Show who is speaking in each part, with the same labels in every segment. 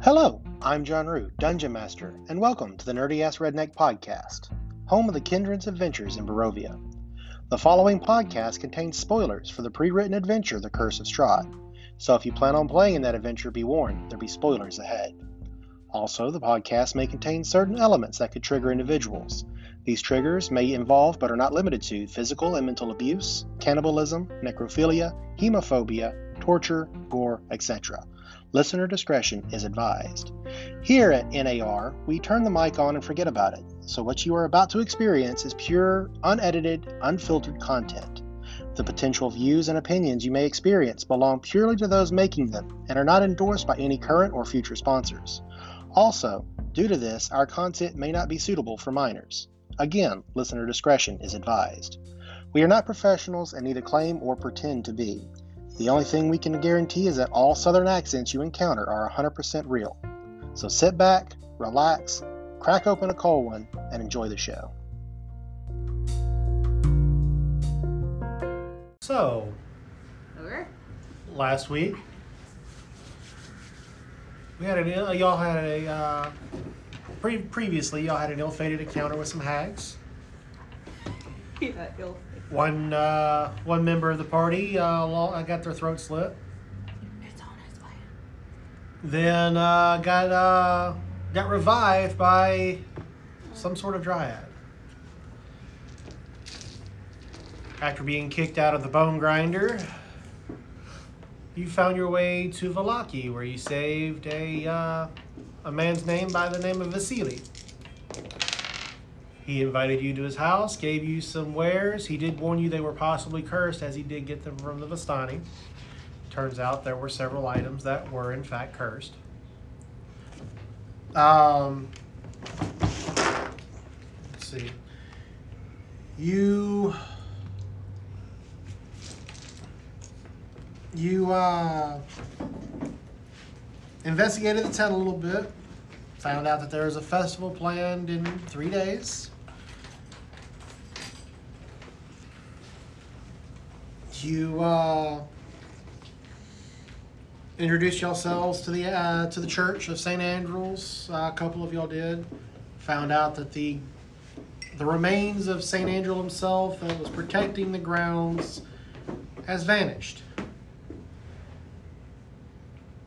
Speaker 1: Hello, I'm John Root, Dungeon Master, and welcome to the Nerdy Ass Redneck Podcast, home of the Kindred's adventures in Barovia. The following podcast contains spoilers for the pre written adventure The Curse of Strahd, so if you plan on playing in that adventure, be warned there'll be spoilers ahead. Also, the podcast may contain certain elements that could trigger individuals. These triggers may involve, but are not limited to, physical and mental abuse, cannibalism, necrophilia, hemophobia, torture, gore, etc. Listener discretion is advised. Here at NAR, we turn the mic on and forget about it, so what you are about to experience is pure, unedited, unfiltered content. The potential views and opinions you may experience belong purely to those making them and are not endorsed by any current or future sponsors. Also, due to this, our content may not be suitable for minors. Again, listener discretion is advised. We are not professionals and neither claim or pretend to be. The only thing we can guarantee is that all Southern accents you encounter are 100% real. So sit back, relax, crack open a cold one, and enjoy the show. So,
Speaker 2: Okay.
Speaker 1: last week, we had an, ill- y'all had a, uh, pre- previously, y'all had an ill fated encounter with some hags.
Speaker 2: Yeah, ill.
Speaker 1: One, uh, one member of the party uh, lo- got their throat slit.
Speaker 2: It's on its way.
Speaker 1: then uh, got uh, got revived by some sort of dryad after being kicked out of the bone grinder you found your way to Valaki, where you saved a uh, a man's name by the name of Vasili. He invited you to his house, gave you some wares. He did warn you they were possibly cursed, as he did get them from the Vistani. Turns out there were several items that were in fact cursed. Um, let's see. You. You uh, investigated the town a little bit. Found out that there is a festival planned in three days. You uh, introduced yourselves to the uh, to the church of St. Andrews. Uh, a couple of y'all did. Found out that the the remains of St. Andrew himself, that was protecting the grounds, has vanished.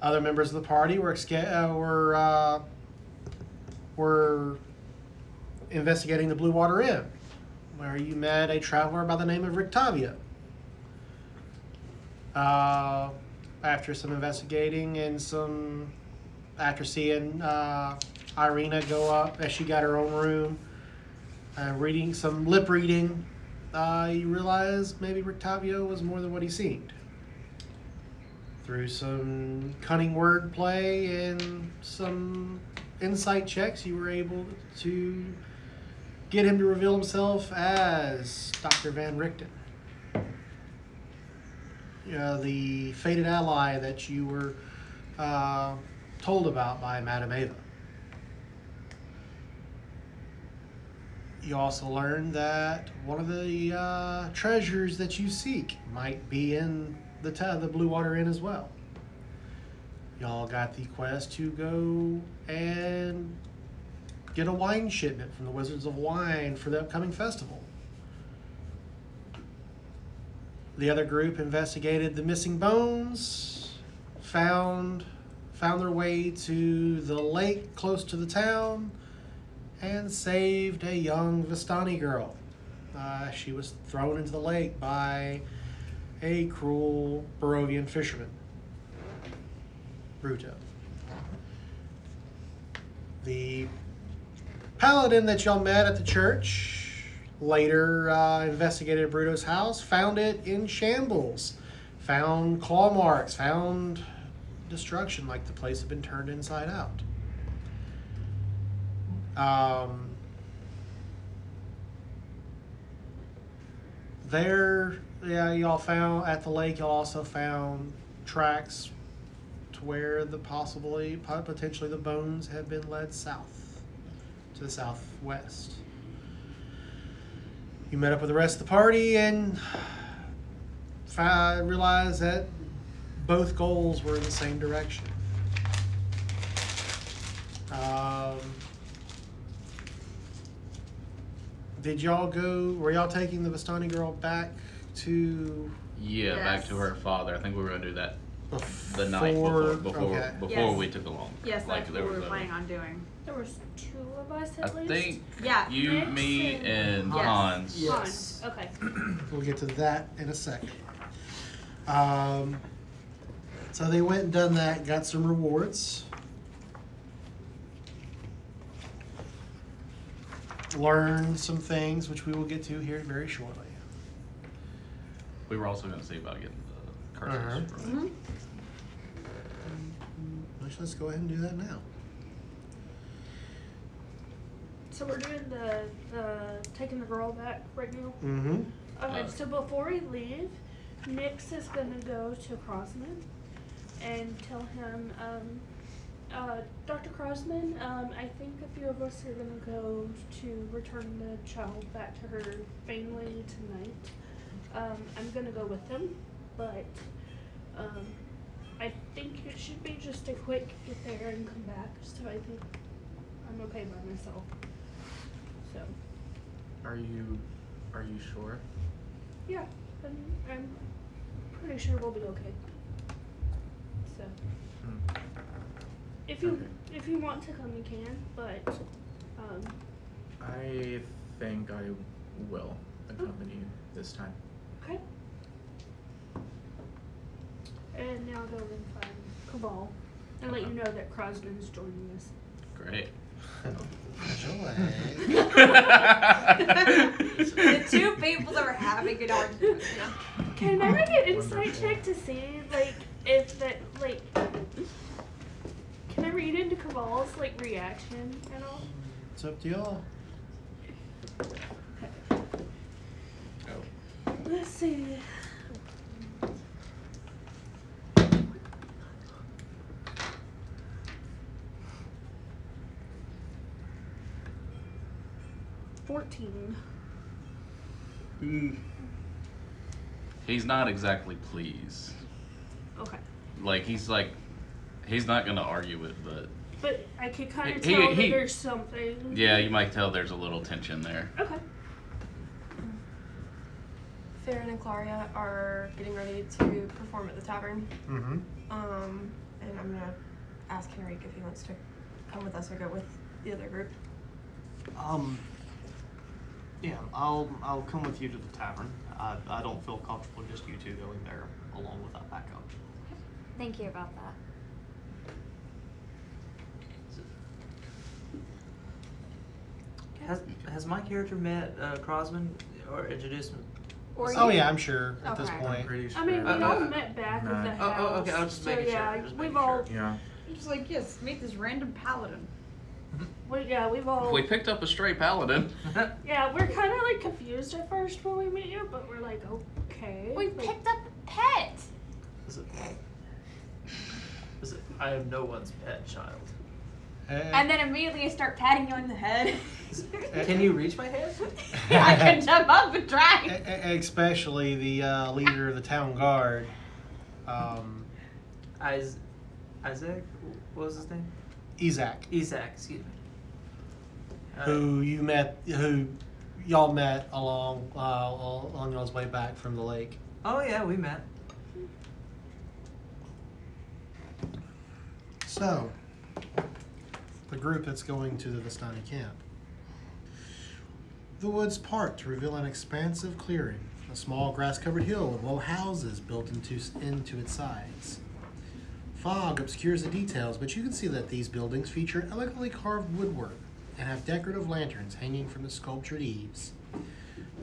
Speaker 1: Other members of the party were exca- uh, were uh, were investigating the Blue Water Inn, where you met a traveler by the name of Rictavia. Uh, after some investigating and some after seeing uh, Irina go up as she got her own room, uh, reading some lip reading, uh, you realize maybe Rictavio was more than what he seemed. Through some cunning wordplay and some insight checks, you were able to get him to reveal himself as Dr. Van Richten uh, the fated ally that you were uh, told about by Madame Ava. You also learned that one of the uh, treasures that you seek might be in the ta- the Blue Water Inn as well. Y'all got the quest to go and get a wine shipment from the Wizards of Wine for the upcoming festival. The other group investigated the missing bones, found found their way to the lake close to the town, and saved a young Vistani girl. Uh, she was thrown into the lake by a cruel Barovian fisherman, Bruto. The paladin that y'all met at the church later uh, investigated Bruto's house, found it in shambles, found claw marks, found destruction, like the place had been turned inside out. Um, there, yeah, y'all found at the lake. Y'all also found tracks to where the possibly potentially the bones had been led south to the southwest. You met up with the rest of the party and fi- realized that both goals were in the same direction. Um, did y'all go? Were y'all taking the Vistani girl back to
Speaker 3: Yeah, back to
Speaker 4: Yes.
Speaker 3: her father. I think we were gonna do that
Speaker 1: before,
Speaker 3: the night before before
Speaker 1: Okay.
Speaker 3: before
Speaker 4: Yes.
Speaker 3: we took along.
Speaker 4: Yes,
Speaker 3: like
Speaker 4: that's
Speaker 3: there
Speaker 4: what we
Speaker 3: was
Speaker 4: were
Speaker 3: a-
Speaker 4: planning on doing.
Speaker 5: There was two of us
Speaker 3: I
Speaker 5: at least.
Speaker 3: think
Speaker 4: Yeah.
Speaker 3: you,
Speaker 5: Max
Speaker 3: me,
Speaker 5: and-
Speaker 3: and
Speaker 4: Yes.
Speaker 3: Hans.
Speaker 1: Yeah.
Speaker 4: Fun.
Speaker 1: Yes.
Speaker 5: Okay.
Speaker 1: We'll get to that in a second. Um, so they went and done that, got some rewards. Learned some things, which we will get to here very shortly.
Speaker 3: We were also gonna see about getting the curses.
Speaker 1: Uh-huh.
Speaker 3: from
Speaker 4: Mhm.
Speaker 3: it.
Speaker 1: Let's let's go ahead and do that now.
Speaker 5: So we're doing the the taking the girl back right now.
Speaker 1: Mm-hmm.
Speaker 5: Okay.
Speaker 3: Okay.
Speaker 5: Uh, So before we leave, Nix is gonna go to Crosman and tell him, um, uh, Dr. Crosman, um, I think a few of us are gonna go to return the child back to her family tonight. Um, I'm gonna go with him, but um, I think it should be just a quick get there and come back. So I think I'm okay by myself. So
Speaker 3: Are you are you sure?
Speaker 5: yeah, I'm, I'm pretty sure we'll be okay. So.
Speaker 3: Hmm.
Speaker 5: If you
Speaker 3: Okay.
Speaker 5: if you want to come, you can. But um,
Speaker 6: I think I will accompany you this time.
Speaker 5: okay. And now go and find Cabal and let you know that Crosman's joining us.
Speaker 3: Great.
Speaker 4: The two people that were having an argument.
Speaker 5: Can I make an insight
Speaker 6: Wonderful.
Speaker 5: check to see like if that like can I read into Cabal's like reaction at all?
Speaker 1: It's up to y'all.
Speaker 5: Let's see. Fourteen.
Speaker 3: He's not exactly pleased.
Speaker 5: Okay.
Speaker 3: Like he's like he's not gonna argue it, but
Speaker 5: But I could kind of
Speaker 3: He- he-
Speaker 5: tell that
Speaker 3: he-
Speaker 5: there's something.
Speaker 3: yeah, you might tell there's a little tension there.
Speaker 5: Okay.
Speaker 7: Farron and Claria are getting ready to perform at the tavern.
Speaker 1: Mm-hmm.
Speaker 7: Um, and I'm gonna ask Henrique if he wants to come with us or go with the other group.
Speaker 8: Um. Yeah, I'll I'll come with you to the tavern. I, I don't feel comfortable just you two going there along with that backup.
Speaker 9: Thank you about that.
Speaker 10: Has has my character met uh, Crosman or introduced him?
Speaker 4: Or
Speaker 1: Oh
Speaker 4: you-
Speaker 1: yeah, I'm sure at this
Speaker 4: Okay.
Speaker 1: point.
Speaker 6: Pretty sure.
Speaker 5: I mean, we
Speaker 10: Uh,
Speaker 5: all
Speaker 10: uh,
Speaker 5: met back at the
Speaker 6: nine.
Speaker 10: Oh,
Speaker 5: house.
Speaker 10: oh, okay, I was just
Speaker 5: so
Speaker 10: making sure,
Speaker 5: yeah,
Speaker 10: I was
Speaker 5: we've
Speaker 10: making
Speaker 5: all,
Speaker 6: yeah.
Speaker 4: I'm just like, yes, meet this random paladin.
Speaker 5: we, yeah, we've all.
Speaker 3: We picked up a stray paladin.
Speaker 5: Yeah, we're kind of like confused at first when we meet you, but we're like, okay.
Speaker 9: We
Speaker 5: like,
Speaker 9: picked up a pet.
Speaker 8: Is it? Is it? I am no one's pet child.
Speaker 1: Eh,
Speaker 9: And then immediately I start patting you on the head.
Speaker 6: Eh.
Speaker 8: Can you reach my hand?
Speaker 9: I can jump up and
Speaker 1: E-
Speaker 9: try.
Speaker 1: e- eh, especially the uh, leader of the town guard. Um,
Speaker 8: Is- Isaac, what was his name?
Speaker 1: Isaac.
Speaker 8: Isaac, excuse me. Uh,
Speaker 1: who you met, who y'all met along uh, along y'all's way back from the lake.
Speaker 8: Oh yeah, we met.
Speaker 1: So, the group that's going to the Vistani camp. The woods part to reveal an expansive clearing, a small grass-covered hill with low houses built into into its sides. Fog obscures the details, but you can see that these buildings feature elegantly carved woodwork and have decorative lanterns hanging from the sculptured eaves.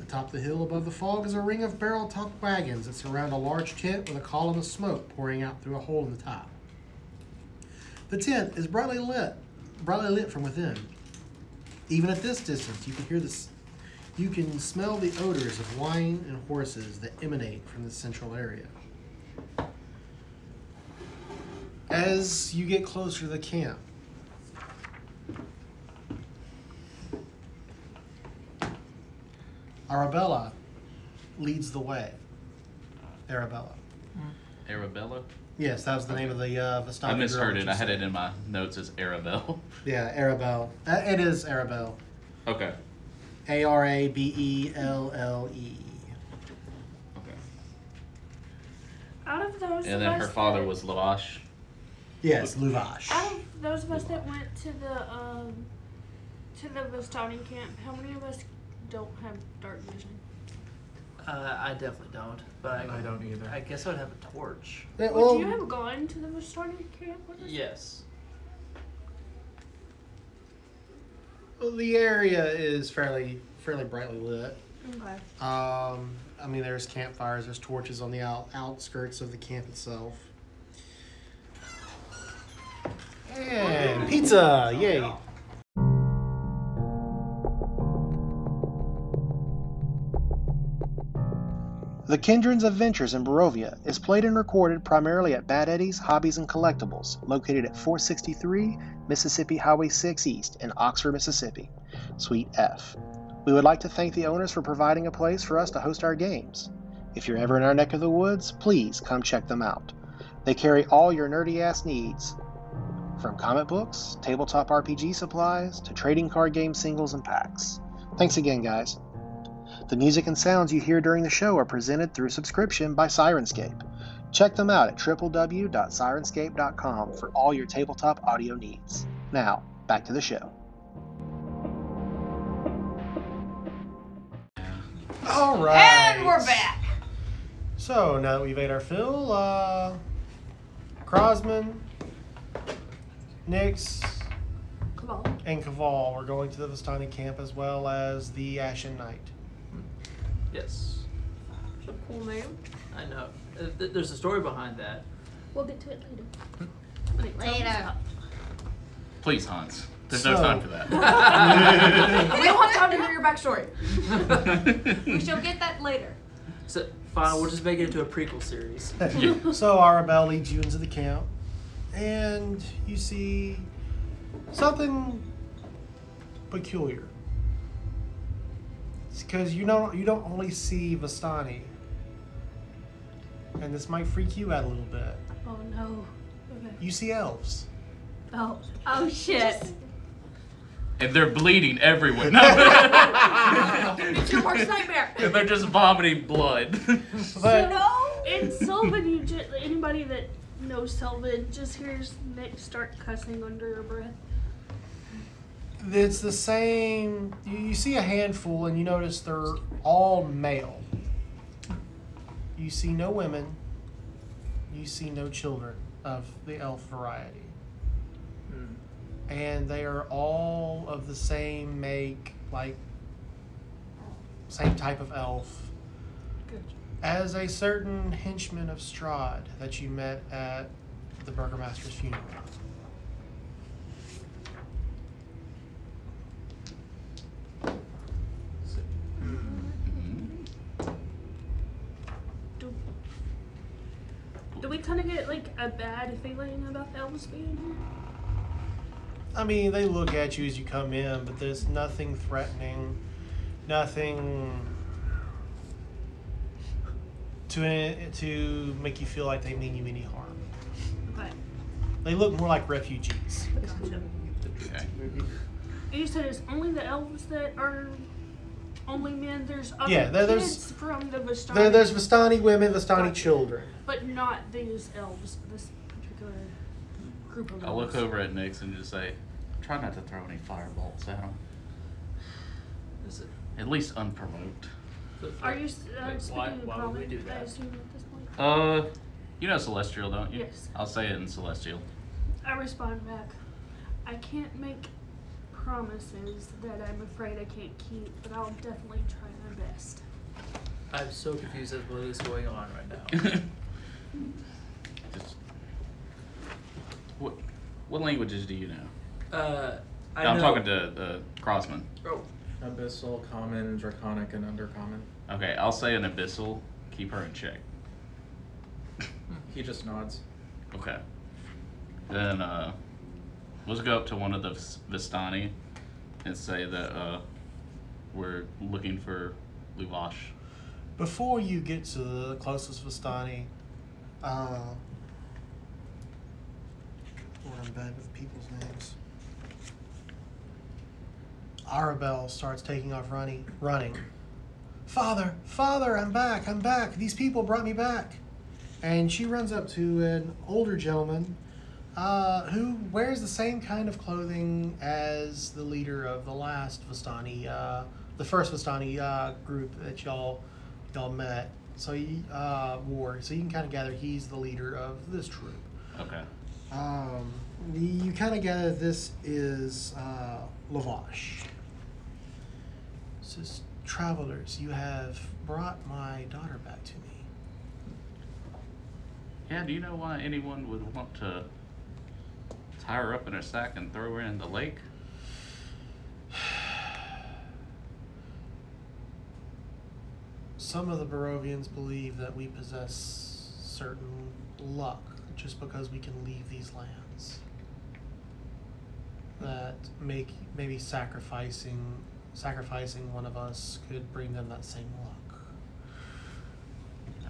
Speaker 1: Atop the hill above the fog is a ring of barrel topped wagons that surround a large tent with a column of smoke pouring out through a hole in the top. The tent is brightly lit, brightly lit from within. Even at this distance, you can hear this. You can smell the odors of wine and horses that emanate from the central area. As you get closer to the camp, Arabella leads the way. Arabella.
Speaker 3: Arabella. Arabella?
Speaker 1: Yes, that was the name of the uh, Vistani
Speaker 3: I
Speaker 1: girl
Speaker 3: misheard
Speaker 1: that
Speaker 3: it.
Speaker 1: you
Speaker 3: I had
Speaker 1: said.
Speaker 3: it in my notes as Arabelle.
Speaker 1: Yeah, Arabelle. Uh, it is Arabelle.
Speaker 3: Okay.
Speaker 1: A R A B E L L E.
Speaker 5: Out of those
Speaker 3: And
Speaker 5: of
Speaker 3: then
Speaker 5: us
Speaker 3: her father
Speaker 5: that-
Speaker 3: was Lavash.
Speaker 1: Yes, Luvash.
Speaker 5: Out of those of us that went to the um to the Vistani camp, how many of us don't have dark vision?
Speaker 10: Uh, I definitely don't. But I,
Speaker 6: I don't either.
Speaker 10: I guess I would have a torch.
Speaker 1: Yeah,
Speaker 5: Would
Speaker 1: well,
Speaker 5: you have gone to the Vistani camp with us?
Speaker 10: Yes.
Speaker 1: the area is fairly fairly brightly lit.
Speaker 5: Okay.
Speaker 1: Um, I mean, there's campfires, there's torches on the out, outskirts of the camp itself. And pizza! Yay!
Speaker 11: The Kindren's Adventures in Barovia is played and recorded primarily at Bad Eddie's Hobbies and Collectibles, located at 463 Mississippi Highway 6 East in Oxford, Mississippi, Suite F. We would like to thank the owners for providing a place for us to host our games. If you're ever in our neck of the woods, please come check them out. They carry all your nerdy ass needs from comic books, tabletop RPG supplies, to trading card game singles and packs. Thanks again, guys. The music and sounds you hear during the show are presented through subscription by Sirenscape. Check them out at www.sirenscape.com for all your tabletop audio needs. Now, back to the show.
Speaker 1: All right.
Speaker 4: And we're back.
Speaker 1: So now that we've ate our fill, uh, Crosman, Nix,
Speaker 5: Cabal.
Speaker 1: and Caval are going to the Vistani camp as well as the Ashen Knight.
Speaker 10: Yes.
Speaker 4: It's a cool name.
Speaker 10: I know. Uh, th- There's a story behind that.
Speaker 5: We'll get to it later.
Speaker 4: When it comes up.
Speaker 3: Please, Hans. There's
Speaker 1: So-
Speaker 3: no time for
Speaker 4: we don't have time to hear your backstory.
Speaker 3: that.
Speaker 4: We shall get that later.
Speaker 10: So, fine, we'll just make it into a prequel series.
Speaker 3: Yeah.
Speaker 1: So Arabelle leads you into the camp, and you see something peculiar. It's because you don't you don't only see Vistani, and this might freak you out a little bit.
Speaker 5: Oh no. Okay.
Speaker 1: You see elves.
Speaker 5: Oh. Oh shit.
Speaker 3: and they're bleeding everywhere. No.
Speaker 4: It's your worst nightmare.
Speaker 3: and they're just vomiting blood.
Speaker 1: But
Speaker 4: No.
Speaker 5: In Sylvan, you just, anybody that knows Sylvan just hears Nick start cussing under your breath.
Speaker 1: it's the same. You, you see a handful, and you notice they're all male. You see no women. You see no children of the elf variety.
Speaker 10: Hmm.
Speaker 1: and they are all of the same make, like same type of elf,
Speaker 4: Good.
Speaker 1: as a certain henchman of Strahd that you met at the burgomaster's funeral.
Speaker 5: Do we kind of get like a bad feeling about the elves being here?
Speaker 1: I mean, they look at you as you come in, but there's nothing threatening, nothing to to make you feel like they mean you any harm.
Speaker 5: Okay.
Speaker 1: They look more like refugees.
Speaker 5: Gotcha.
Speaker 3: okay.
Speaker 5: You said it's only the elves that are only men. There's other
Speaker 1: Yeah, there- there's-
Speaker 5: kids from the Vistani,
Speaker 1: There, there's Vistani women, Vistani children.
Speaker 5: but not these elves. This particular group of.
Speaker 3: I
Speaker 5: elves.
Speaker 3: look over at Nix and just say, try not to throw any fireballs at him.
Speaker 10: Is it-
Speaker 3: At least unprovoked.
Speaker 10: so-
Speaker 5: Are you s- uh,
Speaker 10: Wait,
Speaker 5: speaking
Speaker 10: why,
Speaker 5: in
Speaker 10: why would
Speaker 5: common?
Speaker 10: we do
Speaker 5: I
Speaker 10: that?
Speaker 5: assume at this point.
Speaker 3: Uh, you know Celestial, don't you?
Speaker 5: Yes.
Speaker 3: I'll say it in Celestial.
Speaker 5: I respond back. I can't make promises that I'm afraid I can't keep, but I'll definitely try my best.
Speaker 10: I'm so confused as to what is going on right now.
Speaker 3: just, what, what languages do you know?
Speaker 10: Uh, I
Speaker 3: I'm
Speaker 10: know-
Speaker 3: talking to uh, Crossman.
Speaker 10: Oh,
Speaker 6: Abyssal, common, draconic, and undercommon.
Speaker 3: Okay, I'll say an abyssal. Keep her in check.
Speaker 6: He just nods.
Speaker 3: Okay. Then uh, let's go up to one of the Vis- Vistani and say that uh, we're looking for Luvash.
Speaker 1: Before you get to the closest Vistani, Uh, Lord, I'm bad with people's names. Arabelle starts taking off running. Running. Father, father, I'm back, I'm back. These people brought me back. And she runs up to an older gentleman uh, who wears the same kind of clothing as the leader of the last Vistani, uh, the first Vistani uh, group that y'all y'all met. So he uh, wore. So you can kind of gather he's the leader of this troop.
Speaker 3: Okay.
Speaker 1: Um, you kind of gather this is uh, Lavash. It says, "Travelers, you have brought my daughter back to me."
Speaker 3: Yeah, do you know why anyone would want to tie her up in a sack and throw her in the lake?
Speaker 1: Some of the Barovians believe that we possess certain luck just because we can leave these lands. That make maybe sacrificing sacrificing one of us could bring them that same luck.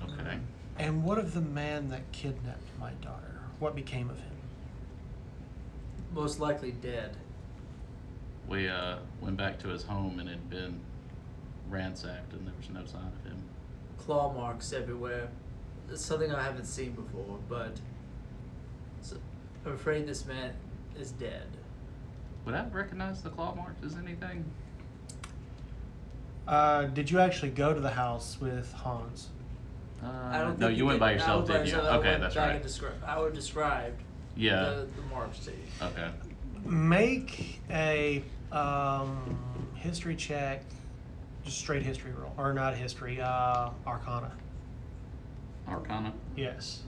Speaker 3: Okay.
Speaker 10: Mm-hmm.
Speaker 1: And what of the man that kidnapped my daughter? What became of him?
Speaker 10: Most likely dead.
Speaker 3: We uh, went back to his home and it had been ransacked and there was no sign of him.
Speaker 10: Claw marks everywhere. It's something I haven't seen before, but s- I'm afraid this man is dead.
Speaker 3: Would I recognize the claw marks as anything?
Speaker 1: Uh, did you actually go to the house with Hans?
Speaker 3: Uh,
Speaker 10: I don't
Speaker 3: no,
Speaker 10: think
Speaker 3: you went
Speaker 10: did.
Speaker 3: by
Speaker 10: I
Speaker 3: yourself,
Speaker 10: went by
Speaker 3: did you?
Speaker 10: myself. I
Speaker 3: Okay,
Speaker 10: went
Speaker 3: that's
Speaker 10: back
Speaker 3: right.
Speaker 10: and descri- I would described
Speaker 3: Yeah.
Speaker 10: the, the marks to you.
Speaker 3: Okay.
Speaker 1: Make a um, history check, just straight history roll, or not history, uh, Arcana.
Speaker 3: Arcana.
Speaker 1: Yes.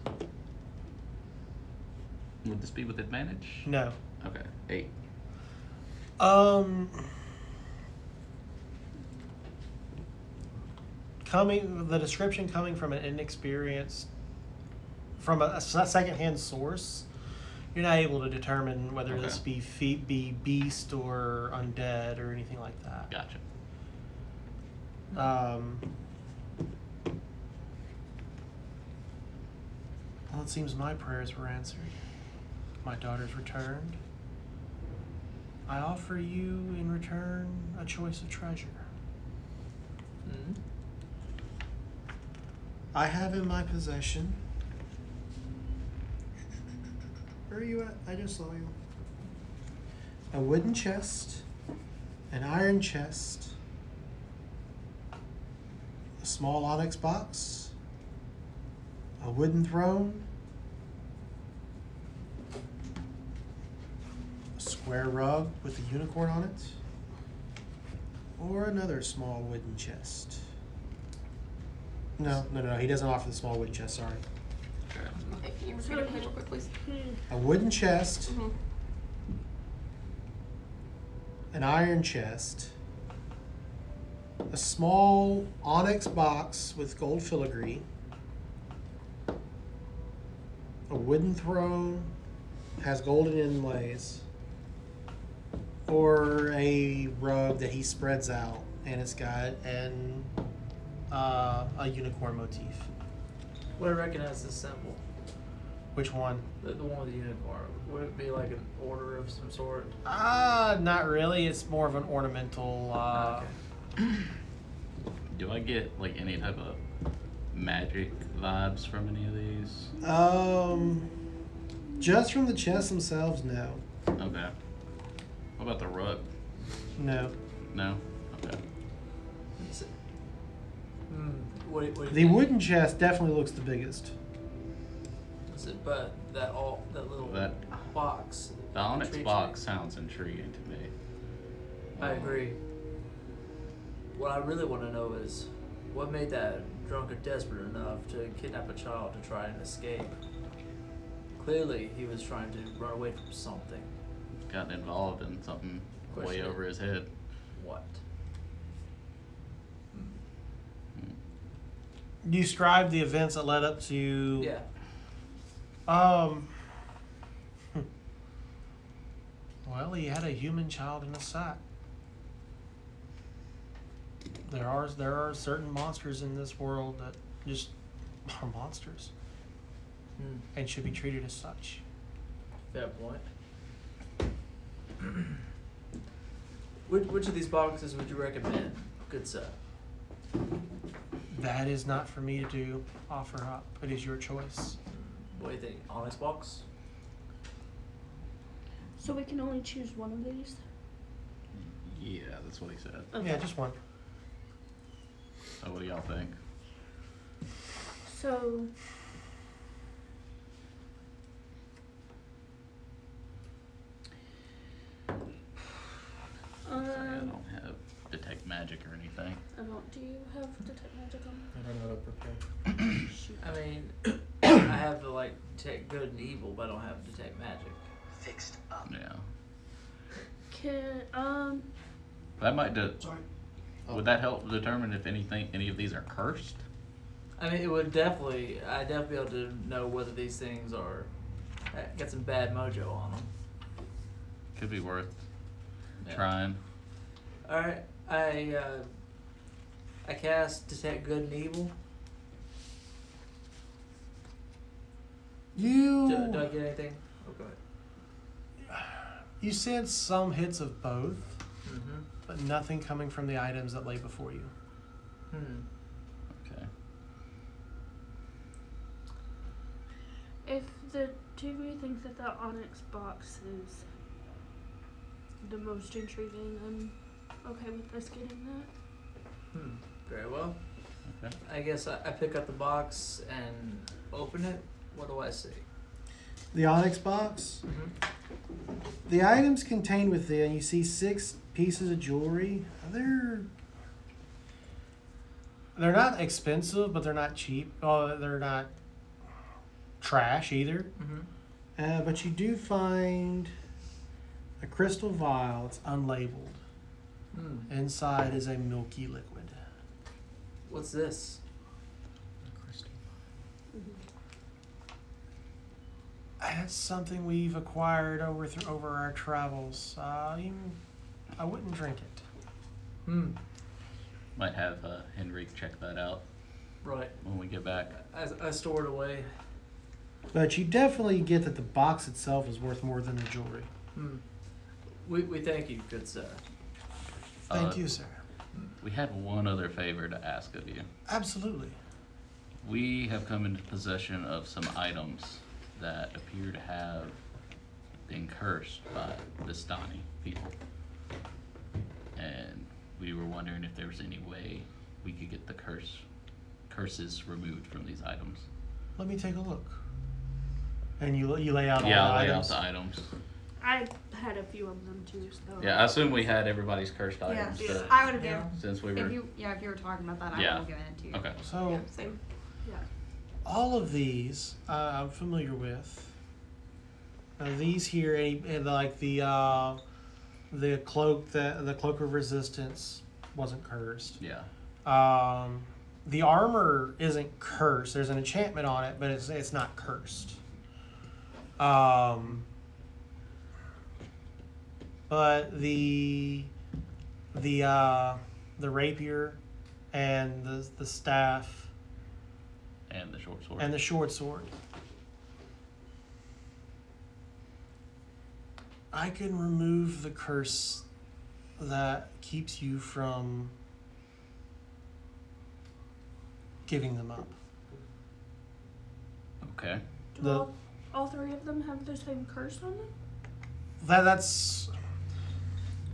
Speaker 3: Would this be with advantage?
Speaker 1: No.
Speaker 3: Okay. Eight.
Speaker 1: Um, coming the description coming from an inexperienced, from a, a s- secondhand source, you're not able to determine whether
Speaker 3: Okay.
Speaker 1: this be fe- be beast or undead or anything like that.
Speaker 3: Gotcha.
Speaker 1: Um, well, it seems my prayers were answered. My daughter's returned. I offer you in return a choice of treasure.
Speaker 10: Mhm.
Speaker 1: I have in my possession. Where are you at? I just saw you. A wooden chest, an iron chest, a small onyx box, a wooden throne, a square rug with a unicorn on it, or another small wooden chest. No, no, no, he doesn't offer the small wooden chest, sorry.
Speaker 3: Okay.
Speaker 7: Okay, can you repeat it real quick, please?
Speaker 1: A wooden chest,
Speaker 7: Mm-hmm.
Speaker 1: an iron chest, a small onyx box with gold filigree, a wooden throne has golden inlays, or a rug that he spreads out and it's got an uh, a unicorn motif.
Speaker 10: Would I recognize this symbol?
Speaker 1: Which one?
Speaker 10: The, the one with the unicorn. Would it be like an order of some sort?
Speaker 1: Ah, not really. It's more of an ornamental. Uh,
Speaker 10: Okay.
Speaker 3: Do I get like any type of magic vibes from any of these?
Speaker 1: Um, just from the chests themselves, no,
Speaker 3: Okay. What about the rug?
Speaker 1: no.
Speaker 3: No. Okay.
Speaker 10: Is it- Hmm. What, do- what do you
Speaker 1: The
Speaker 10: think?
Speaker 1: wooden chest definitely looks the biggest.
Speaker 10: Is it, but that all that little
Speaker 3: That-
Speaker 10: box.
Speaker 3: The onyx
Speaker 10: intrigues
Speaker 3: box
Speaker 10: me.
Speaker 3: sounds intriguing to me.
Speaker 10: I
Speaker 3: Um,
Speaker 10: agree. What I really want to know is what made that drunkard desperate enough to kidnap a child to try and escape. Clearly, he was trying to run away from something.
Speaker 3: Got involved in something way
Speaker 10: Question.
Speaker 3: over his head.
Speaker 10: What? Hmm.
Speaker 1: You described the events that led up to.
Speaker 10: Yeah.
Speaker 1: Um. hmm. Well, he had a human child in his sack. There are there are certain monsters in this world that just are monsters.
Speaker 10: Hmm.
Speaker 8: and should be treated as such.
Speaker 10: That point. Which, which of these boxes would you recommend, good sir?
Speaker 8: That is not for me to do. Offer up. It is your choice.
Speaker 10: What do you think? Onyx box?
Speaker 5: So we can only choose one of these?
Speaker 3: Yeah, that's what he said.
Speaker 1: Oh.
Speaker 8: Yeah, just one.
Speaker 3: So what do y'all think?
Speaker 5: So.
Speaker 3: I
Speaker 5: Um,
Speaker 3: don't have detect magic or anything.
Speaker 5: I don't. Do you have detect magic on?
Speaker 6: I don't know how to prepare.
Speaker 10: I mean, I have the like detect good and evil, but I don't have detect magic.
Speaker 11: Fixed up.
Speaker 3: Yeah.
Speaker 5: Can um.
Speaker 3: That might de-
Speaker 8: Sorry.
Speaker 3: Would that help determine if anything, any of these are cursed?
Speaker 10: I mean, it would definitely, I'd definitely be able to know whether these things are uh, got some bad mojo on them.
Speaker 3: Could be worth
Speaker 10: Yeah.
Speaker 3: trying.
Speaker 10: All right, I uh, I cast detect good and evil.
Speaker 1: You
Speaker 10: Do, do I get anything? Oh, Okay.
Speaker 1: you sense some hits of both,
Speaker 10: Mm-hmm.
Speaker 1: but nothing coming from the items that lay before you.
Speaker 10: Hmm.
Speaker 3: Okay.
Speaker 5: If the two of you think that the onyx box is the most intriguing, I'm okay with us getting that.
Speaker 10: Hmm. Very well.
Speaker 3: Okay.
Speaker 10: I guess I, I pick up the box and open it. What do I see?
Speaker 1: The onyx box.
Speaker 10: Mhm.
Speaker 1: The items contained within, you see six pieces of jewelry. They're they're not expensive, but they're not cheap. Uh, they're not trash either.
Speaker 10: Mm-hmm.
Speaker 1: Uh, but you do find a crystal vial. It's unlabeled.
Speaker 10: Hmm.
Speaker 1: Inside is a milky liquid.
Speaker 10: What's this?
Speaker 1: That's something we've acquired over th- over our travels. Uh, you, I wouldn't drink it.
Speaker 10: Hmm.
Speaker 3: Might have uh, Henrik check that out
Speaker 10: Right.
Speaker 3: when we get back.
Speaker 10: I, I store it away.
Speaker 1: But you definitely get that the box itself is worth more than the jewelry.
Speaker 10: Hmm. We, we thank you, good sir.
Speaker 1: Thank
Speaker 3: Uh,
Speaker 1: you, sir.
Speaker 3: We had one other favor to ask of you.
Speaker 1: Absolutely.
Speaker 3: We have come into possession of some items that appear to have been cursed by Vistani people. And we were wondering if there was any way we could get the curse curses removed from these items.
Speaker 1: Let me take a look. And you you lay out
Speaker 3: yeah,
Speaker 1: all the
Speaker 3: lay
Speaker 1: items.
Speaker 3: out the items.
Speaker 5: I had a few of them too, so.
Speaker 3: Yeah, I assume we had everybody's cursed items.
Speaker 7: yeah.
Speaker 3: so-
Speaker 9: I would have
Speaker 8: Yeah.
Speaker 3: Since we
Speaker 9: given.
Speaker 3: were
Speaker 9: If you, yeah, if you were talking about that,
Speaker 3: Yeah.
Speaker 9: I would have given it to you.
Speaker 3: okay,
Speaker 1: so
Speaker 7: Yeah, same.
Speaker 1: all of these uh, I'm familiar with. Uh, these here, and, and like the uh, the cloak that the cloak of resistance wasn't cursed.
Speaker 3: yeah,
Speaker 1: Um, the armor isn't cursed. There's an enchantment on it, but it's it's not cursed. Um, but the the uh, the rapier and the the staff
Speaker 3: and the short sword.
Speaker 1: and the short sword. I can remove the curse that keeps you from giving them up.
Speaker 3: okay,
Speaker 5: Do
Speaker 1: The-
Speaker 5: all, all three of them have the same curse on them,
Speaker 1: That that's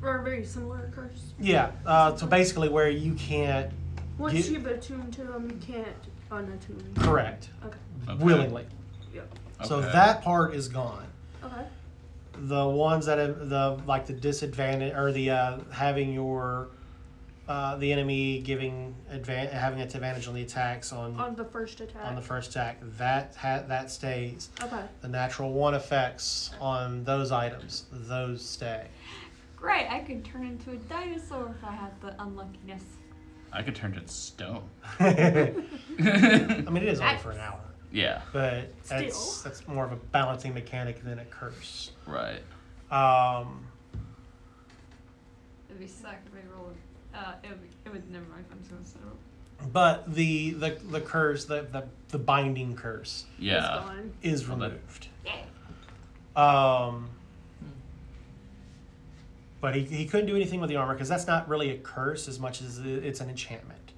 Speaker 5: or a very similar curse?
Speaker 1: yeah. Uh, so basically, where you can't
Speaker 5: Once
Speaker 1: You-
Speaker 5: you've attuned to them, you can't unattune. them.
Speaker 1: correct
Speaker 5: Okay.
Speaker 3: Okay.
Speaker 1: willingly.
Speaker 5: Yep.
Speaker 1: So
Speaker 3: Okay.
Speaker 1: that part is gone.
Speaker 5: Okay.
Speaker 1: the ones that have the like the disadvantage or the uh, having your uh, the enemy giving advan- having its advantage on the attacks on
Speaker 5: On the first attack.
Speaker 1: on the first attack that ha- that stays
Speaker 5: okay.
Speaker 1: the natural one effects on those items those stay
Speaker 9: Great, I could turn into a dinosaur if I had the unluckiness.
Speaker 3: I could turn to stone.
Speaker 1: I mean it is only for an hour
Speaker 3: yeah,
Speaker 1: but that's
Speaker 5: Still.
Speaker 1: that's more of a balancing mechanic than a curse
Speaker 3: right.
Speaker 1: um,
Speaker 9: It'd be sick if I rolled. Uh, it would, it would never mind. I'm just gonna say it.
Speaker 1: but the the, the curse, the, the the binding curse,
Speaker 3: Yeah.
Speaker 1: is
Speaker 3: Well, that-
Speaker 1: removed. Um, but he, he couldn't do anything with the armor because that's not really a curse as much as i- it's an enchantment.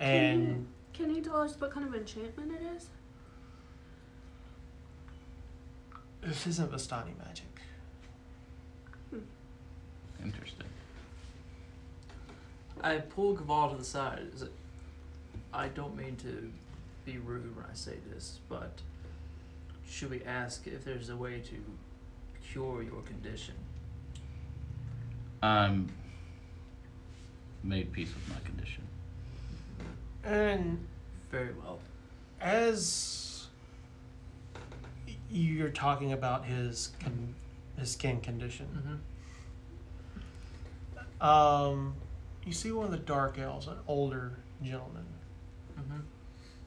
Speaker 1: And
Speaker 5: Can you tell us what kind of enchantment it is?
Speaker 1: this isn't Vistani magic.
Speaker 3: Interesting.
Speaker 10: I pull Gaval to the side. Is it- I don't mean to be rude when I say this, but should we ask if there's a way to cure your condition?
Speaker 3: I'm made peace with my condition.
Speaker 1: And
Speaker 10: very well.
Speaker 1: As you're talking about his con- his skin condition, um, you see one of the dark elves, an older gentleman.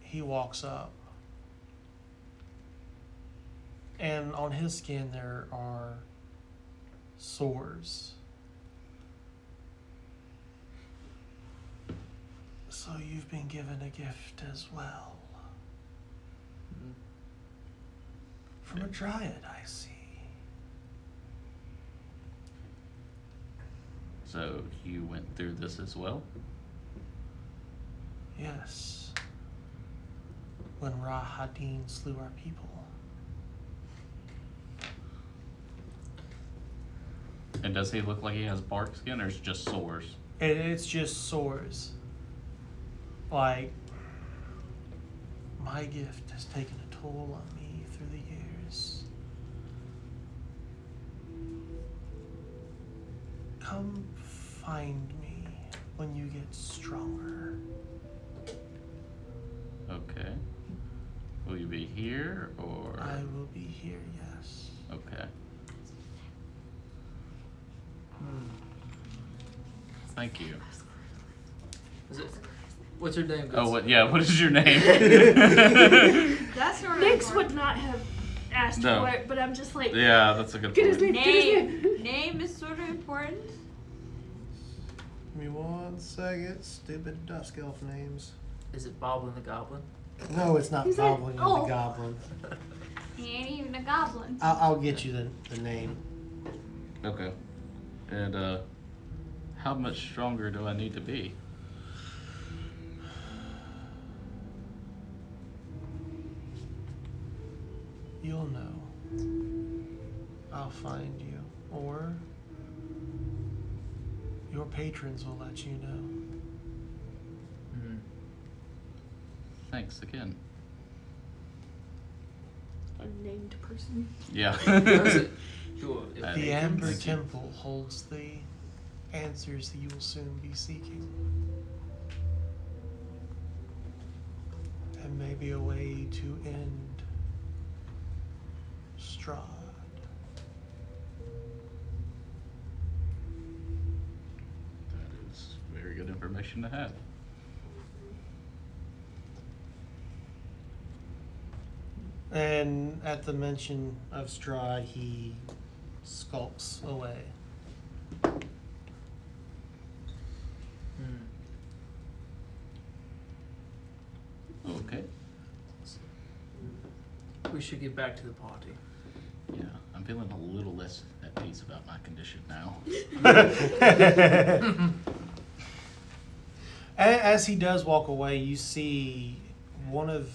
Speaker 1: He walks up, and on his skin there are sores. So you've been given a gift as well.
Speaker 10: Hmm.
Speaker 1: From a dryad, I see.
Speaker 3: So you went through this as well?
Speaker 1: Yes. When Ra Hadin slew our people.
Speaker 3: And does he look like he has bark skin or is it just sores?
Speaker 1: It, it's just sores. Like, my gift has taken a toll on me through the years. Come find me when you get stronger.
Speaker 3: Okay. Will you be here or?
Speaker 1: I will be here, yes.
Speaker 3: Okay. Thank you.
Speaker 10: Is it? What's your name?
Speaker 3: Oh,
Speaker 10: Goods?
Speaker 3: what? Yeah. What is your name?
Speaker 5: That's where Nix would not have asked
Speaker 3: No.
Speaker 5: for it, but I'm just like.
Speaker 3: yeah, that's a good
Speaker 5: Get his
Speaker 3: point.
Speaker 5: name. Get his name.
Speaker 2: Name, name is sort of important.
Speaker 12: Give me one second. Stupid dusk elf names.
Speaker 10: Is it Boblin the Goblin?
Speaker 12: No, it's not
Speaker 2: He's like,
Speaker 12: Goblin.
Speaker 2: oh.
Speaker 12: The Goblin.
Speaker 2: He ain't even a goblin.
Speaker 12: I'll, I'll get you the, the name.
Speaker 3: Okay. And uh, how much stronger do I need to be?
Speaker 1: You'll know. I'll find you. Or your patrons will let you know.
Speaker 3: Mm-hmm. Thanks again.
Speaker 5: Unnamed person.
Speaker 3: Yeah.
Speaker 10: Does it? Sure. if
Speaker 3: I
Speaker 10: it
Speaker 1: The
Speaker 3: think-
Speaker 1: Amber
Speaker 3: thank you.
Speaker 1: Temple holds the answers that you will soon be seeking. And maybe a way to end Strahd.
Speaker 3: That is very good information to have.
Speaker 1: And at the mention of Strahd, he skulks away.
Speaker 10: Hmm.
Speaker 3: Okay.
Speaker 10: We should get back to the party.
Speaker 3: Yeah, I'm feeling a little less at peace about my condition now.
Speaker 1: A- As he does walk away, you see one of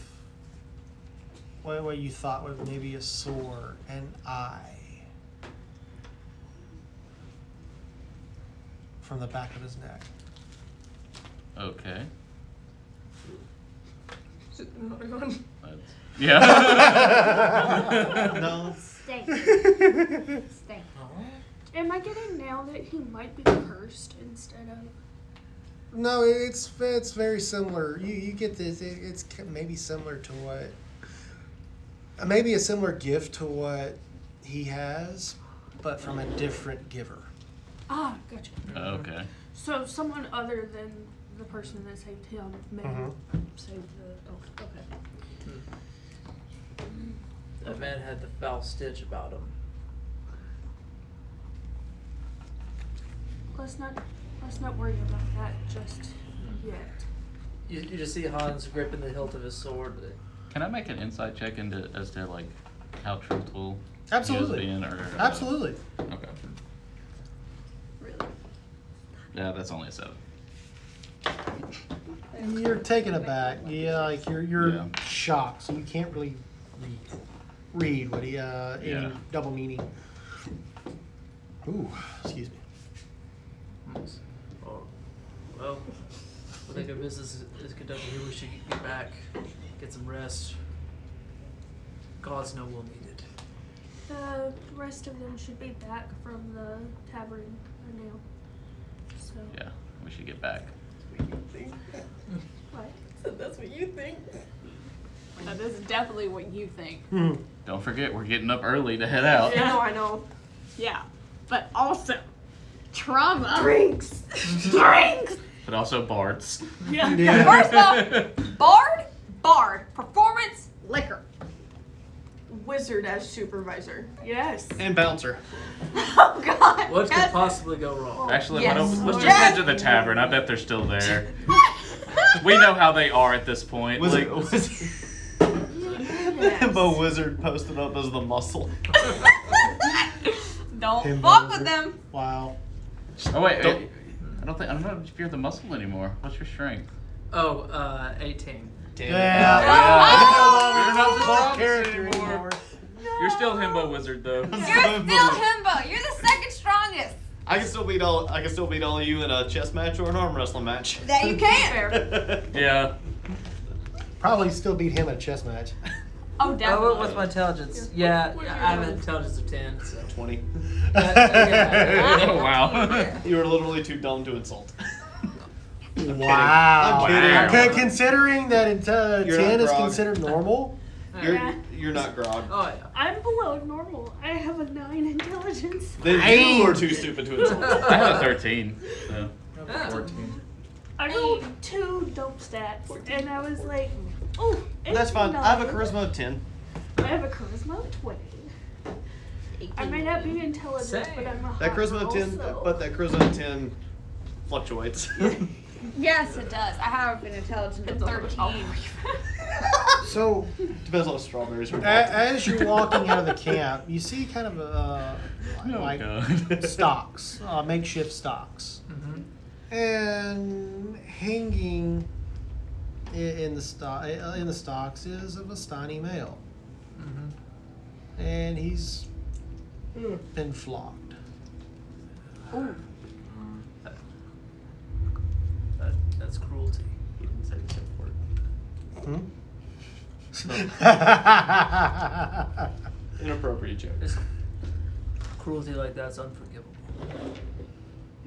Speaker 1: what what you thought was maybe a sore, an eye from the back of his neck.
Speaker 3: Okay.
Speaker 13: Is it another one?
Speaker 3: That's-
Speaker 1: Yeah.
Speaker 3: No.
Speaker 5: Stink.
Speaker 2: Stink.
Speaker 5: Am I getting now that he might be cursed instead of.
Speaker 1: No, it's it's very similar. You you get this. It, it's ki- maybe similar to what, uh, maybe a similar gift to what he has, but from a different giver.
Speaker 5: Ah, gotcha.
Speaker 3: Okay.
Speaker 5: So someone other than the person that saved him may
Speaker 8: Mm-hmm.
Speaker 1: Mhm.
Speaker 5: save the elf. Okay.
Speaker 10: That man had the foul stitch about him.
Speaker 5: Let's not let's not worry about that just yet.
Speaker 10: You, you just see Hans gripping the hilt of his sword.
Speaker 3: Can I make an insight check into as to like how truthful
Speaker 1: Absolutely.
Speaker 3: he is being, or, uh,
Speaker 1: Absolutely.
Speaker 3: Okay. Yeah, that's only a seven.
Speaker 1: You're taken aback. Yeah, like you're you're
Speaker 3: Yeah.
Speaker 1: shocked, so you can't really read, read what he uh any
Speaker 3: Yeah.
Speaker 1: double meaning. Ooh, excuse me.
Speaker 10: Or, Hmm. Oh, well, I think our business is, is conducted here. We should get back, get some rest. Gods know we'll need it.
Speaker 5: The rest of them should be back from the tavern by now. So.
Speaker 3: Yeah, we should get back.
Speaker 5: What?
Speaker 7: So that's what you think.
Speaker 14: That is definitely what you think.
Speaker 3: Don't forget, we're getting up early to head out.
Speaker 7: I know, I know.
Speaker 14: Yeah. But also, trauma.
Speaker 7: Drinks.
Speaker 14: Drinks.
Speaker 3: But also bards.
Speaker 14: Yeah.
Speaker 3: Yeah.
Speaker 14: First off, bard, bard, performance, liquor.
Speaker 4: Wizard as supervisor. Yes.
Speaker 8: And bouncer.
Speaker 10: What could possibly go wrong?
Speaker 3: Actually, why
Speaker 10: Yes.
Speaker 3: don't, let's just
Speaker 10: Yes.
Speaker 3: head to the tavern. I bet they're still there. we know how they are at this point. like,
Speaker 8: Himbo Wizard posted up as the muscle.
Speaker 14: Don't
Speaker 8: Him
Speaker 14: fuck
Speaker 8: buzzer.
Speaker 14: with them.
Speaker 1: Wow.
Speaker 3: Oh wait,
Speaker 8: Don't-
Speaker 3: I don't think I don't know if you're the muscle anymore. What's your strength?
Speaker 10: Oh, uh, 18.
Speaker 3: Damn.
Speaker 8: Yeah.
Speaker 3: You're not the Bob character anymore. You're still Himbo Wizard though.
Speaker 14: You're still himbo. You're the second strongest.
Speaker 8: I can still beat all. I can still beat all of you in a chess match or an arm wrestling match.
Speaker 14: That you can. Oh,
Speaker 3: Yeah.
Speaker 1: Probably still beat him at a chess match.
Speaker 14: Oh,
Speaker 10: I
Speaker 14: definitely.
Speaker 10: went with my intelligence. Yeah, I have an intelligence of 10, so.
Speaker 8: 20.
Speaker 3: oh wow.
Speaker 8: you were literally too dumb to insult.
Speaker 1: Wow.
Speaker 8: I'm kidding. I'm kidding.
Speaker 1: Okay, considering that it, uh,
Speaker 8: You're
Speaker 1: ten
Speaker 8: not
Speaker 1: is
Speaker 8: grog.
Speaker 1: considered normal.
Speaker 8: You're
Speaker 5: Yeah.
Speaker 8: you're not grog.
Speaker 10: Oh, yeah.
Speaker 5: I'm below normal. I have a nine intelligence.
Speaker 8: Then you were too stupid to insult.
Speaker 3: I had a thirteen. So.
Speaker 10: Oh.
Speaker 6: Fourteen.
Speaker 5: I rolled two dope stats, and I was like, oh,
Speaker 8: That's fine. I have a
Speaker 5: $18.
Speaker 8: charisma of ten.
Speaker 5: I have a charisma of twenty. I may not be intelligent, but I'm a hot
Speaker 8: That charisma of
Speaker 5: girl,
Speaker 8: ten,
Speaker 5: so-
Speaker 8: but that charisma of ten fluctuates.
Speaker 14: Yes, it does. I have an intelligence of 13.
Speaker 1: So
Speaker 8: Depends on strawberries.
Speaker 1: A- as you're walking out of the camp, you see kind of uh,
Speaker 3: Oh,
Speaker 1: like stocks, uh, makeshift stocks,
Speaker 10: Mm-hmm.
Speaker 1: and hanging i- in the stock uh, in the stocks is a Vistani male,
Speaker 10: Mm-hmm.
Speaker 1: and he's been flogged.
Speaker 10: That, that's cruelty. He didn't say the word.
Speaker 1: Hmm?
Speaker 8: Inappropriate joke.
Speaker 10: It's- cruelty like that's unforgivable.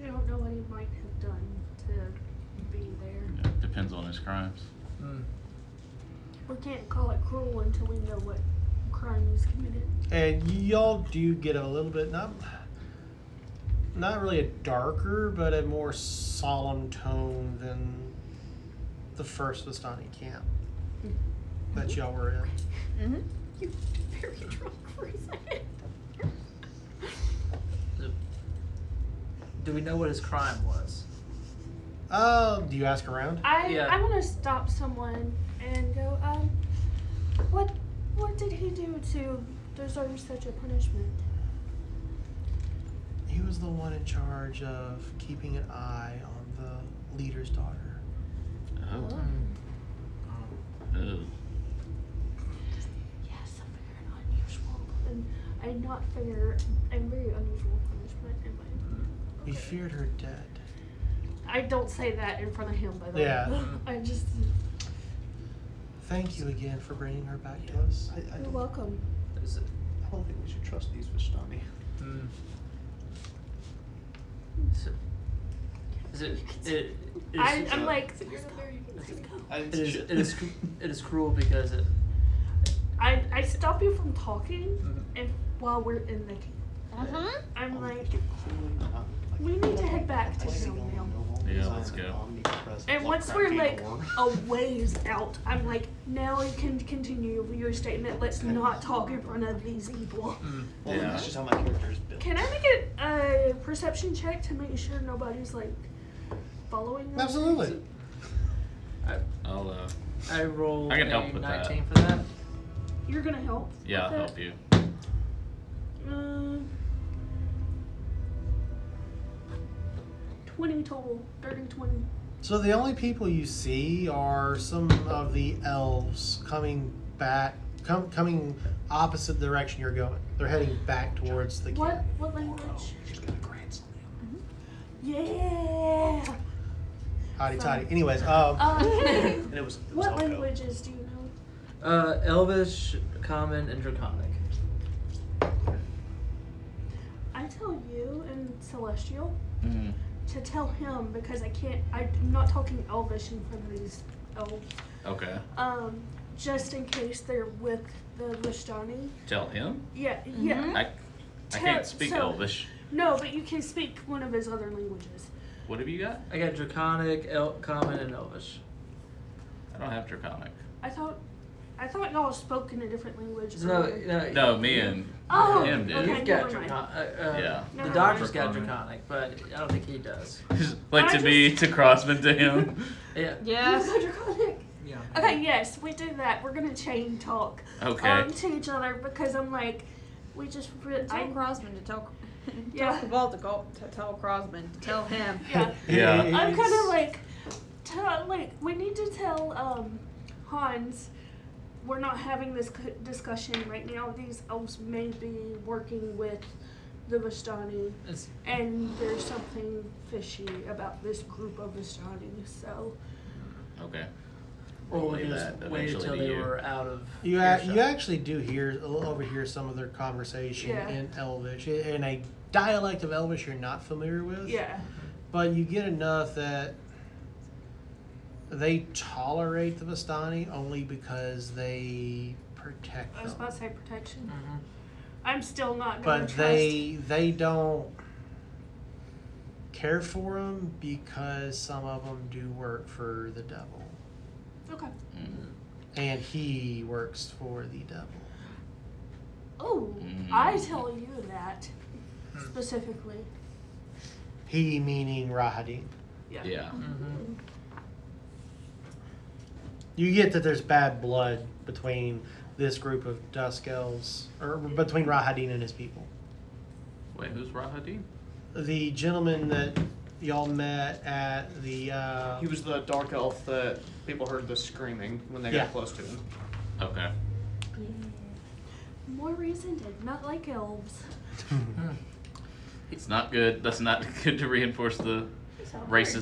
Speaker 5: I don't know what he might have done to be there.
Speaker 3: Depends on his crimes.
Speaker 10: Mm.
Speaker 5: We can't call it cruel until we know what crime he's committed.
Speaker 1: And y'all do get a little bit not not really a darker, but a more solemn tone than the first Vistani camp that y'all were in.
Speaker 14: Mm-hmm.
Speaker 7: You're very drunk for a second.
Speaker 10: Do we know what his crime was?
Speaker 1: Um, do you ask around?
Speaker 5: I
Speaker 10: Yeah.
Speaker 5: I want to stop someone and go. Um, what what did he do to deserve such a punishment?
Speaker 1: He was the one in charge of keeping an eye on the leader's daughter.
Speaker 3: Oh. Ew.
Speaker 5: Yes, a very unusual and I'm not fair and very unusual punishment in my.
Speaker 10: Mm.
Speaker 1: He feared her dead.
Speaker 5: I don't say that in front of him, by the way.
Speaker 1: Yeah.
Speaker 5: I just.
Speaker 1: Thank you again for bringing her back to us.
Speaker 8: I, I,
Speaker 5: You're
Speaker 8: don't,
Speaker 5: welcome.
Speaker 10: Is it,
Speaker 8: I don't think we should trust these Vishtani.
Speaker 10: mm. is it, is it, it, it is,
Speaker 5: I, I'm like.
Speaker 8: I,
Speaker 10: it is, it is, cru- it is cruel because it,
Speaker 5: I, I stop you from talking,
Speaker 10: Mm-hmm.
Speaker 5: and while we're in the camp,
Speaker 2: Uh-huh.
Speaker 14: Mm-hmm.
Speaker 10: Oh,
Speaker 5: I'm like, we need to head back to town now.
Speaker 3: Yeah, let's go.
Speaker 5: And once we're like a ways out, I'm like, now you can continue your statement. Let's not talk in front of these people.
Speaker 1: Hmm.
Speaker 8: Well,
Speaker 3: Yeah.
Speaker 8: that's just how my character is built.
Speaker 5: Can I make a, a perception check to make sure nobody's like following? us?
Speaker 1: Absolutely.
Speaker 3: I, I'll. Uh,
Speaker 11: I roll
Speaker 3: I can
Speaker 11: a
Speaker 3: help with that.
Speaker 11: 19 for that.
Speaker 5: You're gonna help.
Speaker 3: yeah, I'll
Speaker 5: with
Speaker 3: help you.
Speaker 5: it? Um, twenty total. Dirty twenty.
Speaker 1: So the only people you see are some of the elves coming back, com- coming opposite the direction you're going. They're heading back towards the.
Speaker 5: What? What language? Yeah.
Speaker 1: Hotty toddy. Anyways, um,
Speaker 2: Uh-huh.
Speaker 14: Mm-hmm.
Speaker 5: Um,
Speaker 11: it was.
Speaker 5: what languages do you know?
Speaker 10: Uh, Elvish, Common, and Draconic.
Speaker 5: I tell you in Celestial
Speaker 3: Mm.
Speaker 5: to tell him because I can't. I, am not talking Elvish in front of these elves.
Speaker 3: Okay.
Speaker 5: Um, just in case they're with the Lishtani.
Speaker 3: Tell him.
Speaker 5: Yeah, yeah.
Speaker 3: I, I
Speaker 5: Tell-
Speaker 3: can't speak
Speaker 5: so-
Speaker 3: Elvish.
Speaker 5: No, but you can speak one of his other languages.
Speaker 3: What have you got?
Speaker 10: I got Draconic, El- Common, and Elvish.
Speaker 3: I don't have Draconic.
Speaker 5: I thought, I thought y'all spoke in a different language.
Speaker 10: No, no.
Speaker 3: No, me and
Speaker 5: Oh,
Speaker 3: him did.
Speaker 5: okay.
Speaker 10: You've got
Speaker 5: never mind.
Speaker 10: Draconic. Uh, uh,
Speaker 3: Yeah.
Speaker 5: No,
Speaker 10: The
Speaker 5: no,
Speaker 10: doctor's
Speaker 3: no.
Speaker 10: got Draconic, but I don't think he does.
Speaker 3: like
Speaker 5: I
Speaker 3: to me, to Crossman, to him.
Speaker 10: Yeah.
Speaker 2: Yes.
Speaker 5: You're draconic.
Speaker 10: Yeah.
Speaker 5: Okay, yes, we do that. We're gonna chain talk
Speaker 3: Okay.
Speaker 5: um, to each other because I'm like, we just. Re-
Speaker 2: Tell
Speaker 5: I,
Speaker 2: Crosman to tell.
Speaker 5: Yeah.
Speaker 2: Tell Cabal to, go, to tell Crosman to tell him.
Speaker 5: yeah.
Speaker 3: Yeah.
Speaker 5: I'm kind of like, tell, like we need to tell um, Hans we're not having this c- discussion right now. These elves may be working with the Vistani,
Speaker 10: It's-
Speaker 5: and there's something fishy about this group of Vistani. So
Speaker 3: Okay.
Speaker 10: Or we
Speaker 3: Relay
Speaker 10: could just
Speaker 3: that
Speaker 10: wait
Speaker 3: eventually
Speaker 10: until
Speaker 3: to
Speaker 10: they
Speaker 3: you.
Speaker 10: were out of.
Speaker 1: you a-
Speaker 10: earshot.
Speaker 1: you actually do hear overhear some of their conversation
Speaker 5: Yeah.
Speaker 1: in Elvish in a dialect of Elvish you're not familiar with.
Speaker 5: yeah,
Speaker 1: But you get enough that they tolerate the Vistani only because they protect
Speaker 5: I was
Speaker 1: them.
Speaker 5: about to say protection. I'm still not
Speaker 1: But
Speaker 5: gonna trust.
Speaker 1: they they don't care for them because some of them do work for the devil,
Speaker 5: Okay.
Speaker 3: Mm.
Speaker 1: and he works for the devil.
Speaker 5: Oh, I tell you that
Speaker 10: Mm-hmm.
Speaker 5: specifically.
Speaker 1: He meaning Rahadin.
Speaker 5: Yeah.
Speaker 3: Yeah.
Speaker 10: Mm-hmm.
Speaker 1: You get that there's bad blood between this group of Dusk Elves, or between Rahadin and his people.
Speaker 3: Wait, who's Rahadin?
Speaker 1: the gentleman that y'all met at the uh,
Speaker 11: He was the dark elf that people heard the screaming when they
Speaker 1: Yeah.
Speaker 11: got close to him.
Speaker 3: Okay.
Speaker 5: More reason to not like elves.
Speaker 3: It's not good. That's not good to reinforce the racism.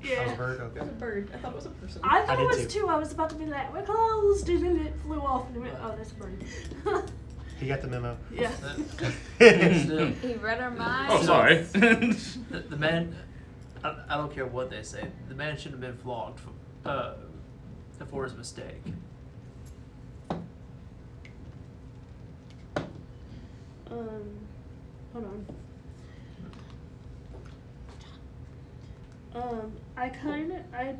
Speaker 1: was a
Speaker 5: Yeah.
Speaker 1: bird. Okay.
Speaker 2: It's a bird. I thought it was a person.
Speaker 5: I thought
Speaker 1: I
Speaker 5: it
Speaker 1: did
Speaker 5: was two. I was about to be like, we're closed, and then it flew off, and I went, oh, that's a bird.
Speaker 1: He got the memo.
Speaker 5: yeah.
Speaker 10: Still,
Speaker 2: He read our mind.
Speaker 3: Oh, sorry.
Speaker 10: the, the man, I, I don't care what they say. The man should have been flogged for, uh, for his mistake.
Speaker 5: Um, hold on. Um, I kind of I,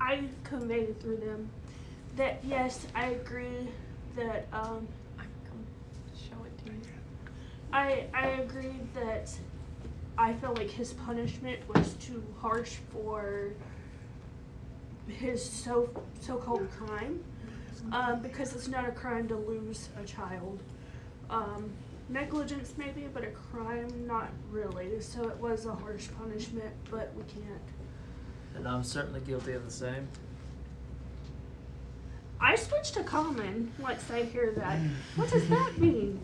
Speaker 5: I conveyed through them that yes, I agree that um,
Speaker 2: Show it to me.
Speaker 5: I I agree that I felt like his punishment was too harsh for his so so called crime um, because it's not a crime to lose a child. Um, negligence maybe, but a crime not really. So it was a harsh punishment, but we can't.
Speaker 10: And I'm certainly guilty of the same.
Speaker 5: I switched to common once I hear that. What does that mean?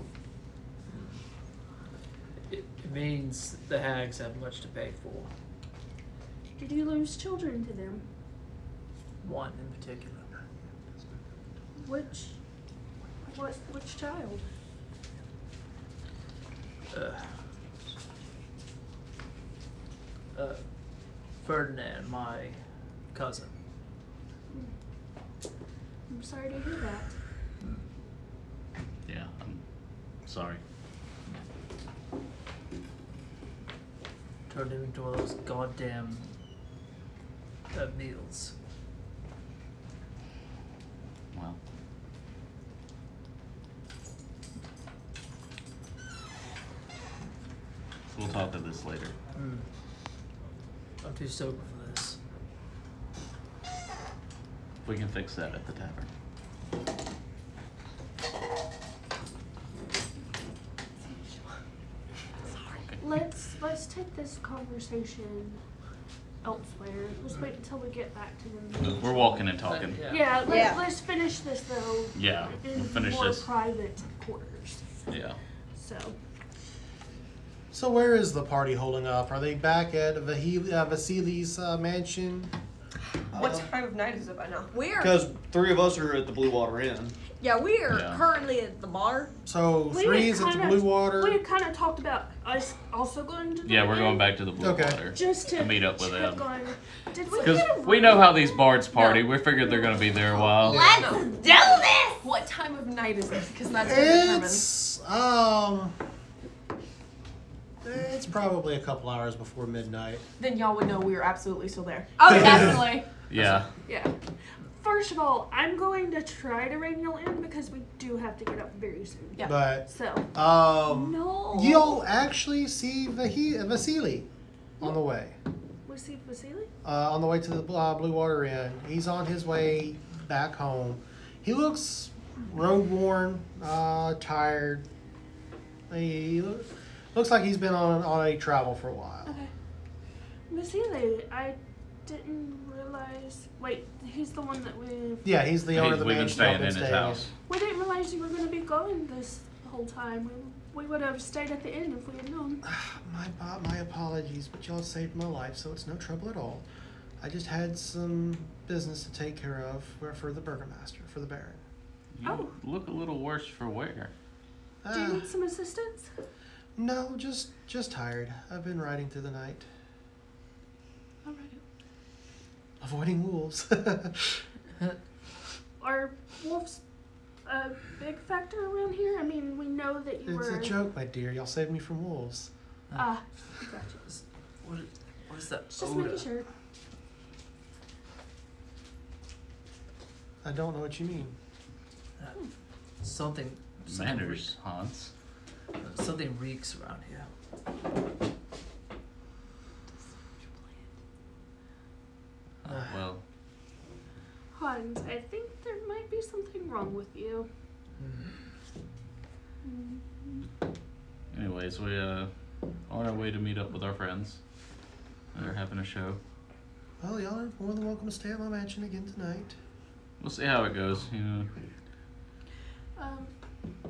Speaker 10: It, it means the hags have much to pay for.
Speaker 5: Did you lose children to them?
Speaker 10: One in particular.
Speaker 5: Which, what, which child?
Speaker 10: Uh, uh, Ferdinand, my cousin.
Speaker 5: I'm sorry to hear that.
Speaker 3: yeah, I'm sorry.
Speaker 10: turned him into one of those goddamn uh, meals.
Speaker 3: Well, we'll talk of this later.
Speaker 6: Hmm.
Speaker 10: I'm too sober for this.
Speaker 3: We can fix that at the tavern.
Speaker 5: Let's let's take this conversation elsewhere. Let's wait until we get back to them.
Speaker 3: We're walking and talking.
Speaker 5: Yeah, let, us finish this though.
Speaker 3: Yeah,
Speaker 5: in
Speaker 3: we'll finish
Speaker 5: more
Speaker 3: this.
Speaker 5: private quarters.
Speaker 3: Yeah.
Speaker 5: So
Speaker 1: So where is the party holding up? Are they back at Vahi- uh, Vasili's uh, mansion?
Speaker 14: What time of night is it by now?
Speaker 9: We're
Speaker 8: Because three of us are at the Blue Water Inn.
Speaker 14: yeah, we are
Speaker 8: Yeah.
Speaker 14: currently at the bar.
Speaker 1: So
Speaker 5: We
Speaker 1: three
Speaker 5: had
Speaker 1: is at the
Speaker 5: kinda-
Speaker 1: Blue Water.
Speaker 5: We had kind of talked about us also going to. The
Speaker 3: Yeah, we're
Speaker 5: inn,
Speaker 3: going back to the blue
Speaker 1: Okay.
Speaker 3: water
Speaker 5: Just to
Speaker 3: meet up with
Speaker 5: check
Speaker 3: them.
Speaker 5: on- Did we
Speaker 3: Because
Speaker 5: get a
Speaker 3: we know how these bards party. We figured they're gonna be there a while.
Speaker 14: do this! What time of night is it? Because that's what determines.
Speaker 1: It's um, it's probably a couple hours before midnight.
Speaker 14: Then y'all would know we were absolutely still there.
Speaker 5: Oh, definitely.
Speaker 3: Yeah.
Speaker 5: Yeah. First of all, I'm going to try to rein y'all in because we do have to get up very soon.
Speaker 1: Yeah. But-
Speaker 5: so
Speaker 1: Um,
Speaker 5: No.
Speaker 1: you'll actually see Vahi- Vasili on the way.
Speaker 5: we see Vasily.
Speaker 1: uh, on the way to the uh, Blue Water Inn. He's on his way back home. He looks road worn, uh, tired. He lo- looks like he's been on, on a travel for a while.
Speaker 5: Okay. Vasily, I didn't realize. Wait, he's the one that we.
Speaker 1: Yeah, he's the
Speaker 3: Hey,
Speaker 1: owner of the
Speaker 3: we've been
Speaker 1: mansion. I've
Speaker 3: staying
Speaker 1: been
Speaker 3: in his
Speaker 1: staying
Speaker 3: house.
Speaker 5: We didn't realize you were going to be going this whole time. We, we would have stayed at the inn if we had known.
Speaker 1: My, uh, my apologies, but y'all saved my life, so it's no trouble at all. I just had some business to take care of for- for the burgomaster, for the baron.
Speaker 3: You look a little worse for wear.
Speaker 5: Do
Speaker 1: Ah.
Speaker 5: you need some assistance?
Speaker 1: No, just just tired. I've been riding through the night,
Speaker 5: All right.
Speaker 1: avoiding wolves.
Speaker 5: Are wolves a big factor around here? I mean, we know that you
Speaker 1: It's
Speaker 5: were.
Speaker 1: a joke, my dear. Y'all saved me from wolves.
Speaker 5: Ah, gotcha.
Speaker 10: What is, what is that
Speaker 5: Just
Speaker 10: odor?
Speaker 5: making sure.
Speaker 1: I don't know what you mean.
Speaker 10: Uh, Something. something
Speaker 3: Manners, Hans.
Speaker 10: reek- Something reeks around here.
Speaker 3: Oh, well,
Speaker 5: Hans, I think there might be something wrong with you.
Speaker 3: anyways, we uh on our way to meet up with our friends. They're having a show.
Speaker 1: Well, y'all are more than welcome to stay at my mansion again tonight.
Speaker 3: We'll see how it goes. You know,
Speaker 5: Um,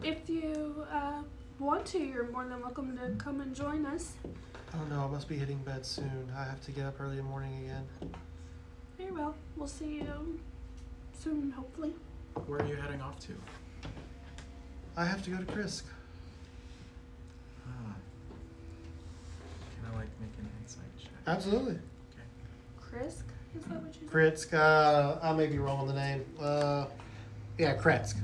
Speaker 5: if you uh, want to, you're more than welcome to come and join us.
Speaker 1: Oh no, I must be hitting bed soon. I have to get up early in the morning again.
Speaker 5: Very well. We'll see you soon, hopefully.
Speaker 6: Where are you heading off to?
Speaker 1: I have to go to Krisk.
Speaker 6: Ah. Can I like make an insight check?
Speaker 1: Absolutely.
Speaker 5: Krisk, is that what you said?
Speaker 1: Kretsk, uh, I may be wrong on the name. Uh, yeah, Kretsk.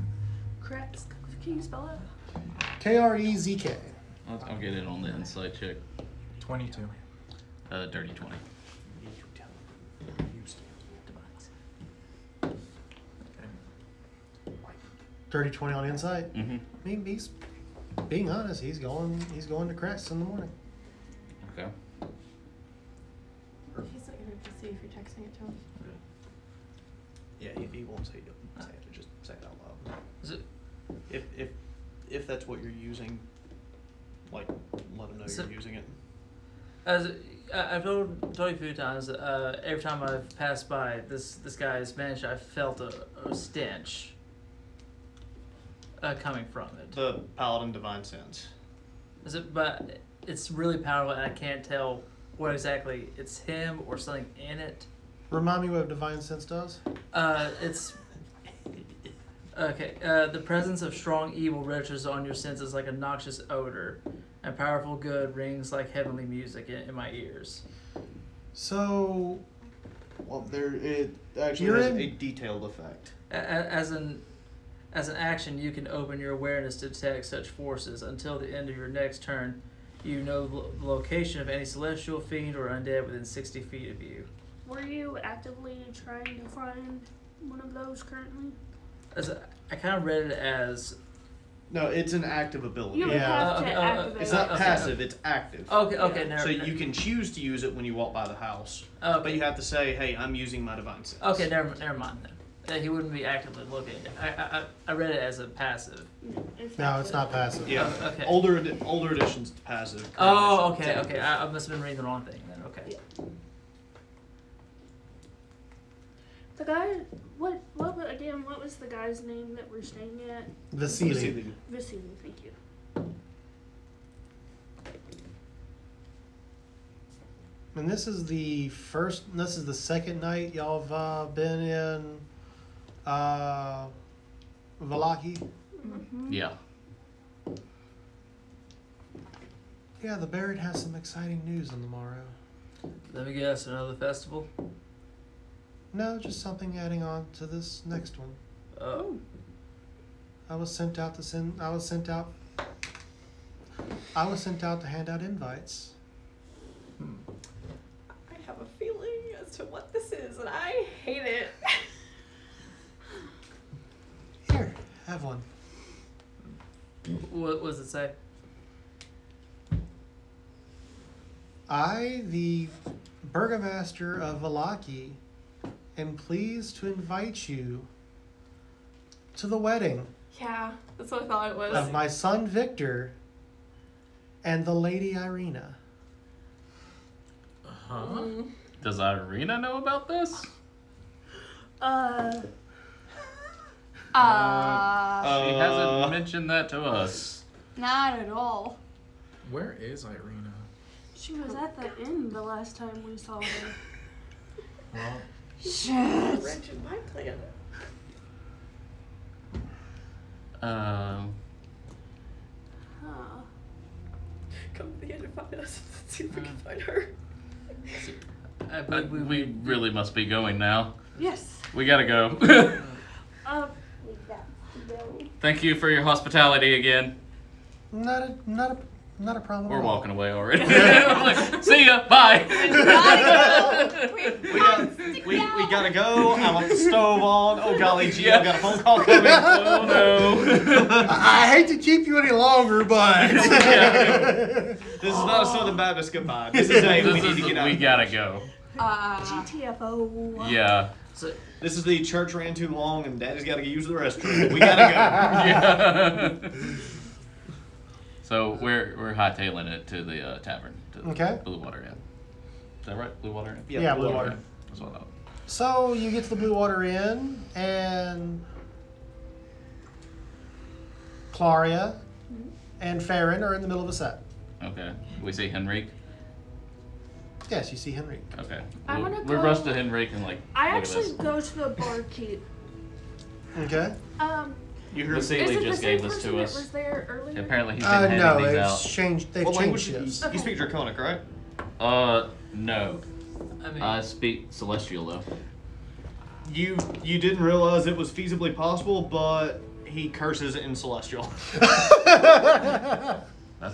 Speaker 5: Krisk. Can you spell it?
Speaker 1: K R E Z K.
Speaker 3: I'll, I'll get in on the inside check.
Speaker 6: Twenty-two.
Speaker 3: Uh, dirty twenty.
Speaker 1: Dirty twenty on insight.
Speaker 3: Mm-hmm.
Speaker 1: I mean, he's being honest. He's going. He's going to Kretsk in the morning.
Speaker 3: Okay.
Speaker 7: He's not gonna be able to see if you're texting it to him.
Speaker 8: Yeah, he, he won't say don't say it. Just say it out loud.
Speaker 10: Is it,
Speaker 8: If if if that's what you're using, like let him know
Speaker 10: So-
Speaker 8: you're using it.
Speaker 10: As I- I've told Tony a few times, uh, every time I've passed by this this guy's mansion, I felt a, a stench uh, coming from it.
Speaker 8: The paladin divine sense.
Speaker 10: Is it? But it's really powerful, and I can't tell what exactly it's him or something in it.
Speaker 1: Remind me what divine sense does.
Speaker 10: Uh, it's okay. Uh, the presence of strong evil registers on your senses like a noxious odor, and powerful good rings like heavenly music in, in my ears.
Speaker 1: So
Speaker 8: Well, there it actually
Speaker 1: You're
Speaker 8: has
Speaker 1: in-
Speaker 8: a detailed effect.
Speaker 10: A- a- As an as an action, you can open your awareness to detect such forces. Until the end of your next turn, you know the lo- the location of any celestial fiend or undead within 60 feet of you.
Speaker 5: Were you actively trying to find one of those currently?
Speaker 10: As a, I kind of read it as
Speaker 8: No, it's an active ability.
Speaker 5: You would have to
Speaker 10: Uh, uh, uh,
Speaker 5: activate.
Speaker 8: It's not
Speaker 10: Okay.
Speaker 8: passive, it's active.
Speaker 10: Okay, okay, never
Speaker 8: So
Speaker 10: mind.
Speaker 8: you can choose to use it when you walk by the house.
Speaker 10: Okay.
Speaker 8: But you have to say, hey, I'm using my divine sense.
Speaker 10: okay. Never, never mind then. Uh, he wouldn't be actively looking. I, I, I- I read it as a passive.
Speaker 1: No, it's not passive.
Speaker 10: Yeah. Oh, okay.
Speaker 8: Older edi- older editions to passive. current editions
Speaker 10: Oh, okay,
Speaker 8: to
Speaker 10: okay.
Speaker 8: active.
Speaker 10: I, I must have been reading the wrong thing then. Okay.
Speaker 5: The guy, what, what, wa- again, what was the guy's name that we're staying at?
Speaker 1: Vasily.
Speaker 8: Vasily.
Speaker 5: Vasily, thank you.
Speaker 1: And this is the first. This is the second night y'all have uh, been in uh, Valaki.
Speaker 3: Mm-hmm. Yeah.
Speaker 1: Yeah, the Barrett has some exciting news on the morrow.
Speaker 10: Let me guess. Another festival.
Speaker 1: No, just something adding on to this next one.
Speaker 10: Oh.
Speaker 1: I was sent out to send. I was sent out. I was sent out to hand out invites.
Speaker 14: I have a feeling as to what this is, and I hate it.
Speaker 1: Here, have one.
Speaker 10: What, what does it say?
Speaker 1: I, the burgomaster of Valaki, am pleased to invite you to the wedding
Speaker 14: Yeah, that's what I thought it was.
Speaker 1: of my son Victor and the lady Irina.
Speaker 3: Huh? Does Irina know about this?
Speaker 5: Uh.
Speaker 9: Uh,
Speaker 3: she hasn't mentioned that to us.
Speaker 9: not at all.
Speaker 6: Where is Irina?
Speaker 5: She was at the inn the last time we saw her.
Speaker 6: Well,
Speaker 14: Shit. Wretched my planet.
Speaker 3: Um.
Speaker 5: Huh.
Speaker 14: Come to the end and find us. Let's see if we can find her.
Speaker 10: I
Speaker 3: uh,
Speaker 10: believe
Speaker 3: we,
Speaker 10: we,
Speaker 3: really must be going now.
Speaker 5: Yes.
Speaker 3: We gotta go.
Speaker 5: Uh, no.
Speaker 3: Thank you for your hospitality again.
Speaker 1: Not a not a not a problem.
Speaker 3: We're
Speaker 1: at all.
Speaker 3: walking away already. See ya. Bye.
Speaker 8: We, got, we, we gotta go. I left the stove on. Oh golly gee, I've got a phone call coming. Oh no.
Speaker 15: I hate to keep you any longer, but
Speaker 8: This is not a Southern Baptist goodbye. This is a we
Speaker 3: This
Speaker 8: need
Speaker 3: is-
Speaker 8: to get out.
Speaker 3: we gotta go.
Speaker 5: GTFO.
Speaker 3: Yeah.
Speaker 10: So,
Speaker 8: This is the church ran too long and daddy's gotta use the restroom. We gotta go.
Speaker 3: So we're we're hightailing it to the uh, tavern. To the
Speaker 1: Okay.
Speaker 3: Blue Water Inn. Is that right? Blue Water Inn.
Speaker 1: Yeah, Yeah, Blue Blue Water. Water.
Speaker 3: Inn. That's what I thought.
Speaker 1: So you get to the Blue Water Inn, and Claria and Farron are in the middle of a set.
Speaker 3: Okay. We see Henrique.
Speaker 1: Yes, you see Henry.
Speaker 3: Okay.
Speaker 5: I
Speaker 3: We'll-
Speaker 5: wanna
Speaker 3: we
Speaker 5: go-
Speaker 3: rush to Henrique and like.
Speaker 5: I
Speaker 3: look at
Speaker 5: actually
Speaker 3: this.
Speaker 5: go to the barkeep.
Speaker 1: Okay.
Speaker 5: Um,
Speaker 3: You
Speaker 8: heard-
Speaker 5: is
Speaker 3: Vasily
Speaker 5: it the
Speaker 3: just
Speaker 5: same
Speaker 3: gave this
Speaker 5: person
Speaker 3: to
Speaker 5: that
Speaker 3: us.
Speaker 5: was there earlier?
Speaker 3: Apparently he's been
Speaker 1: Uh,
Speaker 3: handing
Speaker 1: no,
Speaker 3: these
Speaker 1: it's
Speaker 3: out.
Speaker 1: changed. They've
Speaker 8: what
Speaker 1: changed
Speaker 8: language you,
Speaker 1: shifts.
Speaker 8: you speak Draconic, right?
Speaker 3: Uh, no.
Speaker 10: I mean,
Speaker 3: I speak Celestial though.
Speaker 8: You you didn't realize it was feasibly possible, but he curses in Celestial.
Speaker 3: That's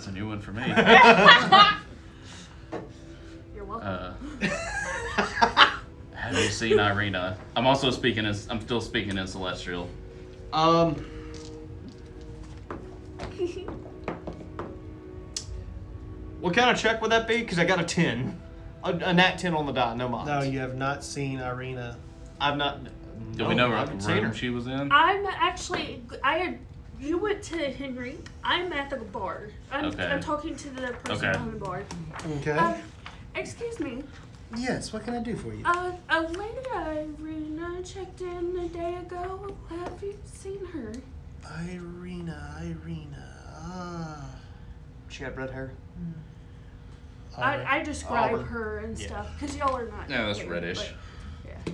Speaker 3: a new one for me.
Speaker 5: You're welcome.
Speaker 3: Uh, have you seen Irina? I'm also speaking as I'm still speaking in Celestial.
Speaker 8: Um. What kind of check would that be? Because I got a 10. A, a nat 10 on the die, no mods.
Speaker 1: No, you have not seen Irina.
Speaker 8: I've not.
Speaker 3: Do
Speaker 8: no,
Speaker 3: we know
Speaker 8: I
Speaker 3: what
Speaker 8: haven't seen
Speaker 3: room
Speaker 8: her.
Speaker 3: she was in?
Speaker 5: I'm actually. I had. You went to Henry. I'm at the bar. I'm,
Speaker 3: Okay.
Speaker 5: I'm talking to the person
Speaker 3: Okay.
Speaker 5: behind the bar.
Speaker 1: Okay.
Speaker 5: Uh, excuse me.
Speaker 1: yes, what can I do for you?
Speaker 5: Uh, a lady Irina checked in a day ago. Have you seen her?
Speaker 1: Irina, Irina. Ah.
Speaker 8: She had red hair.
Speaker 5: I, I describe
Speaker 8: Auburn.
Speaker 5: her and
Speaker 8: Yeah.
Speaker 5: stuff because y'all are not.
Speaker 3: No, that's
Speaker 5: here,
Speaker 3: reddish.
Speaker 5: but, yeah.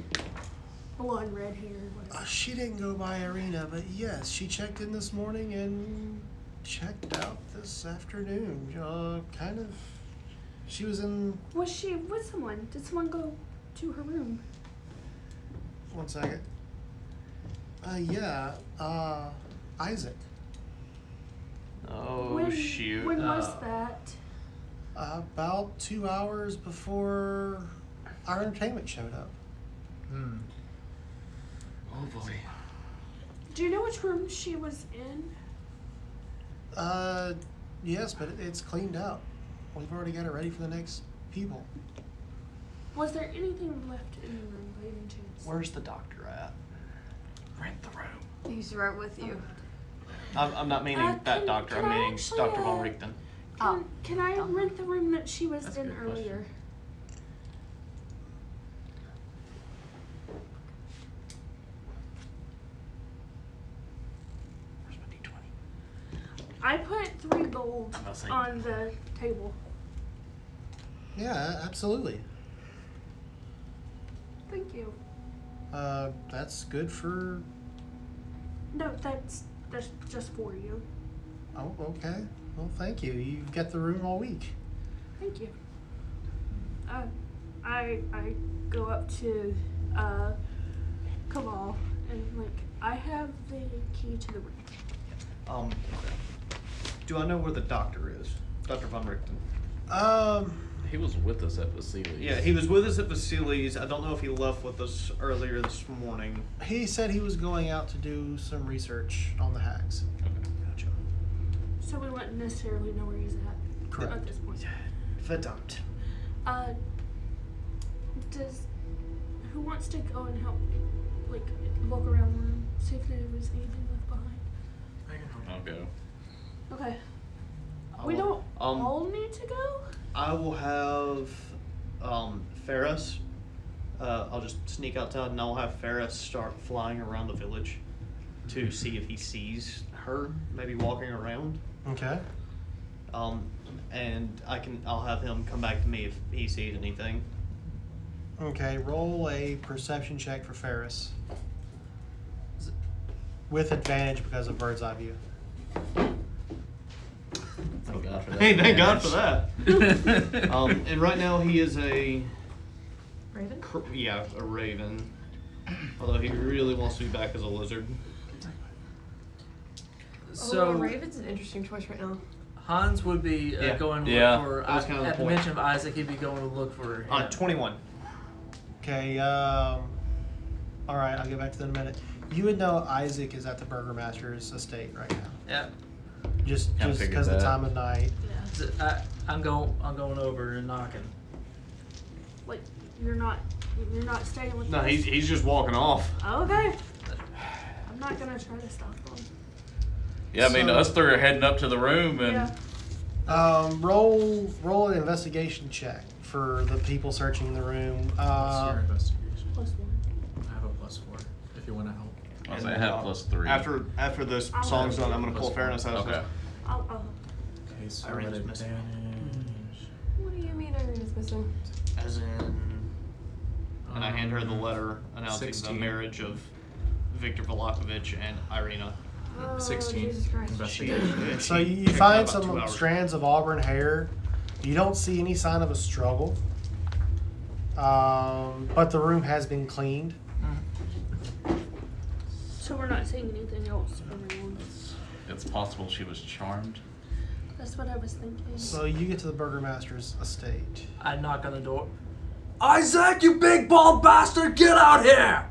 Speaker 5: Blonde, red hair. Whatever.
Speaker 1: Uh, she didn't go by Irina, but yes, she checked in this morning and checked out this afternoon. Uh, kind of. She was in.
Speaker 5: Was she with someone? Did someone go to her room?
Speaker 1: One second. Uh, yeah. Uh, Isaac.
Speaker 8: Oh,
Speaker 5: when,
Speaker 8: shoot.
Speaker 5: When was
Speaker 8: Uh,
Speaker 5: that?
Speaker 1: About two hours before our entertainment showed up.
Speaker 6: hmm.
Speaker 8: Oh, boy.
Speaker 5: Do you know which room she was in?
Speaker 1: Uh, yes, but it- it's cleaned out. We've already got it ready for the next people.
Speaker 5: Was there anything left in the room by any chance?
Speaker 8: Where's the doctor at? Rent the room.
Speaker 9: He's right with you.
Speaker 8: I'm, I'm not meaning
Speaker 5: Uh,
Speaker 8: that
Speaker 5: can-
Speaker 8: doctor.
Speaker 5: can
Speaker 8: I'm
Speaker 5: I
Speaker 8: meaning
Speaker 5: actually,
Speaker 8: Doctor von
Speaker 5: uh,
Speaker 8: Richten.
Speaker 5: Can, can I rent the room that she was in earlier? I put three gold
Speaker 1: I'll say-
Speaker 5: on the table.
Speaker 1: Yeah, absolutely.
Speaker 5: Thank you.
Speaker 1: Uh, that's good for.
Speaker 5: No, that's that's just for you.
Speaker 1: Oh, okay. Well, thank you. You've got the room all week.
Speaker 5: Thank you. Uh, I I go up to uh, Kamal and like I have the key to the room.
Speaker 8: Um, do I know where the doctor is? Doctor von Richten.
Speaker 1: Um,
Speaker 3: he was with us at Vasilis.
Speaker 8: Yeah, he was with us at Vasily's. I don't know if he left with us earlier this morning.
Speaker 1: He said he was going out to do some research on the hacks.
Speaker 8: Gotcha.
Speaker 5: So we wouldn't necessarily know where he's at at
Speaker 1: Correct.
Speaker 5: this point.
Speaker 1: Verdammt.
Speaker 5: Uh, does who wants to go and help, like walk around the room, see if there was anything left behind?
Speaker 3: I'll go.
Speaker 5: Okay.
Speaker 8: I
Speaker 5: we
Speaker 8: will-
Speaker 5: don't
Speaker 8: um,
Speaker 5: all need to go.
Speaker 8: I will have um, Ferris. Uh, I'll just sneak outside and I'll have Ferris start flying around the village
Speaker 1: Mm-hmm.
Speaker 8: to see if he sees her, maybe walking around.
Speaker 1: Okay.
Speaker 8: Um, and I can I'll have him come back to me if he sees anything.
Speaker 1: Okay, roll a perception check for Ferris. With advantage because of bird's eye view.
Speaker 3: Thank God for that.
Speaker 8: Hey, thank God for
Speaker 3: advantage.
Speaker 8: that. um, and right now he is a
Speaker 7: Raven?
Speaker 14: Oh,
Speaker 8: cr- yeah a raven, although he really wants to be back as a lizard.
Speaker 10: So
Speaker 7: oh, Raven's an interesting choice right now.
Speaker 10: Hans would be uh,
Speaker 8: Yeah.
Speaker 10: going to
Speaker 8: Yeah,
Speaker 10: look for
Speaker 8: that was
Speaker 10: I-
Speaker 8: kind of the
Speaker 10: at the
Speaker 8: point.
Speaker 10: mention of Isaac. He'd be going to look for him.
Speaker 8: Uh, Twenty-one.
Speaker 1: Okay, um, all right, I'll get back to that in a minute. You would know Isaac is at the Burgermaster's estate right now.
Speaker 10: Yeah.
Speaker 1: Just
Speaker 3: Kinda
Speaker 1: just
Speaker 3: figured
Speaker 1: because of the
Speaker 3: that.
Speaker 1: time of night.
Speaker 10: So I, I'm going. I'm going over and knocking.
Speaker 5: Like you're not you're not staying with
Speaker 8: No,
Speaker 5: us.
Speaker 8: he's, he's just walking off.
Speaker 5: Okay. I'm not gonna try to stop them.
Speaker 3: Yeah, I mean,
Speaker 1: So-
Speaker 3: us three are heading up to the room, and
Speaker 5: Yeah.
Speaker 1: Um, roll roll an investigation check for the people searching the room.
Speaker 6: What's your
Speaker 1: Uh,
Speaker 6: investigation?
Speaker 5: Plus one.
Speaker 6: I have a plus four. If you want to help.
Speaker 3: I, was like, I have plus three.
Speaker 8: After after this
Speaker 5: I'll-
Speaker 8: song's done, I'm gonna pull
Speaker 6: Plus-
Speaker 8: Fairness out.
Speaker 3: Okay.
Speaker 5: I'll, I'll
Speaker 6: Okay, so
Speaker 8: I ran
Speaker 6: with
Speaker 8: this message.
Speaker 6: advantage.
Speaker 14: What do you mean Irene's missing?
Speaker 8: As in, and I hand her the
Speaker 6: Um,
Speaker 8: letter announcing the
Speaker 6: 16.
Speaker 8: marriage of Victor Volakovich and Irina.
Speaker 14: Oh,
Speaker 6: 16.
Speaker 14: Jesus Christ.
Speaker 6: Investigation.
Speaker 8: She-
Speaker 1: so
Speaker 8: she
Speaker 1: you, you
Speaker 8: checked out
Speaker 1: find
Speaker 8: about two
Speaker 1: some
Speaker 8: hours.
Speaker 1: strands of auburn hair. You don't see any sign of a struggle. Um, but the room has been cleaned.
Speaker 5: So we're not saying anything else to anyone.
Speaker 3: It's possible she was charmed.
Speaker 5: That's what I was thinking.
Speaker 1: So you get to the Burgermaster's estate.
Speaker 10: I knock on the door. Isaac, you big bald bastard, get out here!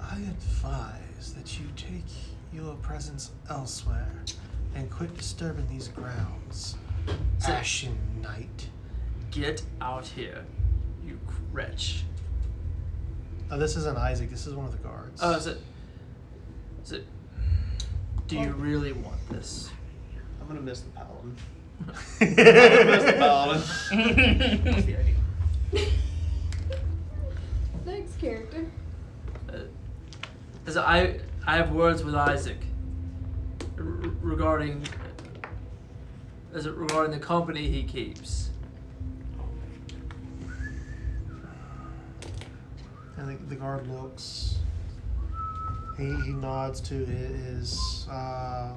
Speaker 1: I advise that you take your presence elsewhere and quit disturbing these grounds. Ashen Knight.
Speaker 10: Get out here, you wretch.
Speaker 1: Oh, this isn't Isaac. This is one of the guards.
Speaker 10: Oh, is it? Is it? Do you really want this?
Speaker 8: I'm gonna miss the paladin. I'm gonna miss the
Speaker 1: it?
Speaker 8: paladin.
Speaker 10: What's the idea?
Speaker 14: Thanks, character.
Speaker 10: Uh, is it- I I have words with Isaac r- regarding is it regarding the company he keeps.
Speaker 1: and the, the guard looks. He, he nods to his, his uh,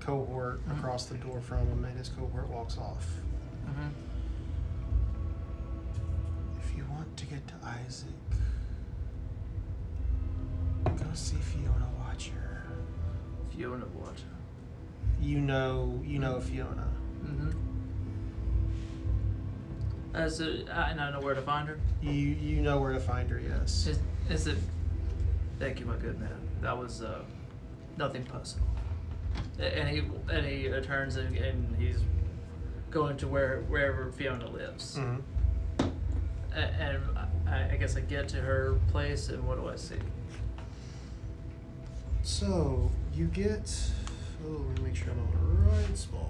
Speaker 1: cohort across the door from him, and his cohort walks off.
Speaker 8: Mm-hmm.
Speaker 1: If you want to get to Isaac, go see Fiona Watcher.
Speaker 10: Fiona Water.
Speaker 1: You know, you know Fiona.
Speaker 10: Mm-hmm. As it, I I know where to find her.
Speaker 1: You you know where to find her. Yes.
Speaker 10: Is, is it? Thank you, my good man. That was uh, nothing personal. A- And he and he uh, turns and, and he's going to where wherever Fiona lives.
Speaker 1: hmm
Speaker 10: A- and I, I guess I get to her place and what do I see?
Speaker 1: So you get. Oh, let me make sure I'm on the right spot.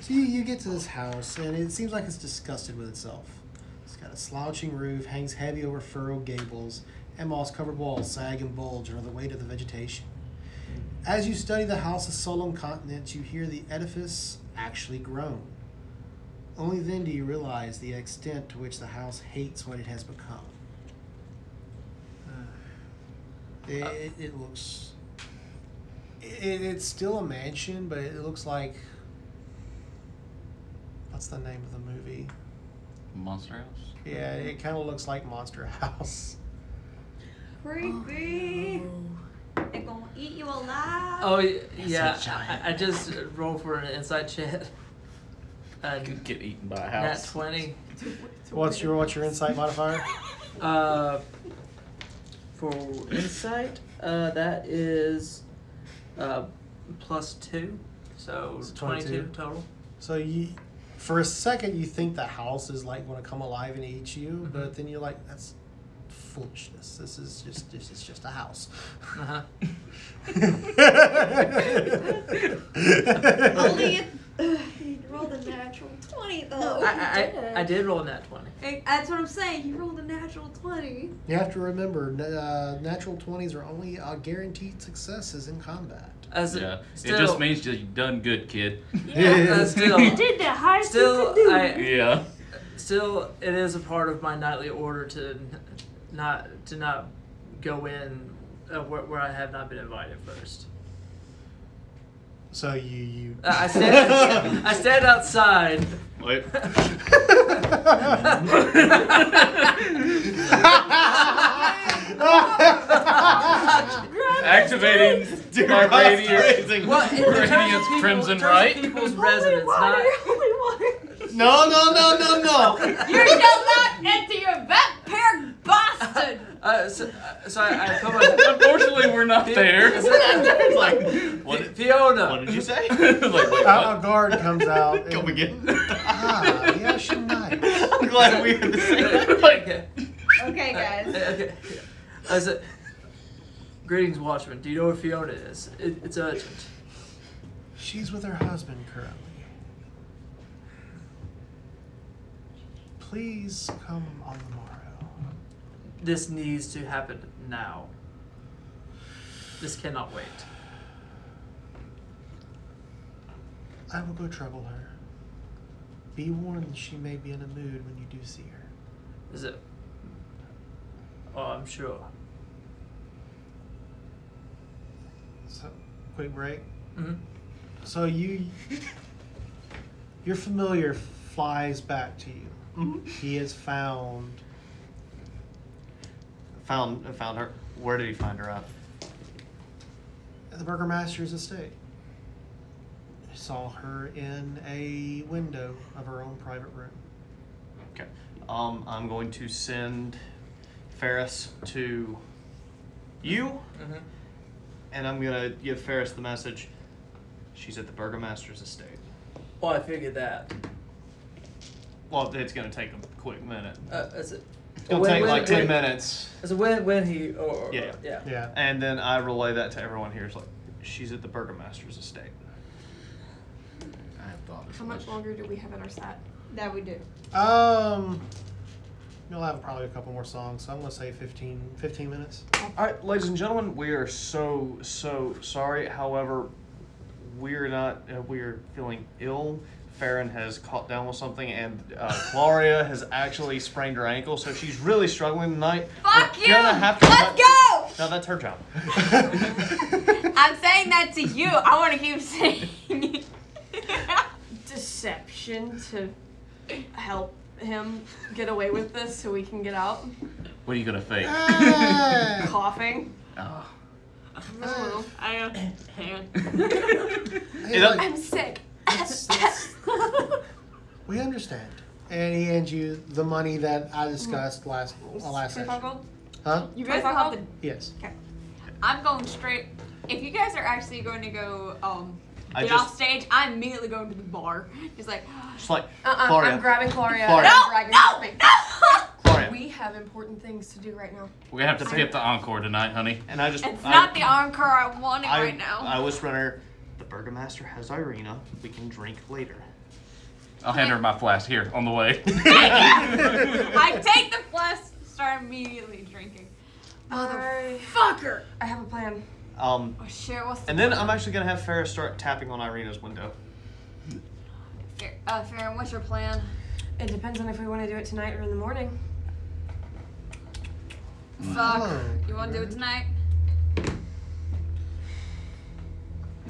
Speaker 1: So you, you get to this house, and it seems like it's disgusted with itself. It's got a slouching roof, hangs heavy over furrowed gables, and moss covered walls sag and bulge under the weight of the vegetation. As you study the house's solemn countenance, you hear the edifice actually groan. Only then do you realize the extent to which the house hates what it has become. It, it, it looks. It, it's still a mansion, but it looks like. What's the name of the movie?
Speaker 3: Monster House?
Speaker 1: Yeah, it kind of looks like Monster House.
Speaker 9: Creepy.
Speaker 14: Oh,
Speaker 9: They're gonna eat you alive.
Speaker 10: Oh y- yeah, I, I just rolled for an insight check. And
Speaker 3: Could get eaten by a
Speaker 10: nat
Speaker 3: house.
Speaker 10: twenty.
Speaker 1: What's your what's your insight modifier?
Speaker 10: Uh, for insight, uh, that is uh, plus two, so
Speaker 1: It's
Speaker 10: 22.
Speaker 1: 22.
Speaker 10: total.
Speaker 1: So you, for a second, you think the house is like going to come alive and eat you, but then you're like, that's foolishness. This is just this is just a house.
Speaker 10: Uh-huh.
Speaker 9: Only if Ugh, you rolled a natural twenty though.
Speaker 5: Oh,
Speaker 10: I, I, I, I did roll a nat 20.
Speaker 9: Hey, That's what I'm saying. You rolled a natural twenty.
Speaker 1: You have to remember, n- uh, natural twenties are only uh, guaranteed successes in combat.
Speaker 10: As a-
Speaker 3: Yeah.
Speaker 10: still,
Speaker 3: It just means you done good, kid.
Speaker 10: uh,
Speaker 9: You
Speaker 10: still,
Speaker 9: did the highest
Speaker 10: still,
Speaker 9: you could do.
Speaker 10: I,
Speaker 3: Yeah.
Speaker 10: still, it is a part of my nightly order to n- not to not go in uh, where, where I have not been invited first.
Speaker 1: So you you.
Speaker 10: Uh, I stand, I stand outside. Uh,
Speaker 3: Wait. Activating my radius.
Speaker 10: Well, in terms of
Speaker 3: Radiance
Speaker 10: people-
Speaker 3: Crimson
Speaker 10: in terms of
Speaker 3: Right.
Speaker 10: people's residence, not
Speaker 8: No, no, no, no, no.
Speaker 14: You shall not enter your vampire bastard!
Speaker 10: Uh, so, uh, so I, I put my
Speaker 3: Unfortunately, we're not there.
Speaker 8: It's like, what, did-
Speaker 10: Fiona.
Speaker 8: what did you say?
Speaker 3: like, wait,
Speaker 1: Uh,
Speaker 3: what?
Speaker 1: a guard comes out.
Speaker 8: Come
Speaker 1: and-
Speaker 8: again.
Speaker 1: Ah, yes, you might.
Speaker 8: I'm glad we had the same.
Speaker 10: okay.
Speaker 14: Okay,
Speaker 10: Uh,
Speaker 14: guys.
Speaker 10: okay. I said, Greetings, Watchman. Do you know where Fiona is? It, it's urgent.
Speaker 1: She's with her husband currently. Please come on the morrow.
Speaker 10: This needs to happen now. This cannot wait.
Speaker 1: I will go trouble her. Be warned that she may be in a mood when you do see her.
Speaker 10: Is it? Oh, I'm sure.
Speaker 1: So, quick break.
Speaker 10: hmm
Speaker 1: So you, your familiar flies back to you. He has found.
Speaker 8: Found, found her. Where did he find her at?
Speaker 1: at the burgomaster's estate. Saw her in a window of her own private room.
Speaker 8: Okay. Um, I'm going to send Ferris to you,
Speaker 10: Mhm.
Speaker 8: and I'm gonna give Ferris the message. She's at the burgomaster's estate.
Speaker 10: Well, Oh, I figured that.
Speaker 8: Well, it's gonna take a quick minute.
Speaker 10: Uh, is it?
Speaker 8: It's gonna
Speaker 10: When-
Speaker 8: take
Speaker 10: when-
Speaker 8: like ten
Speaker 10: when-
Speaker 8: minutes,
Speaker 10: Is it when when he or, or-
Speaker 8: Yeah.
Speaker 10: yeah
Speaker 1: Yeah.
Speaker 8: and then I relay that to everyone here. It's like she's at the burgomaster's estate.
Speaker 3: I thought as
Speaker 7: How much
Speaker 3: much.
Speaker 7: longer do we have in our set?
Speaker 14: That we do.
Speaker 1: Um, you'll have probably a couple more songs, so I'm gonna say 15, 15 minutes.
Speaker 8: All right, ladies and gentlemen, we are so so sorry. However, we're not. Uh, we're feeling ill. Farron has caught down with something, and uh, Gloria has actually sprained her ankle, so she's really struggling tonight.
Speaker 14: Fuck
Speaker 8: We're
Speaker 14: you!
Speaker 8: Gonna have to
Speaker 14: Let's go!
Speaker 8: No, that's her job.
Speaker 14: I'm saying that to you. I want to keep saying deception to help him get away with this so we can get out.
Speaker 3: What are you gonna fake?
Speaker 14: Coughing.
Speaker 3: Ah.
Speaker 14: I, uh,
Speaker 8: It does-
Speaker 14: I'm sick.
Speaker 1: we understand. And he hands you the money that I discussed last uh, last
Speaker 14: Twenty-five
Speaker 1: session.
Speaker 14: gold?
Speaker 1: Huh?
Speaker 14: You
Speaker 9: guys
Speaker 14: guys have
Speaker 9: have
Speaker 14: the
Speaker 1: Yes.
Speaker 14: I'm going straight. If you guys are actually going to go um,
Speaker 8: I
Speaker 14: get
Speaker 8: just-
Speaker 14: off stage, I'm immediately going to the bar. He's like,
Speaker 8: Just like
Speaker 14: uh-uh,
Speaker 8: Gloria.
Speaker 14: I'm grabbing Gloria.
Speaker 8: Gloria.
Speaker 14: No, no, no!
Speaker 8: Gloria,
Speaker 9: Okay.
Speaker 16: We have important things to do right now.
Speaker 9: We have to skip the encore tonight, honey.
Speaker 3: And I just
Speaker 16: It's not the
Speaker 2: encore I wanted
Speaker 3: I,
Speaker 2: right now.
Speaker 3: I whisper her, the burgomaster has Irina. We can drink later.
Speaker 9: I'll hand her my flask here on the way.
Speaker 2: I take the flask, start immediately drinking.
Speaker 16: Motherfucker! I have a plan.
Speaker 3: Um,
Speaker 2: Oh shit, what's the
Speaker 3: and then
Speaker 2: plan?
Speaker 3: I'm actually gonna have Ferris start tapping on Irina's window.
Speaker 2: Fer- uh, Farron, what's your plan?
Speaker 14: It depends on if we want to do it tonight or in the morning.
Speaker 2: Fuck. You wanna do it tonight?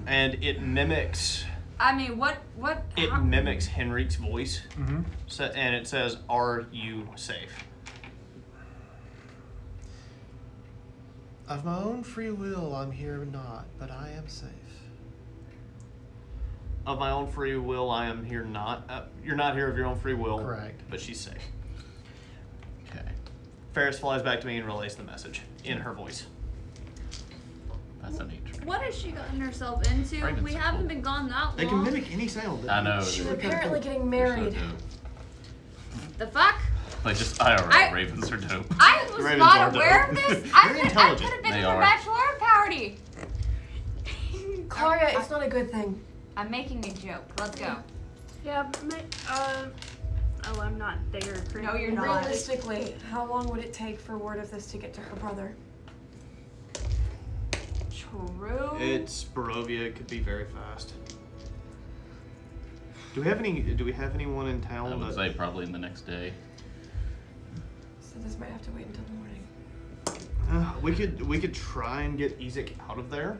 Speaker 3: And it mimics
Speaker 2: I mean, what, what?
Speaker 3: it
Speaker 2: how-
Speaker 3: mimics Henrik's voice.
Speaker 1: Mhm.
Speaker 3: So, and it says, "Are you safe?"
Speaker 1: Of my own free will, I'm here not, but I am safe.
Speaker 3: Of my own free will, I am here. Not uh, you're not here of your own free will.
Speaker 1: Correct.
Speaker 3: But she's safe.
Speaker 9: Okay.
Speaker 3: Ferris flies back to me and relays the message in her voice.
Speaker 9: That's a neat trick.
Speaker 2: What has she gotten herself into?
Speaker 3: Pregnancy.
Speaker 2: We haven't been gone that
Speaker 3: They can
Speaker 2: long.
Speaker 3: mimic any sound.
Speaker 9: I know.
Speaker 3: She
Speaker 9: they're-
Speaker 3: would parent-
Speaker 14: Apparently getting
Speaker 9: they're so
Speaker 14: married.
Speaker 9: dope.
Speaker 2: The fuck?
Speaker 9: Like just IRL
Speaker 2: I-
Speaker 9: ravens are dope.
Speaker 2: I was
Speaker 9: Ravens are
Speaker 2: not aware of
Speaker 9: dope.
Speaker 2: this. I could, I
Speaker 9: intelligent.
Speaker 2: could have been
Speaker 9: They
Speaker 2: at
Speaker 9: are.
Speaker 2: a bachelorette party.
Speaker 14: Claudia, it's not a good thing.
Speaker 2: I'm making a joke. Let's go.
Speaker 5: Yeah, but my, um, oh, I'm not there.
Speaker 2: No, you're not.
Speaker 14: Realistically, how long would it take for word of this to get to her brother?
Speaker 2: True.
Speaker 3: It's Barovia. It could be very fast. Do we have any? Do we have anyone in town?
Speaker 9: I would
Speaker 3: that-
Speaker 9: say probably in the next day.
Speaker 14: So this might have to wait until the morning.
Speaker 3: Uh, we could we could try and get Ezek out of there.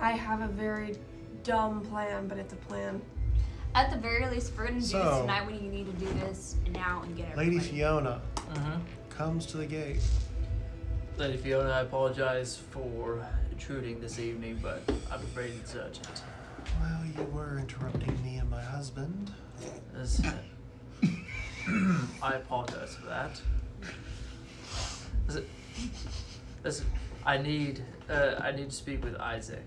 Speaker 14: I have a very dumb plan, but it's a plan.
Speaker 2: At the very least, we're gonna do this
Speaker 1: So-
Speaker 2: tonight when you need to do this now and get everybody.
Speaker 1: Lady Fiona
Speaker 10: Mhm.
Speaker 1: comes to the gate.
Speaker 10: Lady Fiona, I apologize for intruding this evening, but I'm afraid it's urgent.
Speaker 1: Well, you were interrupting me and my husband.
Speaker 10: As- I apologize for that. As- as- I need, uh, I need to speak with Isaac.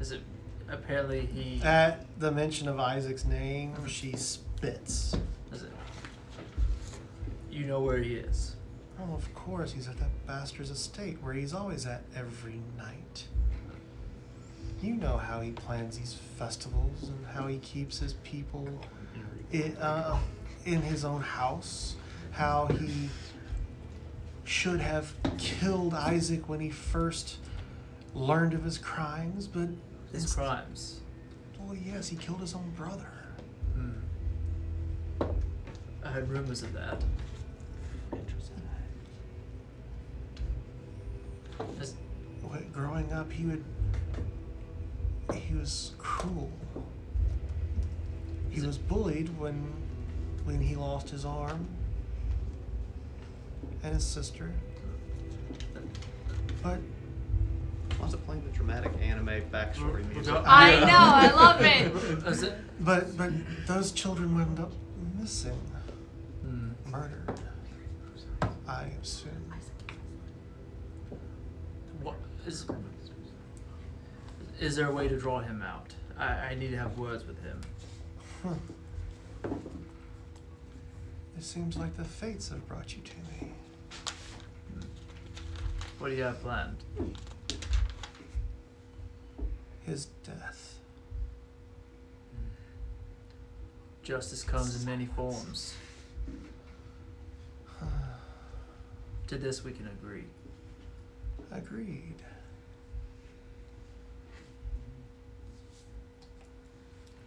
Speaker 10: Is it apparently he?
Speaker 8: Uh,
Speaker 1: At the mention of Isaac's name, she spits.
Speaker 10: Is it? You know where he is.
Speaker 1: Oh, of course, he's at that bastard's estate where he's always at every night. You know how he plans these festivals and how he keeps his people i uh, in his own house. How he should have killed Isaac when he first learned of his crimes, but
Speaker 10: His crimes.
Speaker 1: well, yes, he killed his own brother.
Speaker 10: Hmm. I heard rumors of that. Is-
Speaker 1: Wh- Growing up, he would. He was cruel. He was bullied when, when he lost his arm. And his sister. But
Speaker 3: Wants to play the dramatic anime backstory
Speaker 10: Hmm.
Speaker 3: music.
Speaker 2: I know. I love it.
Speaker 10: Is it?
Speaker 1: but but those children wound up missing,
Speaker 10: Hmm.
Speaker 1: murdered. I assume.
Speaker 10: What is? Is there a way to draw him out? I, I need to have words with him.
Speaker 1: Huh. It seems like the fates have brought you to me.
Speaker 10: What do you have planned?
Speaker 1: His death.
Speaker 10: Justice comes in many forms. To this we can agree.
Speaker 1: Agreed.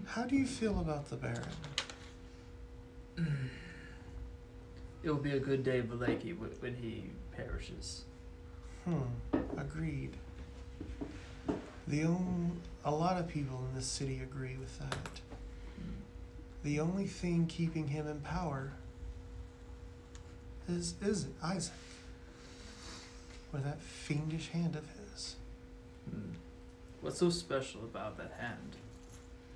Speaker 1: How do you feel about the Baron?
Speaker 10: It will be a good day for Lakey wh- when he perishes.
Speaker 1: Hmm, agreed. The only, a lot of people in this city agree with that. The only thing keeping him in power is, is Isaac. With that fiendish hand of his.
Speaker 10: Hmm. What's so special about that hand?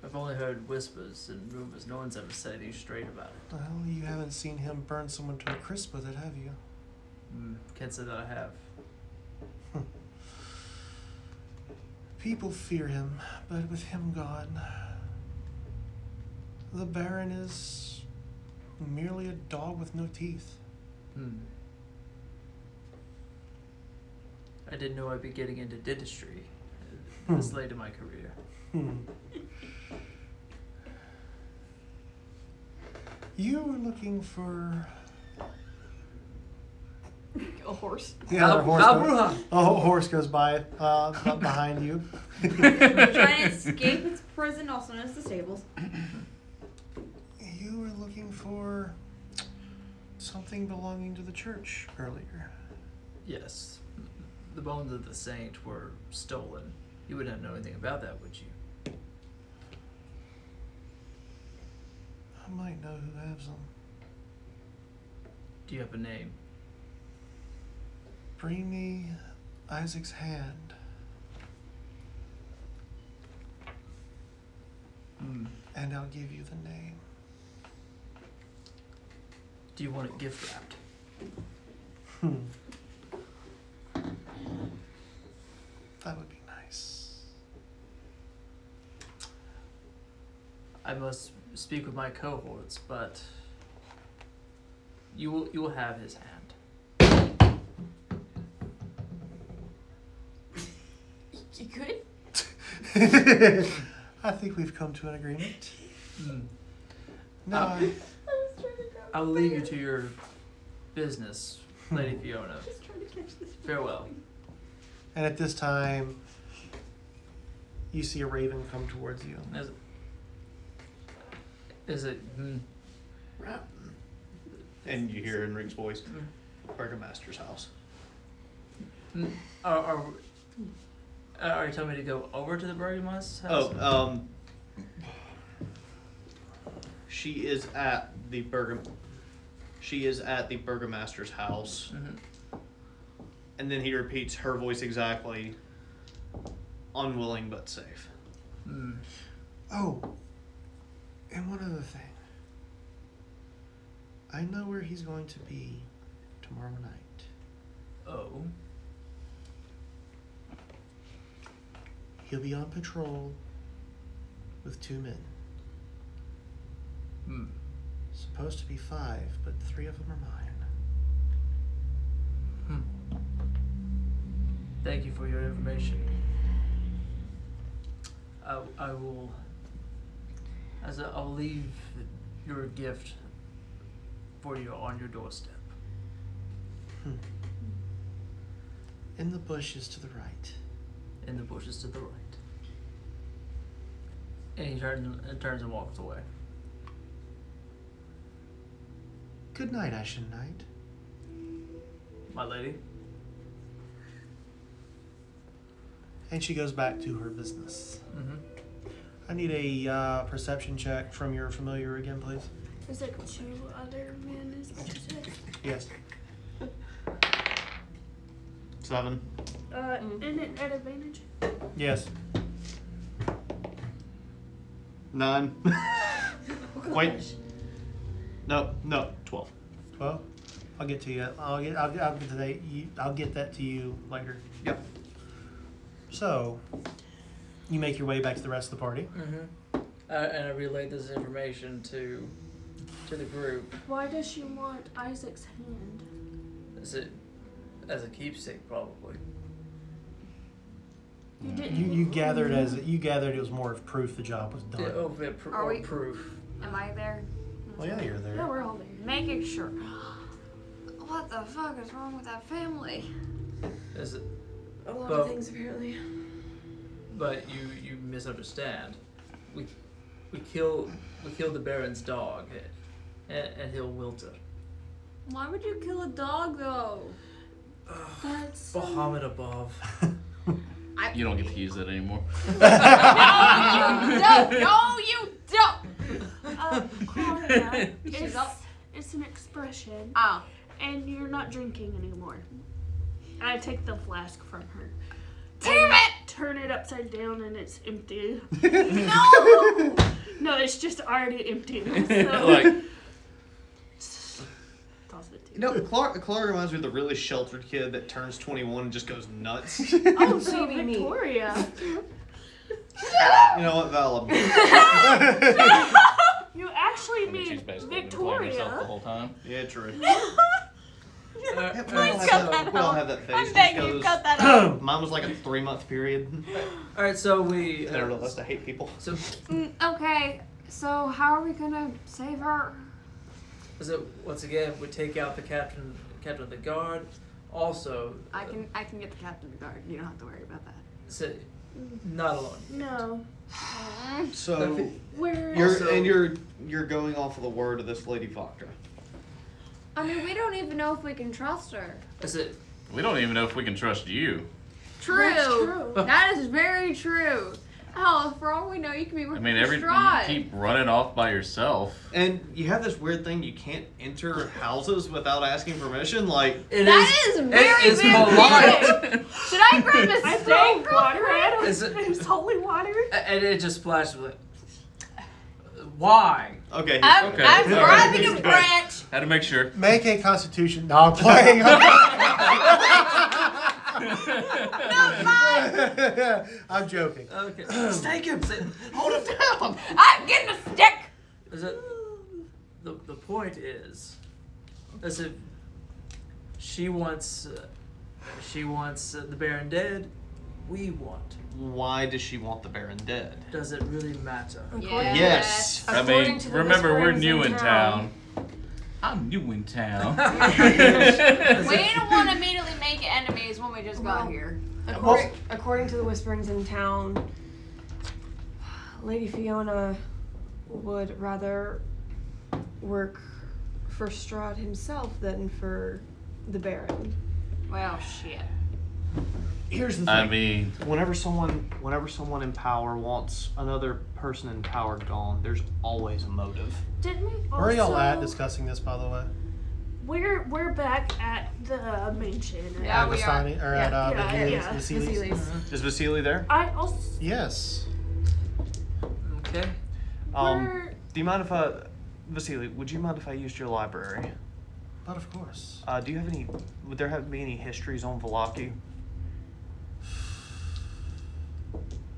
Speaker 10: I've only heard whispers and rumors. No one's ever said anything straight about it.
Speaker 1: Well, you haven't seen him burn someone to a crisp with it, have you?
Speaker 10: Hmm. Can't say that I have.
Speaker 1: People fear him, but with him gone, the Baron is merely a dog with no teeth.
Speaker 10: Hmm. I didn't know I'd be getting into dentistry this late in my career.
Speaker 1: Hmm. You were looking for
Speaker 2: A horse.
Speaker 1: yeah, another horse.
Speaker 2: Bab-
Speaker 1: Goes, a ho- horse goes by uh, b- behind you.
Speaker 2: Trying to escape its prison, also known as the stables.
Speaker 1: You were looking for something belonging to the church earlier.
Speaker 10: Yes, the bones of the saint were stolen. You wouldn't know anything about that, would you?
Speaker 1: I might know who has them.
Speaker 10: Do you have a name?
Speaker 1: Bring me Isaac's hand.
Speaker 10: Hmm.
Speaker 1: And I'll give you the name.
Speaker 10: Do you want it gift wrapped?
Speaker 1: That would be nice.
Speaker 10: I must speak with my cohorts, but you will you will have his hand.
Speaker 2: You good?
Speaker 1: I think we've come to an agreement. No,
Speaker 10: Uh,
Speaker 1: I-
Speaker 10: I will leave you to your business, Lady Fiona. Farewell.
Speaker 1: and at this time, you see a raven come towards you.
Speaker 10: Is, is it? hmm,
Speaker 3: And you hear Enric's voice, Burgomaster's house.
Speaker 10: hmm, Are, are, uh, are you telling me to go over to the Burgomaster's house?
Speaker 3: Oh, um, she is at the burgom. She is at the burgomaster's house,
Speaker 10: Mhm.
Speaker 3: and then he repeats her voice exactly. Unwilling but safe.
Speaker 10: Hmm.
Speaker 1: Oh, and one other thing. I know where he's going to be tomorrow night.
Speaker 10: Oh.
Speaker 1: He'll be on patrol with two men.
Speaker 10: Hmm.
Speaker 1: Supposed to be five, but three of them are mine.
Speaker 10: Hmm. Thank you for your information. I, I will. As I, I'll leave your gift for you on your doorstep.
Speaker 1: In the bushes to the right.
Speaker 10: in the bushes to the right. And he turns and turns and walks away.
Speaker 1: Good night, Ashen Knight.
Speaker 10: My lady.
Speaker 1: And she goes back to her business.
Speaker 10: Mm-hmm.
Speaker 1: I need a uh, perception check from your familiar again, please.
Speaker 5: There's like two other men, is what you said?
Speaker 1: Yes.
Speaker 3: Seven.
Speaker 5: Uh, and it at advantage.
Speaker 1: Yes.
Speaker 3: Nine. Wait. No, no, twelve.
Speaker 1: Twelve. I'll get to you. I'll get. I'll, I'll get to that. You, I'll get that to you later.
Speaker 3: Yep.
Speaker 1: So, you make your way back to the rest of the party.
Speaker 10: Mm-hmm. Uh, and I relayed this information to to the group.
Speaker 5: Why does she want Isaac's hand?
Speaker 10: As it as a keepsake, probably.
Speaker 5: You didn't.
Speaker 1: You, you gathered as you gathered it was more of proof the job was done.
Speaker 10: Yeah, oh, yeah, pr-
Speaker 2: Are
Speaker 10: or
Speaker 2: we-
Speaker 10: proof?
Speaker 2: Am I there?
Speaker 1: Well, yeah, you're there.
Speaker 5: Yeah, we're all there.
Speaker 2: Making sure. What the fuck is wrong with that family?
Speaker 10: Is it?
Speaker 14: A lot
Speaker 10: Well-
Speaker 14: of things apparently.
Speaker 10: But you you misunderstand. We we kill we kill the Baron's dog, and, and he'll wilter.
Speaker 2: Why would you kill a dog though?
Speaker 5: That's.
Speaker 10: Bahamut above.
Speaker 17: You don't get to use that anymore.
Speaker 2: No, no, you don't.
Speaker 5: Uh, Claudia,
Speaker 2: She's
Speaker 5: it's,
Speaker 2: up.
Speaker 5: it's an expression,
Speaker 2: Ah,
Speaker 5: and you're not drinking anymore. And I take the flask from her.
Speaker 2: damn it!
Speaker 5: Turn it upside down and it's empty.
Speaker 2: No.
Speaker 5: No, it's just already empty. So
Speaker 17: like,
Speaker 5: toss it to
Speaker 3: You know, Clark, Clark reminds me of the really sheltered kid that turns 21 and just goes nuts. you
Speaker 5: Oh,
Speaker 2: so
Speaker 5: so
Speaker 2: you mean me.
Speaker 5: Victoria.
Speaker 3: know what, Val? I'm-
Speaker 5: You actually
Speaker 17: I mean, she's
Speaker 5: mean
Speaker 17: basically been playing herself the
Speaker 5: Victoria.
Speaker 17: whole time.
Speaker 3: Yeah, true.
Speaker 2: Yep, we
Speaker 9: Please
Speaker 2: all have that-
Speaker 9: cut that
Speaker 2: we all
Speaker 9: out.
Speaker 2: have that
Speaker 9: I
Speaker 2: phase.
Speaker 9: beg
Speaker 2: Just
Speaker 9: you,
Speaker 2: goes-
Speaker 9: cut that out.
Speaker 2: Mine was like a three month period.
Speaker 10: All right, so we. uh,
Speaker 2: Then I realized I hate people.
Speaker 10: So
Speaker 9: Mm, okay, so how are we gonna save her?
Speaker 10: So once again, we take out the captain, captain of the guard. Also,
Speaker 14: I can I can get the captain of the guard. You don't have to worry about that.
Speaker 10: so, not alone.
Speaker 5: No.
Speaker 2: So
Speaker 5: We're.
Speaker 2: you're
Speaker 10: Also-
Speaker 2: and you're you're going off of the word of this lady Voctra.
Speaker 9: I mean, we don't even know if we can trust her.
Speaker 10: I said,
Speaker 3: We don't even know if we can trust you.
Speaker 9: True.
Speaker 5: That's true.
Speaker 9: That is very true. Hell, for all we know, you could be
Speaker 3: I mean, every you
Speaker 9: distraught.
Speaker 3: keep running off by yourself.
Speaker 2: And you have this weird thing you can't enter houses without asking permission. Like
Speaker 9: That is very,
Speaker 2: it is
Speaker 9: very
Speaker 2: polite.
Speaker 9: weird. Should I grab a
Speaker 5: I
Speaker 9: steak
Speaker 5: throw
Speaker 9: real
Speaker 5: water
Speaker 9: quick?
Speaker 5: at him.
Speaker 10: Is it-
Speaker 5: There's holy water.
Speaker 10: and it just flashed like, why?
Speaker 2: okay,
Speaker 9: I'm,
Speaker 3: Okay.
Speaker 9: I'm
Speaker 3: All
Speaker 2: right.
Speaker 9: grabbing a
Speaker 2: Good.
Speaker 9: branch.
Speaker 3: Had to make sure.
Speaker 1: Make a constitution. No, I'm playing. I'm joking.
Speaker 10: Okay.
Speaker 2: Stake him.
Speaker 10: Hold him down.
Speaker 9: I'm getting a stick.
Speaker 10: Is it, the the point is, as if she wants, uh, she wants uh, the Baron dead. We want.
Speaker 2: why does she want the Baron dead?
Speaker 10: Does it really matter?
Speaker 2: Yes.
Speaker 3: I mean, remember we're new in town. I'm new in town.
Speaker 9: We don't want to immediately make enemies when we just got
Speaker 14: Well,
Speaker 9: here.
Speaker 14: According, according to the whisperings in town, Lady Fiona would rather work for Strahd himself than for the Baron.
Speaker 9: Well, shit.
Speaker 2: Here's the thing.
Speaker 3: I mean,
Speaker 2: whenever someone whenever someone in power wants another person in power gone, there's always a motive.
Speaker 5: Didn't we also?
Speaker 1: Where are y'all at discussing this, by the way?
Speaker 5: We're we're back at the mansion.
Speaker 9: Yeah,
Speaker 1: At
Speaker 9: we are.
Speaker 1: Vistani- Or at uh,
Speaker 5: Yeah,
Speaker 1: Vasilis-
Speaker 5: yeah.
Speaker 1: Vasilis?
Speaker 2: Is Vasily there?
Speaker 5: I also.
Speaker 1: Yes.
Speaker 10: Okay.
Speaker 2: Um,
Speaker 5: We're-
Speaker 2: do you mind if I, Vasily? Would you mind if I used your library?
Speaker 1: But of course.
Speaker 2: Uh, do you have any? Would there have to be any histories on Valaki?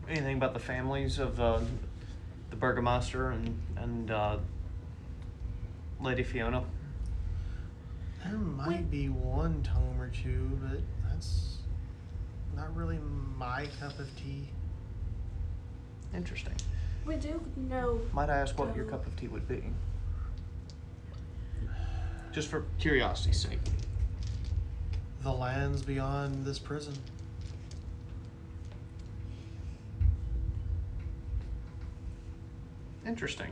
Speaker 2: Anything about the families of uh, the Burgomaster and and uh, Lady Fiona?
Speaker 1: There might be one tome or two, but that's not really my cup of tea.
Speaker 2: Interesting.
Speaker 5: We do know.
Speaker 2: Might I ask what your cup of tea would be? Just for curiosity's sake.
Speaker 1: The lands beyond this prison.
Speaker 2: Interesting.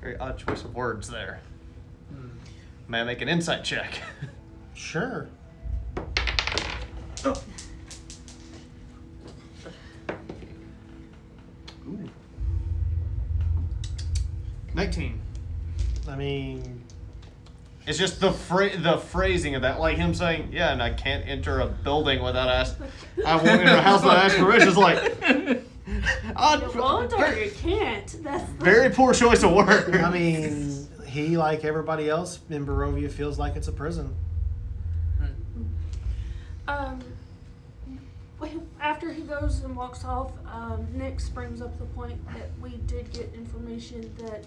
Speaker 2: Very odd choice of words there. May I make an insight check?
Speaker 1: Sure.
Speaker 2: Ooh. 19.
Speaker 1: I mean,
Speaker 2: It's just the phra- the phrasing of that, like him saying, "Yeah, and I can't enter a building without ask. I won't enter a house without asking permission." It's like, odd,
Speaker 5: You won't or
Speaker 2: very,
Speaker 5: you can't. That's the-
Speaker 2: very poor choice of words.
Speaker 1: I mean, he, like everybody else in Barovia, feels like it's a prison.
Speaker 10: Hmm.
Speaker 5: Um, after he goes and walks off, um, Nyx brings up the point that we did get information that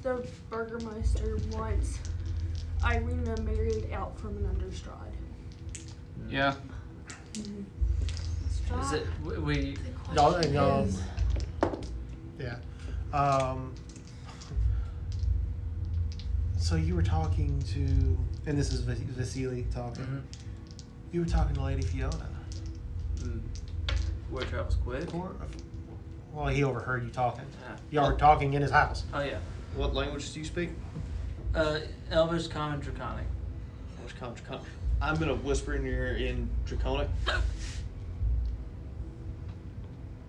Speaker 5: the Burgermeister wants Irina married out from an understrad.
Speaker 3: yeah.
Speaker 10: Is it we- we?
Speaker 1: Y'all, and y'all, yeah. Um, so you were talking to, and this is Vas- Vasily talking.
Speaker 10: Mhm.
Speaker 1: You were talking to Lady Fiona.
Speaker 10: Mm. Word travels quick.
Speaker 1: Or- Well, he overheard you talking.
Speaker 10: Yeah.
Speaker 1: Y'all were talking in his house.
Speaker 10: Oh yeah.
Speaker 2: what language do you speak?
Speaker 10: Uh, Elvish, Common, Draconic.
Speaker 2: Which comes draconic? I'm gonna whisper in your ear in draconic.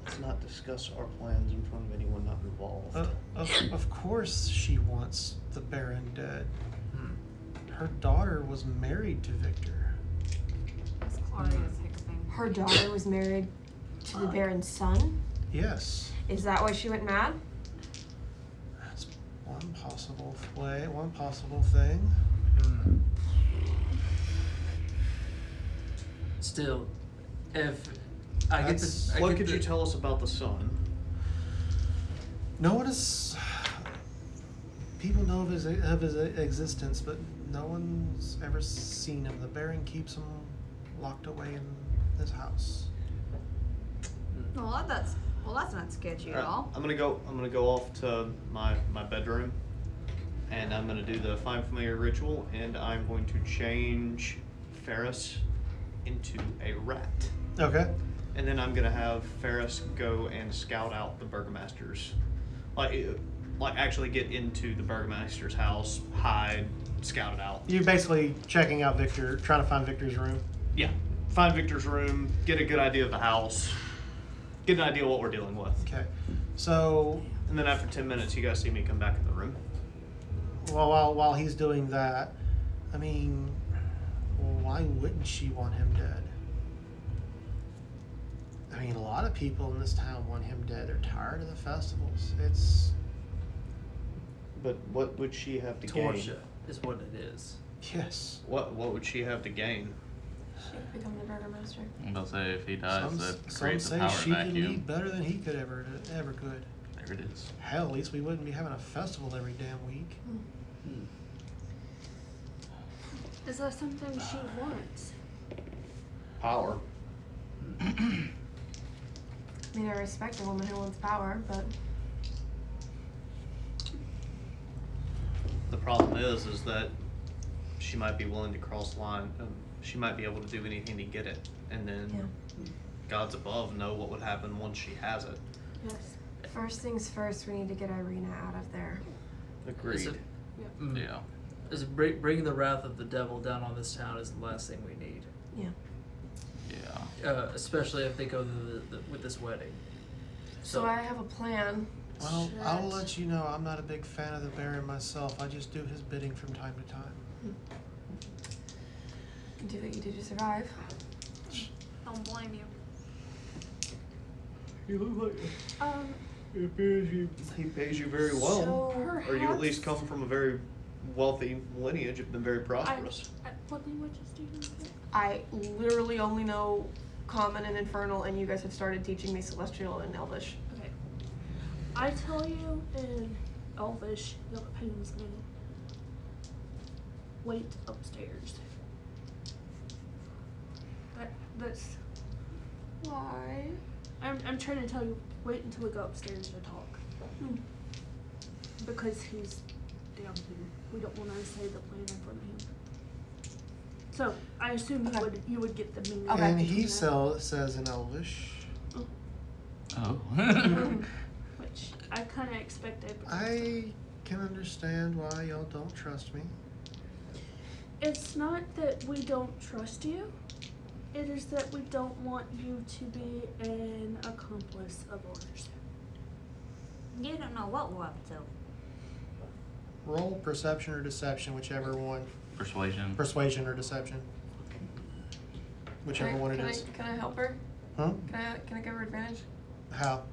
Speaker 2: Let's not discuss our plans in front of anyone not involved.
Speaker 1: Of, of, of course, she wants the Baron dead.
Speaker 10: Hmm.
Speaker 1: Her daughter was married to Victor.
Speaker 9: That's Claudia's hick thing.
Speaker 14: Her daughter was married to the Baron's son.
Speaker 1: Yes,
Speaker 14: Is that why she went mad?
Speaker 1: that's one possible way. One possible thing.
Speaker 10: Still, if I get
Speaker 1: That's-
Speaker 10: the I
Speaker 2: what
Speaker 10: get
Speaker 2: could
Speaker 10: the,
Speaker 2: you tell us about the son?
Speaker 1: Notice People know of his, of his existence, but no one's ever seen him. The Baron keeps him locked away in his house.
Speaker 10: Hmm.
Speaker 9: Well, that's well, that's not sketchy at
Speaker 8: Alright,
Speaker 9: all.
Speaker 8: Uh, I'm gonna go. I'm gonna go off to my my bedroom, and I'm gonna do the find familiar ritual, and I'm going to change Ferris into a rat,
Speaker 1: Okay.
Speaker 8: and then I'm gonna have Ferris go and scout out the burgomasters, like uh, like actually get into the burgomaster's house, hide, scout it out.
Speaker 1: You're basically checking out Victor, trying to find Victor's room.
Speaker 8: Yeah, find Victor's room, get a good idea of the house, get an idea what we're dealing with.
Speaker 1: Okay. So,
Speaker 8: And then after 10 minutes, you guys see me come back in the room.
Speaker 1: well, while, while he's doing that, I mean, why wouldn't she want him dead? I mean, a lot of people in this town want him dead. They're tired of the festivals. It's
Speaker 8: But what would she have to
Speaker 10: Torture is what it is.
Speaker 1: yes.
Speaker 8: What What would she have to gain?
Speaker 7: Should become the burgomaster.
Speaker 3: I'm about to say if he dies,
Speaker 1: some
Speaker 3: that
Speaker 1: some
Speaker 3: creates
Speaker 1: say
Speaker 3: a power
Speaker 1: she can
Speaker 3: vacuum.
Speaker 1: eat better than he could ever ever could.
Speaker 3: There it is.
Speaker 1: Hell, at least we wouldn't be having a festival every damn week.
Speaker 5: Is that something she wants?
Speaker 8: Power.
Speaker 7: I mean, I respect a woman who wants power, but
Speaker 8: The problem is, is that she might be willing to cross line. Um, she might be able to do anything to get it, and then gods above know what would happen once she has it.
Speaker 5: Yes.
Speaker 7: first things first, we need to get Irina out of there.
Speaker 8: Agreed.
Speaker 10: it-
Speaker 3: Mm, Yeah.
Speaker 10: Is bring, Hmm. bringing the wrath of the devil down on this town is the last thing we need.
Speaker 7: Yeah.
Speaker 3: Yeah.
Speaker 10: Uh, especially if they go through the, the, with this wedding.
Speaker 7: So, I have a plan.
Speaker 1: Well, I will
Speaker 7: Shit.
Speaker 1: let you know I'm not a big fan of the Baron myself. I just do his bidding from time to time.
Speaker 7: Do what you do to survive.
Speaker 9: Don't blame you.
Speaker 8: You look like
Speaker 5: Um,
Speaker 8: he pays you. He pays you very well,
Speaker 5: So
Speaker 8: or you at least
Speaker 5: perhaps-
Speaker 8: come from a very wealthy lineage. You've been very
Speaker 5: I,
Speaker 8: prosperous.
Speaker 5: I, what languages do you speak?
Speaker 14: I literally only know common and infernal, and you guys have started teaching me celestial and elvish.
Speaker 5: Okay. I tell you in Elvish, you'll pains me. Wait upstairs. That that's
Speaker 14: Why?
Speaker 5: I'm I'm trying to tell you. Wait until we go upstairs to talk. Because he's down here. We don't want to say the plan in front of him. So I assume you would you would get the meaning.
Speaker 1: And he
Speaker 5: between that,
Speaker 1: sell, says in Elvish.
Speaker 3: Oh.
Speaker 5: which I kind of expected. because
Speaker 1: I can understand why y'all don't trust me.
Speaker 5: It's not that we don't trust you. It is that we don't want you to be an accomplice of ours.
Speaker 9: You don't know what we're up to.
Speaker 1: Roll perception or deception, whichever one.
Speaker 3: Persuasion.
Speaker 1: Persuasion or deception. Whichever
Speaker 7: Can I-
Speaker 1: one it
Speaker 7: can
Speaker 1: is.
Speaker 7: I, can I help her?
Speaker 1: Huh?
Speaker 7: Can I can I give her advantage?
Speaker 1: How?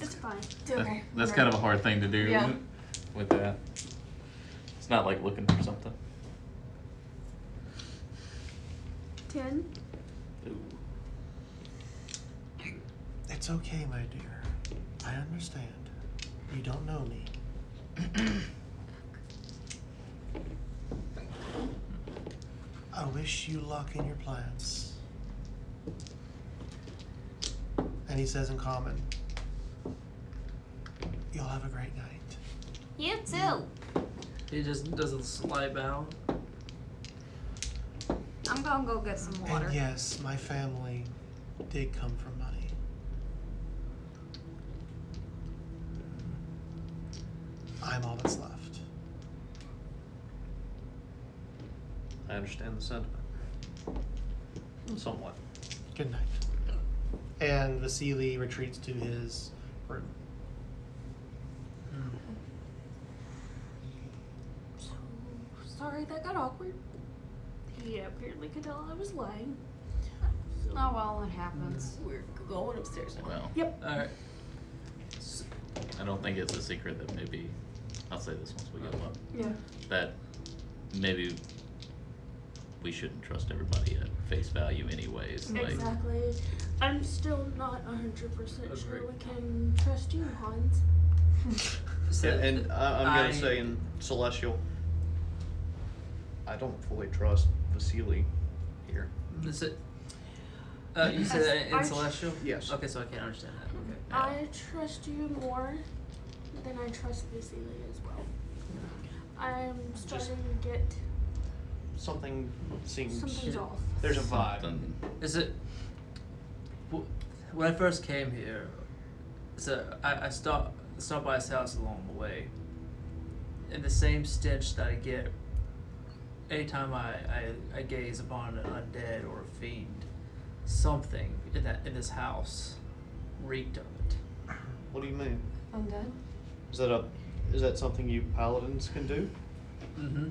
Speaker 5: It's fine.
Speaker 7: Okay.
Speaker 3: That- that's kind of a hard thing to do
Speaker 7: Yeah.
Speaker 3: with that. It's not like looking for something.
Speaker 5: Ten.
Speaker 1: It's okay, my dear. I understand. You don't know me. I wish you luck in your plans. And he says in common, You'll have a great night.
Speaker 9: You too.
Speaker 10: He just does a slight bow.
Speaker 9: I'm gonna go get some water.
Speaker 1: And yes, my family did come from money. I'm all that's left.
Speaker 8: I understand the sentiment. Somewhat.
Speaker 1: Good night. And Vasily retreats to his room.
Speaker 5: So sorry that got awkward. He apparently could tell I was lying.
Speaker 9: Oh well, it happens.
Speaker 14: We're going upstairs now.
Speaker 3: Well,
Speaker 5: Yep.
Speaker 10: Alright.
Speaker 3: I don't think it's a secret that maybe I'll say this once we go up.
Speaker 5: Yeah.
Speaker 3: That maybe we shouldn't trust everybody at face value anyways. Like
Speaker 5: Exactly. I'm still not hundred percent sure
Speaker 3: Agreed.
Speaker 5: we can trust you, Hans.
Speaker 10: So
Speaker 1: yeah, and I, I'm
Speaker 10: I-
Speaker 1: gonna say in celestial, I don't fully trust Vasili here.
Speaker 10: Is it? Uh, you said
Speaker 5: Yes,
Speaker 10: in
Speaker 5: I-
Speaker 10: celestial.
Speaker 1: Yes.
Speaker 10: Okay, so I can't understand that. Okay.
Speaker 5: I trust you more than I trust Vasily as well. I'm starting to get
Speaker 1: Something seems.
Speaker 5: Something's off.
Speaker 1: There's a vibe.
Speaker 10: Is it? wh- When I first came here, so I, I stopped stopped by his house along the way, and the same stench that I get anytime I, I, I gaze upon an undead or a fiend, something in that in this house reeked of it.
Speaker 1: What do you mean?
Speaker 14: Undead?
Speaker 1: Is that a? Is that something you paladins can do?
Speaker 10: Mm-hmm.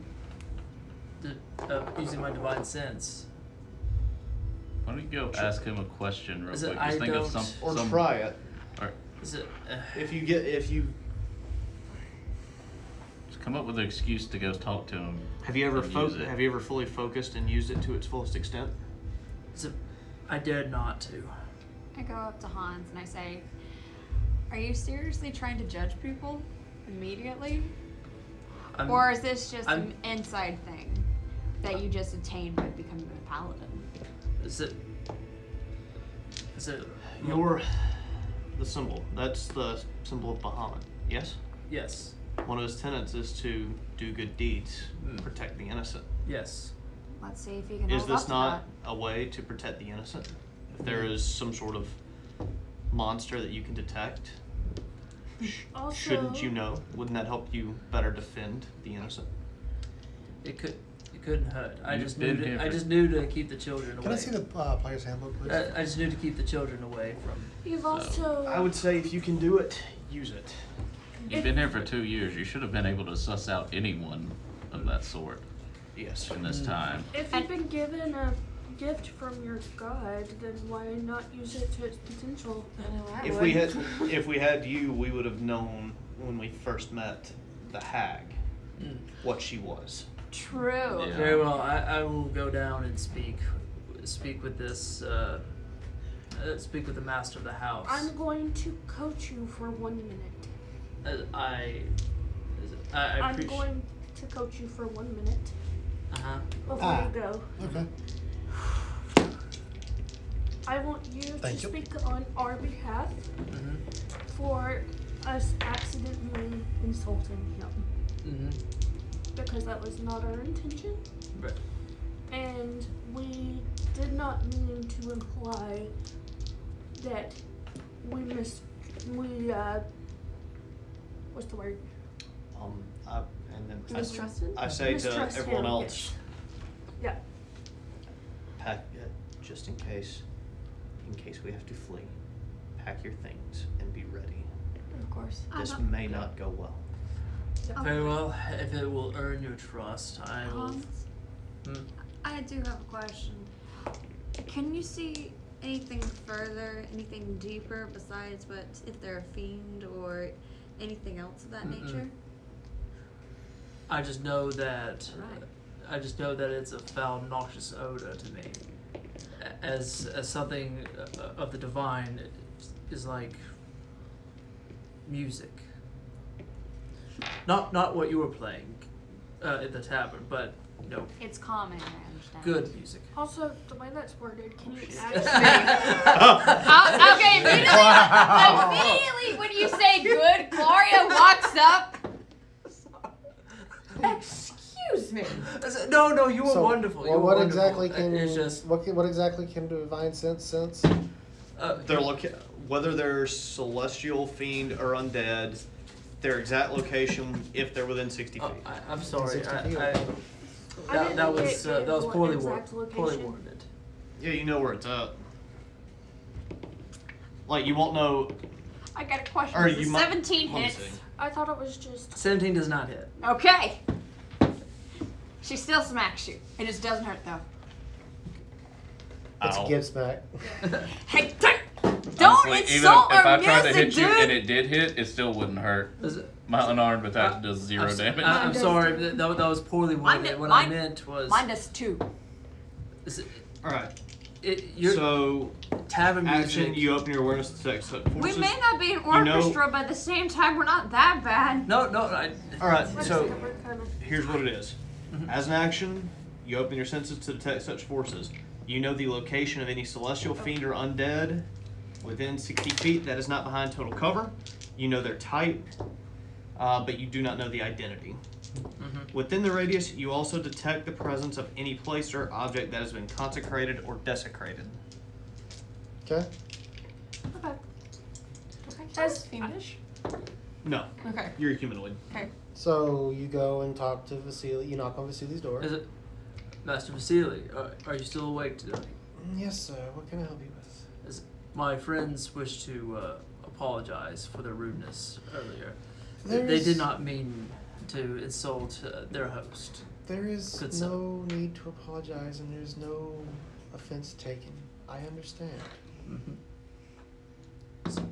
Speaker 10: The, uh, using my divine sense.
Speaker 3: Why don't you go ask him a question real
Speaker 10: Is
Speaker 3: quick?
Speaker 10: it
Speaker 3: Just
Speaker 10: I
Speaker 3: think of
Speaker 10: don't-
Speaker 3: some.
Speaker 1: Or
Speaker 3: some-
Speaker 1: try it.
Speaker 3: Or
Speaker 10: Is it? Uh,
Speaker 1: If you get, if you
Speaker 3: just come up with an excuse to go talk to him.
Speaker 1: have you ever
Speaker 3: and
Speaker 1: fo-
Speaker 3: use it.
Speaker 1: have you ever fully focused and used it to its fullest extent?
Speaker 10: It's a, I dared not to.
Speaker 9: I go up to Hans and I say, Are you seriously trying to judge people immediately?
Speaker 10: I'm-
Speaker 9: or is this just
Speaker 10: I'm-
Speaker 9: an inside thing that you just attained by becoming a paladin?
Speaker 10: Is it? Is it?
Speaker 1: Your the symbol. That's the symbol of Bahamut. Yes.
Speaker 10: Yes.
Speaker 1: One of his tenets is to do good deeds,
Speaker 10: Mm.
Speaker 1: protect the innocent.
Speaker 10: Yes.
Speaker 9: Let's see if you can
Speaker 1: Is
Speaker 9: hold up
Speaker 1: this
Speaker 9: to
Speaker 1: not a way to protect the innocent? If there is some sort of monster that you can detect,
Speaker 5: also.
Speaker 1: shouldn't you know? Wouldn't that help you better defend the innocent?
Speaker 10: It could. It couldn't hurt. I
Speaker 3: You've
Speaker 10: just
Speaker 3: been
Speaker 10: knew. To,
Speaker 3: here
Speaker 10: I
Speaker 3: for-
Speaker 10: just knew to keep the children away.
Speaker 18: Can I see the uh, player's handbook, please?
Speaker 10: I, I just knew to keep the children away from.
Speaker 5: You've also.
Speaker 1: I would say if you can do it, use it.
Speaker 3: You've been here for two years. You should have been able to suss out anyone of that sort
Speaker 1: Yes.
Speaker 3: in
Speaker 10: Mm,
Speaker 3: this time.
Speaker 5: If you've been given a gift from your god, then why not use it to its potential?
Speaker 14: I know I
Speaker 1: If
Speaker 14: would.
Speaker 1: we had, if we had you, we would have known when we first met the hag
Speaker 10: Mm.
Speaker 1: what she was.
Speaker 9: True.
Speaker 3: Yeah.
Speaker 10: Very well. I, I will go down and speak, speak with this. Uh, uh, speak with the master of the house.
Speaker 5: I'm going to coach you for one minute.
Speaker 10: Uh, I. is it- I, I
Speaker 5: I'm
Speaker 10: appreciate.
Speaker 5: going to coach you for one minute
Speaker 10: Uh-huh.
Speaker 5: before
Speaker 18: Ah.
Speaker 5: you go.
Speaker 18: Okay.
Speaker 5: I want you
Speaker 18: Thank
Speaker 5: to
Speaker 18: you.
Speaker 5: speak on our behalf
Speaker 10: Mm-hmm.
Speaker 5: for us accidentally insulting him
Speaker 10: Mm-hmm.
Speaker 5: because that was not our intention
Speaker 10: Right.
Speaker 5: and we did not mean to imply that we mis we uh what's the word
Speaker 1: Um, I, and then I-
Speaker 14: Mistrusted?
Speaker 1: I, say
Speaker 5: Mistrust
Speaker 1: to everyone
Speaker 5: him,
Speaker 1: else,
Speaker 5: yeah
Speaker 1: pack uh, just in case, in case we have to flee. Pack your things and be ready.
Speaker 14: Of course.
Speaker 9: I'm
Speaker 1: This
Speaker 9: not-
Speaker 1: may not go well.
Speaker 9: Oh.
Speaker 10: Very well. If it will earn your trust, I will.
Speaker 9: Hans,
Speaker 10: Hmm.
Speaker 9: I do have a question. Can you see anything further, anything deeper besides what if they're a fiend or anything else of that
Speaker 10: Mm-mm.
Speaker 9: nature?
Speaker 10: I just know that
Speaker 9: Right.
Speaker 10: I just know that it's a foul, noxious odor to me. A- As as something uh, of the divine is like music. Not not what you were playing uh, in the tavern, but you know,
Speaker 9: It's common, I understand.
Speaker 10: good music.
Speaker 5: also the way that's worded can you
Speaker 10: Oh,
Speaker 5: actually
Speaker 9: Oh, okay,
Speaker 10: okay,
Speaker 9: immediately, immediately when you say good, Gloria walks up.
Speaker 14: Excuse me.
Speaker 10: No, no, you were
Speaker 18: So,
Speaker 10: wonderful. you
Speaker 18: well,
Speaker 10: were
Speaker 18: what
Speaker 10: wonderful.
Speaker 18: exactly
Speaker 10: Uh,
Speaker 18: can
Speaker 10: it's just
Speaker 18: what, can- what exactly can divine sense sense?
Speaker 10: uh,
Speaker 1: Their loca- whether they're celestial, fiend, or undead, their exact location, if they're within 60 feet.
Speaker 10: Oh, I, I'm sorry. I,
Speaker 18: 60 feet.
Speaker 10: I,
Speaker 5: I
Speaker 10: that,
Speaker 5: didn't
Speaker 10: that
Speaker 5: get
Speaker 10: was uh,
Speaker 5: the
Speaker 10: that was
Speaker 5: what
Speaker 10: poorly worded.
Speaker 5: exact
Speaker 10: Poorly
Speaker 5: location.
Speaker 10: worded.
Speaker 1: yeah, you know where it's at. Like, you won't know.
Speaker 9: I got a question.
Speaker 1: Or
Speaker 9: Is
Speaker 1: you
Speaker 9: it
Speaker 1: might-
Speaker 9: 17
Speaker 1: let me
Speaker 9: hits.
Speaker 1: see.
Speaker 5: i thought it was just
Speaker 10: Seventeen does not hit.
Speaker 9: Okay. She still smacks you. It just doesn't hurt though.
Speaker 18: It's
Speaker 3: Ow.
Speaker 18: give smack.
Speaker 9: Hey, don't, don't
Speaker 3: Honestly,
Speaker 9: insult
Speaker 3: even if
Speaker 9: or
Speaker 3: I
Speaker 9: miss
Speaker 3: tried to
Speaker 9: it,
Speaker 3: hit
Speaker 9: dude.
Speaker 3: you and it did hit, it still wouldn't hurt.
Speaker 10: Is it-
Speaker 3: My unarmed attack does
Speaker 10: I'm,
Speaker 3: zero
Speaker 10: s- uh-huh.
Speaker 3: damage.
Speaker 10: I, am
Speaker 14: does
Speaker 10: sorry.
Speaker 14: too.
Speaker 10: That, that, was poorly
Speaker 9: Mine
Speaker 10: worded.
Speaker 9: did-
Speaker 10: what I
Speaker 9: mine-
Speaker 10: meant was
Speaker 9: Mine does two.
Speaker 10: is it,
Speaker 1: Alright.
Speaker 10: i- it, you're
Speaker 2: so
Speaker 10: tavern
Speaker 2: action.
Speaker 10: music.
Speaker 2: You open your awareness to sex
Speaker 9: We
Speaker 2: forces.
Speaker 9: may not be an
Speaker 2: You know-
Speaker 9: orchestra, but at the same time, we're not that bad.
Speaker 10: No, no, I.
Speaker 2: All right,
Speaker 9: What is
Speaker 2: so
Speaker 9: the word, Carmen?
Speaker 2: here's what it is.
Speaker 9: Mm-hmm.
Speaker 2: As an action, you open your senses to detect such forces. You know the location of any celestial
Speaker 9: Oh.
Speaker 2: fiend or undead within 60 feet that is not behind total cover. You know their type, uh, but you do not know the identity.
Speaker 9: Mm-hmm.
Speaker 2: Within the radius, you also detect the presence of any place or object that has been consecrated or desecrated.
Speaker 1: Okay.
Speaker 11: Okay.
Speaker 14: That's fiendish.
Speaker 2: No.
Speaker 14: Okay.
Speaker 2: You're a humanoid.
Speaker 14: Okay.
Speaker 1: So you go and talk to Vasily. You knock on Vasily's door.
Speaker 10: Is it Master Vasily? Are, are you still awake today?
Speaker 1: Yes, sir. What can I help you with?
Speaker 10: As my friends wish to uh, apologize for their rudeness earlier. They-
Speaker 1: There
Speaker 10: They
Speaker 1: is-
Speaker 10: did not mean to insult uh, their host.
Speaker 1: There is
Speaker 10: Good sir.
Speaker 1: no need to apologize, and there's no offense taken. I understand.
Speaker 10: Mm-hmm.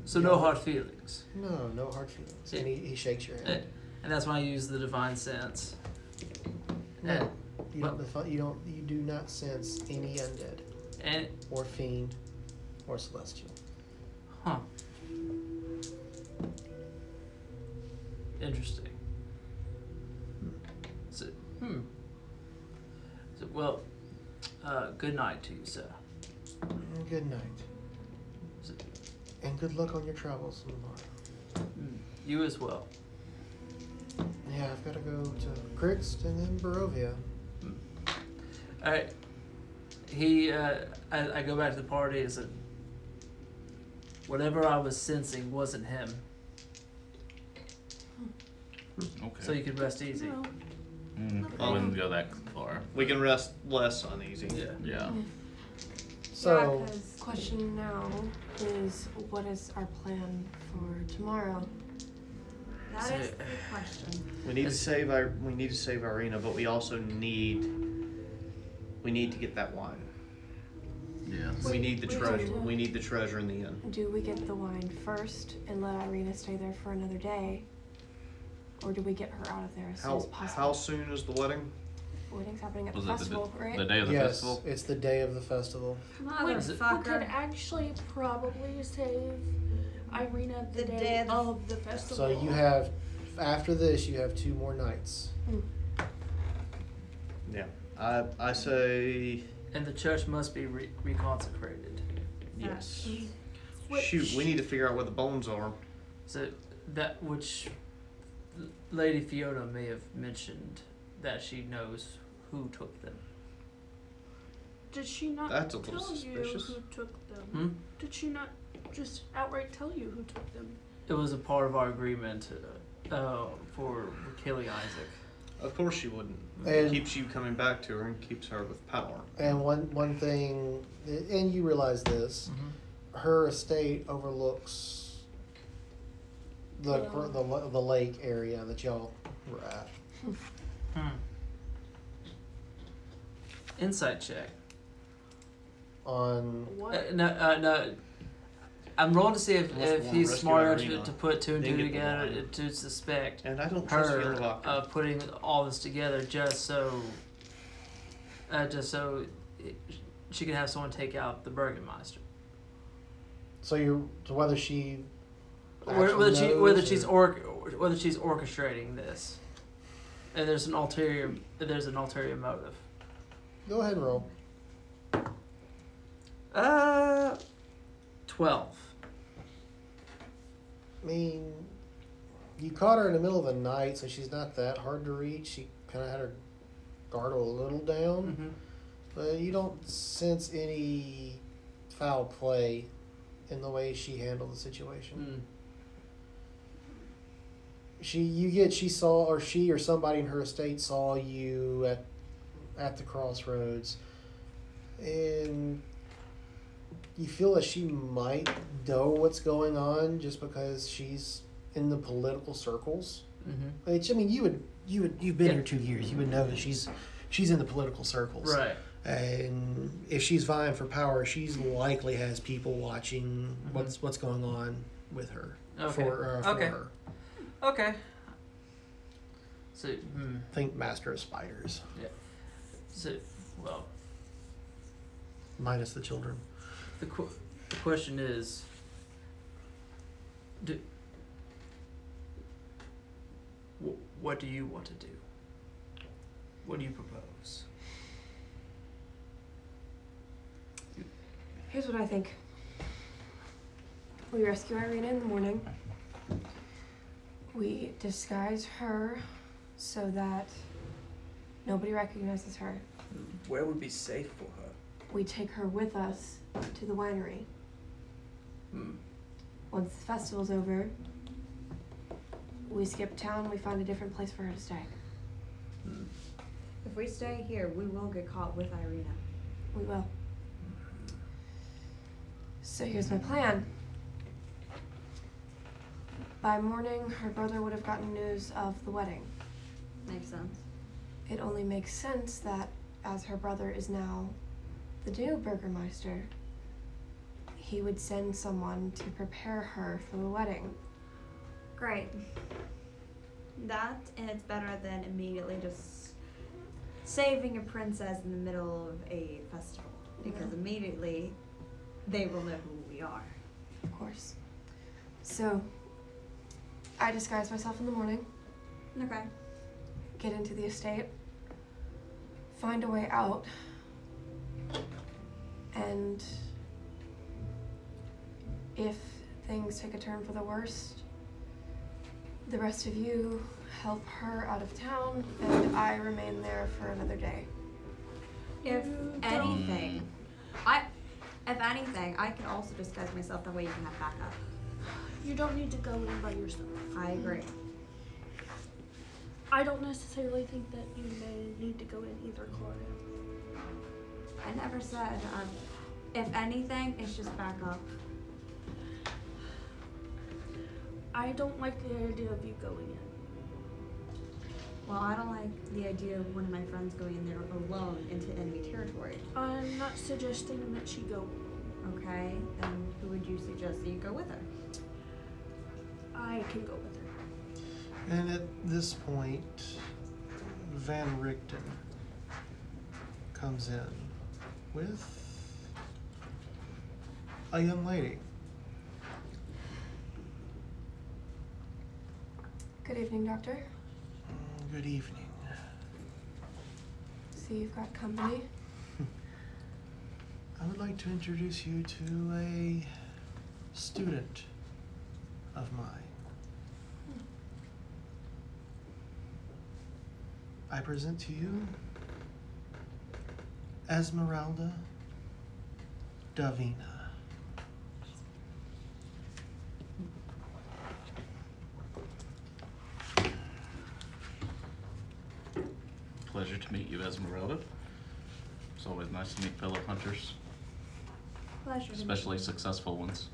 Speaker 10: So no hard feelings.
Speaker 1: No, no hard feelings. And he, he shakes your
Speaker 10: Eh,
Speaker 1: hand.
Speaker 10: And that's why I use the divine sense.
Speaker 1: No, you don't. Defi- you don't. You do not sense any undead
Speaker 10: And
Speaker 1: or fiend or celestial.
Speaker 10: Huh. Interesting. So, hmm. So, well, uh, good night to you, sir.
Speaker 1: Mm, Good night, and good luck on your travels tomorrow.
Speaker 10: hmm, You as well.
Speaker 1: Yeah, I've got to go to Krixt and then Barovia.
Speaker 10: All right. He, uh, I, I go back to the party. Is said, whatever I was sensing wasn't him,
Speaker 3: Okay.
Speaker 10: so you could rest easy.
Speaker 3: Mm,
Speaker 9: Oh.
Speaker 3: I wouldn't go that far.
Speaker 2: We can rest less uneasy.
Speaker 10: Yeah.
Speaker 3: Yeah.
Speaker 1: So-
Speaker 14: Yeah, 'cause question now is what is our plan for tomorrow?
Speaker 11: That
Speaker 2: So-
Speaker 11: is the question.
Speaker 2: We need to save our. We need to save Irina, but we also need. We need to get that wine.
Speaker 3: Yeah.
Speaker 2: We
Speaker 14: Wait,
Speaker 2: need the
Speaker 14: wait,
Speaker 2: treasure.
Speaker 14: wait.
Speaker 2: We need the treasure in the end.
Speaker 14: Do we get the wine first and let Irina stay there for another day? Or do we get her out of there as soon as
Speaker 2: How
Speaker 14: possible?
Speaker 2: how soon is the wedding?
Speaker 14: Wedding's happening at the
Speaker 2: Was it the-
Speaker 14: festival, right?
Speaker 2: the day of the
Speaker 1: yes,
Speaker 2: festival?
Speaker 1: it's the day of the festival.
Speaker 5: Which we could
Speaker 9: Motherfucker.
Speaker 5: actually probably save Irina the,
Speaker 9: The
Speaker 5: day,
Speaker 9: day of the-
Speaker 5: of the festival.
Speaker 1: So you have, after this, you have two more nights.
Speaker 2: Yeah. I I say
Speaker 10: And the church must be re- reconsecrated.
Speaker 2: yes.
Speaker 10: What-
Speaker 2: Shoot, we need to figure out where the bones are.
Speaker 10: So that which L- Lady Fiona may have mentioned that she knows who took them.
Speaker 5: Did she not
Speaker 10: That's a
Speaker 5: tell
Speaker 10: little suspicious.
Speaker 5: you who took them?
Speaker 10: Hmm?
Speaker 5: Did she not just outright tell you who took them?
Speaker 10: It was a part of our agreement uh, uh, for killing Isaac.
Speaker 2: Of course she wouldn't.
Speaker 1: And-
Speaker 2: it keeps you coming back to her and keeps her with power.
Speaker 1: And one one thing, and you realize this,
Speaker 10: Mm-hmm.
Speaker 1: her estate overlooks the gr- the la- the lake area that y'all were at.
Speaker 10: Hmm. Insight check.
Speaker 1: On
Speaker 10: Uh, no, uh, no. I'm rolling to see if,
Speaker 2: Unless we
Speaker 10: if
Speaker 2: wanna
Speaker 10: he's
Speaker 2: rescue
Speaker 10: smart
Speaker 2: Irina,
Speaker 10: to, to put two and
Speaker 2: then
Speaker 10: two
Speaker 2: get the
Speaker 10: together
Speaker 2: wine.
Speaker 10: to suspect
Speaker 2: And I don't trust
Speaker 10: her
Speaker 2: Fiona
Speaker 10: uh, putting all this together just so uh, just so it, she can have someone take out the Burgenmeister.
Speaker 1: so you so whether she
Speaker 10: Whether,
Speaker 1: actually
Speaker 10: whether, she,
Speaker 1: knows
Speaker 10: whether she's
Speaker 1: or-
Speaker 10: or, whether she's orchestrating this, and there's an ulterior there's an ulterior motive.
Speaker 1: go ahead and roll.
Speaker 10: Uh, twelve.
Speaker 1: I mean, you caught her in the middle of the night, so she's not that hard to reach. She kind of had her guard a little down,
Speaker 10: Mm-hmm.
Speaker 1: but you don't sense any foul play in the way she handled the
Speaker 10: Mm.
Speaker 1: situation. She, you get, she saw, or she or somebody in her estate saw you at at the crossroads, and you feel that she might know what's going on just because she's in the political circles.
Speaker 10: Mm-hmm.
Speaker 1: Which I mean, you would you would you've been here two years. You would know that she's she's in the political circles,
Speaker 10: Right.
Speaker 1: And if she's vying for power, she's likely has people watching what's what's going on with her
Speaker 10: Mm-hmm. Okay.
Speaker 1: for uh, for
Speaker 10: Mm-hmm. Okay.
Speaker 1: her.
Speaker 10: Okay. So, hmm,
Speaker 1: Think Master of Spiders.
Speaker 10: yeah. So, well,
Speaker 19: minus the children.
Speaker 10: The, qu- the question is do, wh- what do you want to do? What do you propose?
Speaker 14: Here's what I think. We rescue Irina in the morning. We disguise her so that nobody recognizes her.
Speaker 10: Where would be safe for her?
Speaker 14: We take her with us to the winery.
Speaker 10: Hmm.
Speaker 14: Once the festival's over, we skip town, we find a different place for her to stay.
Speaker 10: hmm.
Speaker 9: If we stay here, we will get caught with Irina.
Speaker 14: We will. So here's my plan. By morning, her brother would have gotten news of the wedding.
Speaker 9: Makes sense.
Speaker 14: It only makes sense that as her brother is now the new Burgermeister, he would send someone to prepare her for the wedding.
Speaker 9: Great. That is better than immediately just saving a princess in the middle of a festival because
Speaker 14: Yeah.
Speaker 9: immediately they will know who we are.
Speaker 14: Of course. So, I disguise myself in the morning,
Speaker 9: Okay.
Speaker 14: get into the estate, find a way out, and if things take a turn for the worst, the rest of you help her out of town, and I remain there for another day.
Speaker 9: If
Speaker 14: Mm,
Speaker 9: anything, I if anything, I can also disguise myself that way you can have backup.
Speaker 5: You don't need to go in by yourself.
Speaker 9: I agree.
Speaker 5: I don't necessarily think that you may need to go in either, Claudia.
Speaker 9: I never said um, if anything, it's just backup.
Speaker 5: I don't like the idea of you going in.
Speaker 9: Well, I don't like the idea of one of my friends going in there alone into enemy territory.
Speaker 5: I'm not suggesting that she go.
Speaker 9: Okay, then who would you suggest that you go with her?
Speaker 5: I can go with her.
Speaker 1: And at this point, Van Richten comes in with a young lady.
Speaker 14: Good evening, Doctor.
Speaker 1: Good evening.
Speaker 14: See, you've got company.
Speaker 1: I would like to introduce you to a student of mine. I present to you Esmeralda Davina.
Speaker 3: Pleasure to meet you, Esmeralda. It's always nice to meet fellow hunters,
Speaker 9: Pleasure. to meet
Speaker 3: especially
Speaker 9: you.
Speaker 3: successful ones.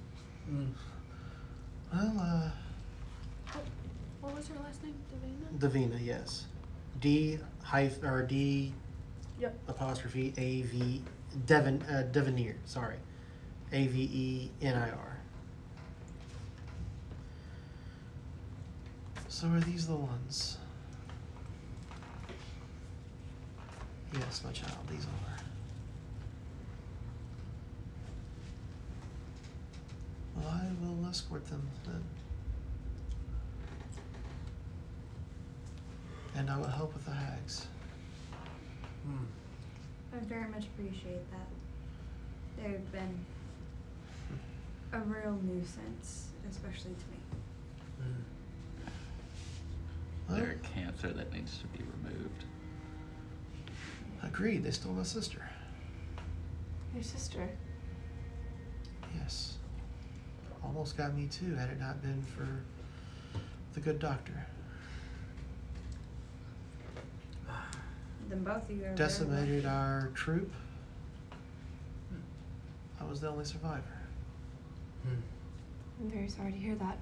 Speaker 1: Well, uh,
Speaker 5: What was her last name?
Speaker 1: Mm.
Speaker 5: Davina?
Speaker 1: Davina, yes. D hyphen or D
Speaker 5: Yep.
Speaker 1: apostrophe A V Devon uh, Devonier. Sorry, A V E N I R. So are these the ones? Yes, my child. These are. Well, I will escort them then. And I will help with the hags.
Speaker 9: I very much appreciate that. They've been a real nuisance, especially to me.
Speaker 3: They're a cancer that needs to be removed.
Speaker 1: Agreed, they stole my sister.
Speaker 14: Your sister.
Speaker 1: Yes. Almost got me too, had it not been for the good doctor.
Speaker 9: Then both of you are very
Speaker 1: Decimated
Speaker 9: lucky.
Speaker 1: our troop. I was the only survivor.
Speaker 14: I'm very sorry to hear that.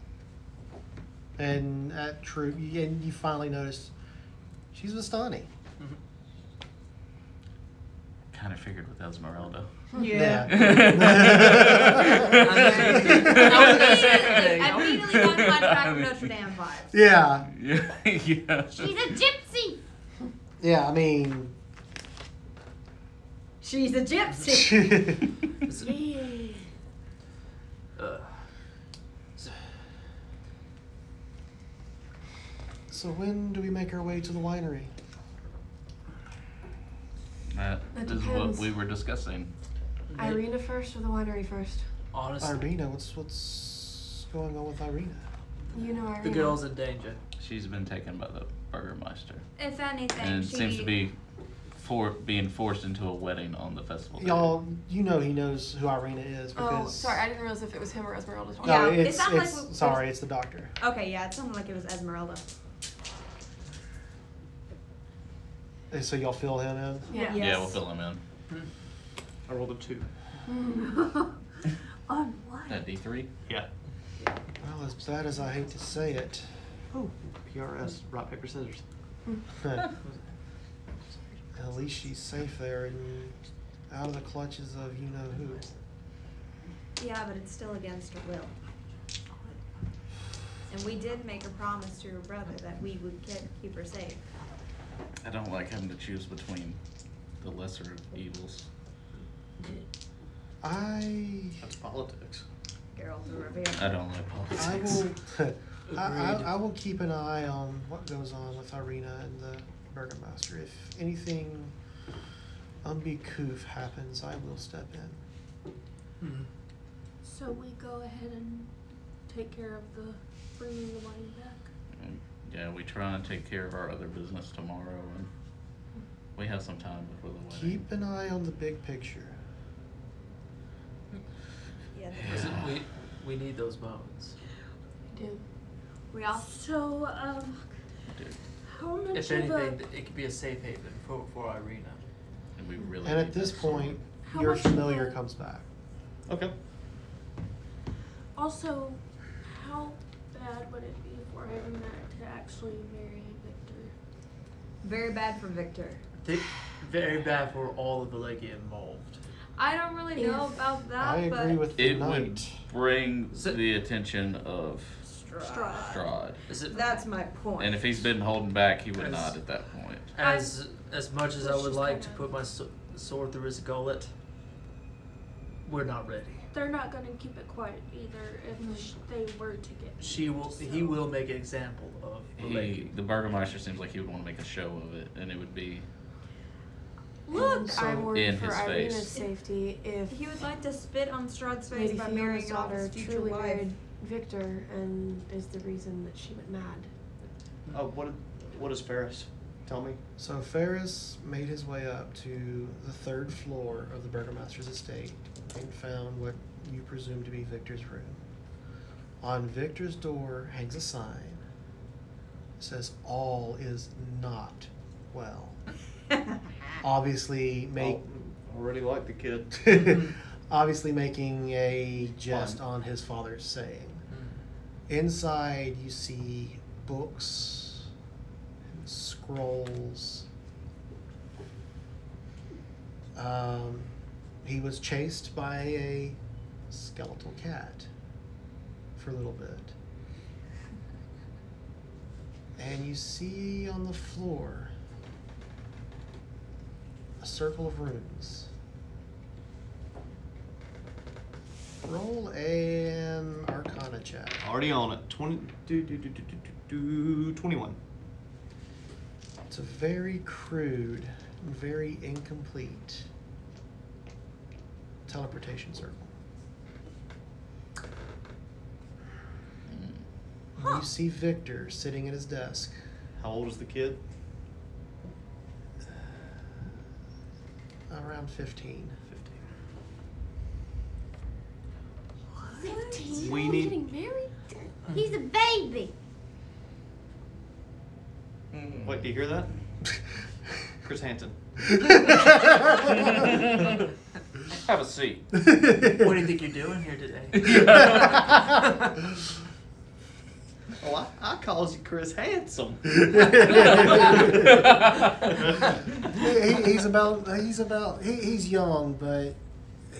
Speaker 1: And that troop, you- and you finally noticed she's Vistani.
Speaker 3: Kind of figured with Esmeralda.
Speaker 1: Yeah.
Speaker 9: I immediately got flashback to Notre Dame vibes.
Speaker 1: Yeah.
Speaker 3: Yeah. yeah.
Speaker 9: She's a gypsy!
Speaker 1: Yeah, I mean,
Speaker 2: She's a gypsy. yeah.
Speaker 10: Uh,
Speaker 1: So when do we make our way to the winery?
Speaker 3: That
Speaker 14: That
Speaker 3: is what
Speaker 14: depends.
Speaker 3: we were discussing.
Speaker 14: Irina first or the winery first?
Speaker 10: Honestly.
Speaker 1: Irina, what's what's going on with Irina?
Speaker 14: You know Irina.
Speaker 10: the girl's in danger.
Speaker 3: She's been taken by the Burgermeister.
Speaker 9: If anything,
Speaker 3: and
Speaker 9: she
Speaker 3: seems to be for being forced into a wedding on the festival. day.
Speaker 1: Y'all, you know he knows who Irina is
Speaker 14: Oh,
Speaker 1: because.
Speaker 14: sorry, I didn't realize if it was him or Esmeralda.
Speaker 1: No,
Speaker 2: Yeah, it
Speaker 1: it's,
Speaker 2: sounded like
Speaker 1: it's
Speaker 2: we- we-
Speaker 1: sorry, it's the doctor.
Speaker 2: Okay, yeah, it sounded like it was Esmeralda.
Speaker 1: And So y'all fill him in.
Speaker 2: Yeah.
Speaker 3: Yeah, we'll
Speaker 2: Yes.
Speaker 3: fill him in.
Speaker 8: I rolled a two.
Speaker 9: On what?
Speaker 3: That D three.
Speaker 8: Yeah.
Speaker 1: Well, as bad as I hate to say it,
Speaker 8: Oh, PRS, rock, paper, scissors.
Speaker 1: at least she's safe there and out of the clutches of you know who.
Speaker 2: Yeah, but it's still against her will.
Speaker 9: And we did make a promise to her brother that we would ke- keep her safe.
Speaker 3: I don't like having to choose between the lesser of evils.
Speaker 1: I
Speaker 8: That's politics.
Speaker 2: Girl to
Speaker 3: I
Speaker 2: revere.
Speaker 3: don't like politics.
Speaker 1: I will. I, I, I will keep an eye on what goes on with Irina and the Burgomaster. If anything unbecouth happens, I will step in.
Speaker 10: Mm-hmm.
Speaker 5: So we go ahead and take care of the bringing the wine back.
Speaker 3: And, yeah, we try and take care of our other business tomorrow, and we have some time before the wedding.
Speaker 1: Keep an eye on the big picture.
Speaker 2: Yeah,
Speaker 10: Is it- we, we need those bones.
Speaker 9: We all
Speaker 5: So, um,
Speaker 3: Dude,
Speaker 5: how much
Speaker 10: If
Speaker 5: of
Speaker 10: anything,
Speaker 5: a
Speaker 10: th- it could be a safe haven for, for Irina.
Speaker 3: and we really.
Speaker 1: And at
Speaker 3: need
Speaker 1: this
Speaker 3: that
Speaker 1: point,
Speaker 5: How
Speaker 1: your
Speaker 5: much of
Speaker 1: familiar
Speaker 5: a-
Speaker 1: comes back.
Speaker 8: Okay.
Speaker 5: also how bad would it be for Irina to actually marry Victor?
Speaker 2: Very bad for Victor.
Speaker 10: They, very bad for all of the Legate involved.
Speaker 9: I don't really know
Speaker 2: If-
Speaker 9: about that,
Speaker 1: I agree
Speaker 9: but
Speaker 1: with the
Speaker 3: It would
Speaker 1: knight.
Speaker 3: bring the attention of
Speaker 2: Strahd.
Speaker 3: Strahd.
Speaker 10: Is it
Speaker 2: That's my point.
Speaker 3: And if he's been holding back, he would
Speaker 10: As-
Speaker 3: not at that point.
Speaker 10: as as much as I
Speaker 5: Let's
Speaker 10: would
Speaker 5: just
Speaker 10: like to
Speaker 5: kinda-
Speaker 10: put my so- sword through his gullet? We're not ready.
Speaker 5: They're not gonna keep it quiet either if sh- they were to get.
Speaker 10: She will. He
Speaker 5: So-
Speaker 10: will make an example of the
Speaker 3: He,
Speaker 10: lady.
Speaker 3: the Burgermeister seems like he would want to make a show of it, and it would be.
Speaker 9: look,
Speaker 14: I'm
Speaker 3: in
Speaker 14: worried for
Speaker 3: his
Speaker 14: Irina's
Speaker 3: face.
Speaker 14: safety if
Speaker 9: he would like to spit on Strahd's face
Speaker 14: Lady
Speaker 9: by
Speaker 14: Fiona's
Speaker 9: marrying off
Speaker 14: daughter
Speaker 9: his future
Speaker 14: truly
Speaker 9: wife.
Speaker 14: married Victor and is the reason that she went mad.
Speaker 8: Uh, what, did- what is Ferris? Tell me.
Speaker 1: So Ferris made his way up to the third floor of the Burgomaster's estate and found what you presume to be Victor's room. On Victor's door hangs a sign. It says all is not well. Obviously make
Speaker 8: Oh, already like the kid.
Speaker 1: obviously making a jest on his father's saying. Inside, you see books and scrolls. Um, he was chased by a skeletal cat for a little bit. And you see on the floor a circle of runes. Roll an arcana check.
Speaker 8: Already on it. 20, do, do, do, do, do, do, do, 21.
Speaker 1: It's a very crude and very incomplete teleportation circle. You see Victor sitting at his desk.
Speaker 8: How old is the kid?
Speaker 1: Uh, Around 15.
Speaker 8: 15.
Speaker 5: Fifteen.
Speaker 8: We need-
Speaker 5: Getting married.
Speaker 20: He's a baby.
Speaker 3: Mm.
Speaker 8: Wait, do you hear that? Chris Hansen.
Speaker 3: Have a seat.
Speaker 10: what do you think you're doing here today?
Speaker 8: Oh, I, I calls you Chris Handsome.
Speaker 1: he, he's about he's about he, he's young, but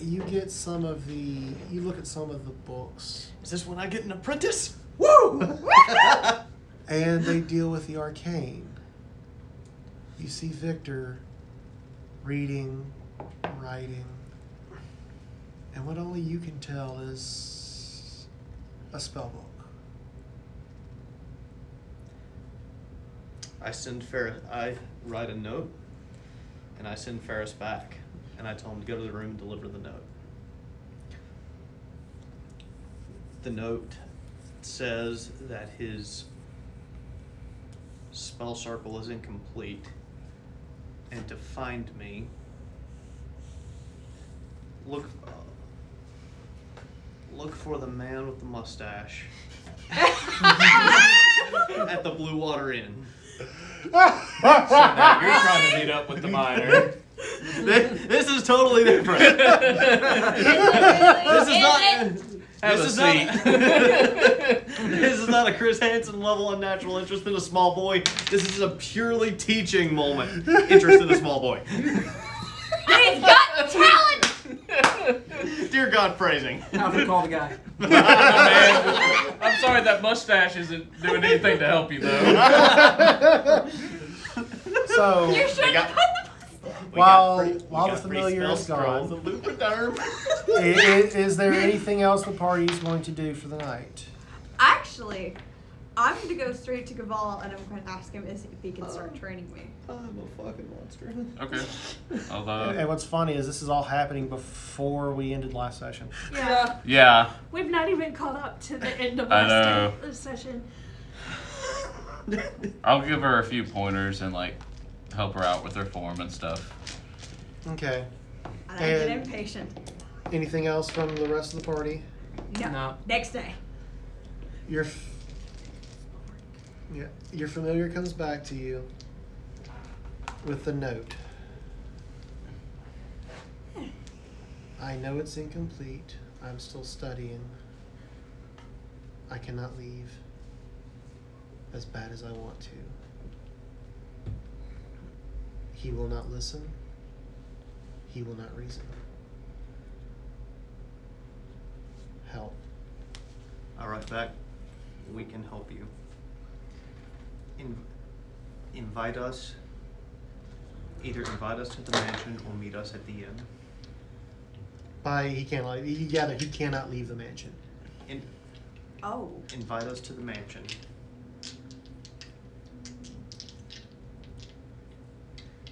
Speaker 1: you get some of the you look at some of the books
Speaker 8: Is this when I get an apprentice? Woo!
Speaker 1: and they deal with the arcane. You see Victor reading, writing. And what only you can tell is a spell book.
Speaker 21: I send Ferris. I write a note, and I send Ferris back, and I tell him to go to the room and deliver the note. The note says that his spell circle is incomplete, and to find me, look. Uh, Look for the man with the mustache at the Blue Water Inn.
Speaker 3: so now you're trying to meet up with the miner.
Speaker 21: This, this is totally different. this is not.
Speaker 3: Have
Speaker 21: this is
Speaker 3: a
Speaker 21: not. this is not a Chris Hansen level unnatural interest in a small boy. This is a purely teaching moment. Interest in a small boy.
Speaker 9: He's got talent!
Speaker 21: Dear God, phrasing.
Speaker 10: I'm gonna call the guy.
Speaker 3: Man, I'm sorry that mustache isn't doing anything to help you though.
Speaker 1: So
Speaker 9: You should have
Speaker 1: while
Speaker 21: free- we
Speaker 1: while the
Speaker 21: got free
Speaker 1: familiar is
Speaker 21: spells from
Speaker 1: gone,
Speaker 21: the Lupiderm.
Speaker 1: i- i- is there anything else the party is going to do for the night?
Speaker 2: Actually, I'm going to go straight to Gaval and I'm going to ask him is- if he can start training me.
Speaker 21: I'm a fucking monster.
Speaker 3: Okay.
Speaker 1: And-
Speaker 3: Although,
Speaker 1: and what's funny is this is all happening before we ended last session.
Speaker 5: Yeah.
Speaker 3: yeah,
Speaker 5: We've not even caught up to the end of
Speaker 3: I
Speaker 5: last se- session.
Speaker 3: I'll give her a few pointers and like help her out with her form and stuff.
Speaker 1: Okay.
Speaker 2: And I get
Speaker 1: And-
Speaker 2: impatient.
Speaker 1: Anything else from the rest of the party?
Speaker 2: No.
Speaker 10: No.
Speaker 2: Next day.
Speaker 1: Your f- yeah, your familiar comes back to you with the note. I know it's incomplete. I'm still studying. I cannot leave as bad as I want to. He will not listen. He will not reason. Help.
Speaker 21: All right, back. We can help you. In- invite us. Either invite us to the mansion or meet us at the inn.
Speaker 1: By he can't leave. You gather he cannot leave the mansion.
Speaker 21: In-
Speaker 2: Oh.
Speaker 21: invite us to the mansion.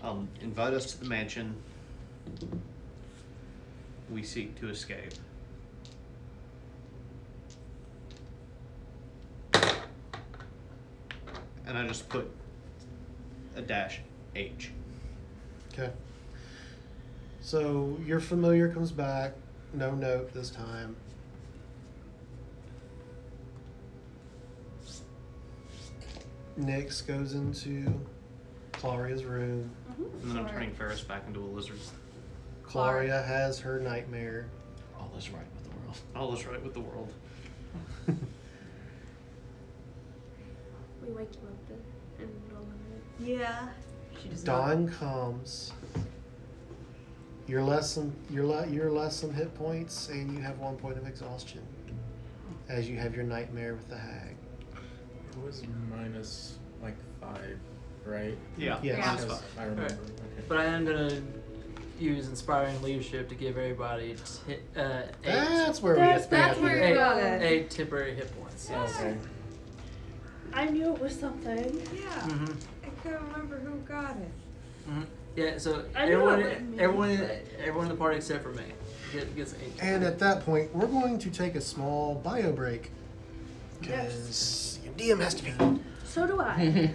Speaker 21: Um, invite us to the mansion. We seek to escape. And I just put a dash H.
Speaker 1: Okay. So your familiar comes back. No note this time. Nyx goes into Claria's room.
Speaker 21: And then I'm turning Ferris back into a lizard.
Speaker 1: Claria has her nightmare.
Speaker 21: All is right with the world. All is right with the world.
Speaker 5: We wake you up in, in the middle of the night.
Speaker 2: Yeah. She does not-
Speaker 1: Dawn comes. You're less than you're le- you're less than hit points, and you have one point of exhaustion, as you have your nightmare with the hag.
Speaker 11: It was minus like five, right?
Speaker 21: Yeah,
Speaker 1: Yeah.
Speaker 11: Yes,
Speaker 21: minus
Speaker 11: I remember.
Speaker 10: Alright.
Speaker 11: Okay.
Speaker 10: But I am gonna use inspiring leadership to give everybody t- uh, eight,
Speaker 1: That's where
Speaker 5: That's-
Speaker 1: we get back
Speaker 5: that's where
Speaker 1: here.
Speaker 5: you
Speaker 10: eight,
Speaker 5: got it.
Speaker 10: eight temporary hit points. Yes.
Speaker 11: Okay.
Speaker 5: I knew it was something.
Speaker 2: Yeah.
Speaker 10: hmm
Speaker 2: I couldn't remember who got it.
Speaker 10: hmm Yeah. So
Speaker 5: I know
Speaker 10: everyone,
Speaker 5: what it means,
Speaker 10: everyone, everyone in the party except for me get, gets an eight.
Speaker 1: And at that point, we're going to take a small bio break. Because your DM has to be.
Speaker 5: So do I.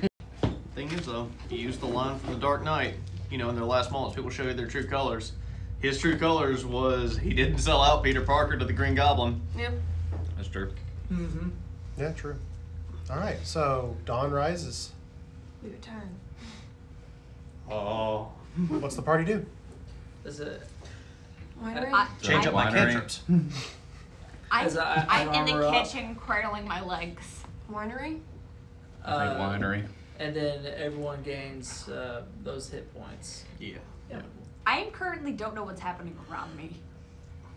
Speaker 21: Thing is, though, you use the line from The Dark Knight. You know, in their last moments, people show you their true colors. His true colors was he didn't sell out Peter Parker to the Green Goblin.
Speaker 2: Yep.
Speaker 3: That's true.
Speaker 10: Mm-hmm.
Speaker 1: Yeah, true. All right, so dawn rises.
Speaker 2: We return.
Speaker 21: Oh.
Speaker 1: What's the party do?
Speaker 10: Is it?
Speaker 22: Winery?
Speaker 9: I,
Speaker 21: Change up my
Speaker 3: Winery.
Speaker 21: cantrips.
Speaker 9: I,
Speaker 10: As I- I
Speaker 9: I'm in
Speaker 10: armor
Speaker 9: the
Speaker 10: up.
Speaker 9: kitchen cradling my legs.
Speaker 22: Winery?
Speaker 3: Big
Speaker 10: Uh,
Speaker 3: winery.
Speaker 10: And then everyone gains uh, those hit points.
Speaker 21: Yeah.
Speaker 9: I currently don't know what's happening around me.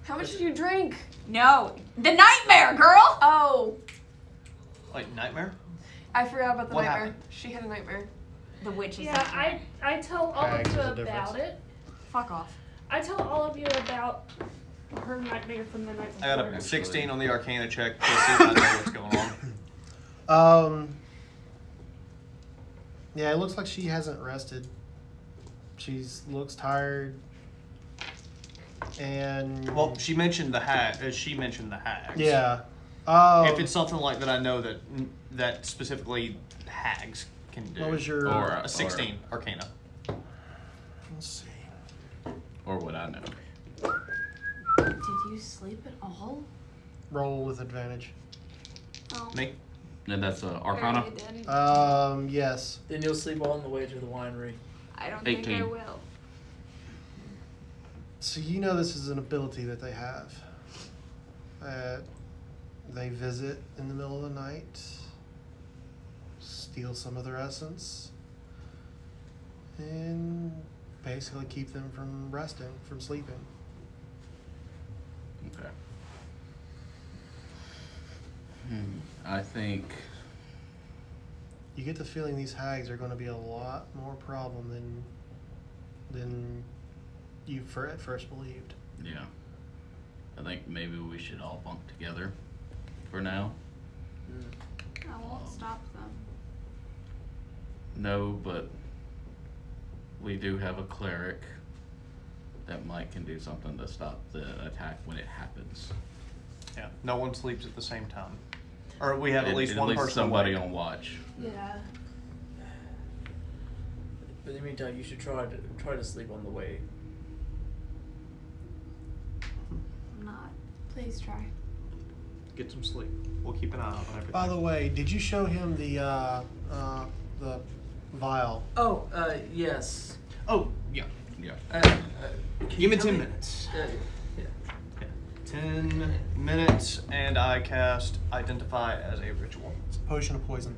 Speaker 14: How much did you drink?
Speaker 9: No. The nightmare, girl!
Speaker 14: Oh,
Speaker 21: Like Nightmare?
Speaker 14: I forgot about the
Speaker 21: What
Speaker 14: nightmare.
Speaker 21: happened?
Speaker 14: She had a nightmare.
Speaker 9: The witch is
Speaker 5: yeah, I I tell all
Speaker 1: Bags
Speaker 5: of you
Speaker 1: is a
Speaker 5: about
Speaker 1: difference.
Speaker 5: it.
Speaker 9: Fuck off.
Speaker 5: I tell all of you about her nightmare from the night
Speaker 11: I
Speaker 5: before.
Speaker 11: got a 16 on the Arcana check to see if I know what's going on.
Speaker 1: Um. Yeah, it looks like she hasn't rested. She's looks tired. And
Speaker 11: Well, she mentioned the hack. Uh, she mentioned the hags.
Speaker 1: yeah. Um,
Speaker 11: if it's something like that, I know that that specifically hags can do.
Speaker 1: What was your-
Speaker 11: or
Speaker 1: Or-
Speaker 11: a 16 Arcana?
Speaker 1: let's see.
Speaker 3: Or would I know?
Speaker 2: Did you sleep at all?
Speaker 1: Roll with advantage.
Speaker 2: Oh.
Speaker 11: Me?
Speaker 3: No, that's uh, Arcana.
Speaker 1: Um. Yes.
Speaker 10: Then you'll sleep on the way to the winery.
Speaker 2: I don't think I
Speaker 3: 18.
Speaker 2: will.
Speaker 1: So you know this is an ability that they have. That they visit in the middle of the night, steal some of their essence, and basically keep them from resting, from sleeping.
Speaker 3: Okay. Hmm. I think.
Speaker 1: You get the feeling these hags are going to be a lot more problem than than you for at first believed.
Speaker 3: Yeah. I think maybe we should all bunk together for now. Um,
Speaker 2: I won't stop them.
Speaker 3: No, but we do have a cleric that might can do something to stop the attack when it happens.
Speaker 11: Yeah. No one sleeps at the same time. Or we have at
Speaker 3: And-
Speaker 11: least
Speaker 3: and
Speaker 11: one person
Speaker 3: somebody
Speaker 11: awake.
Speaker 3: on watch.
Speaker 2: Yeah.
Speaker 10: But in the meantime, you should try to try to sleep on the way.
Speaker 2: I'm not. Please try.
Speaker 11: Get some sleep. We'll keep an eye out on everything.
Speaker 1: By the way, did you show him the uh, uh, the vial?
Speaker 10: Oh, uh, yes.
Speaker 11: Oh, yeah.
Speaker 3: Yeah.
Speaker 11: Eh.
Speaker 10: Uh, uh, can
Speaker 11: Give
Speaker 10: you
Speaker 11: me
Speaker 10: tell
Speaker 11: 10 minutes.
Speaker 10: Uh, yeah.
Speaker 11: 10 minutes, and I cast Identify as a Ritual.
Speaker 1: It's a potion of poison.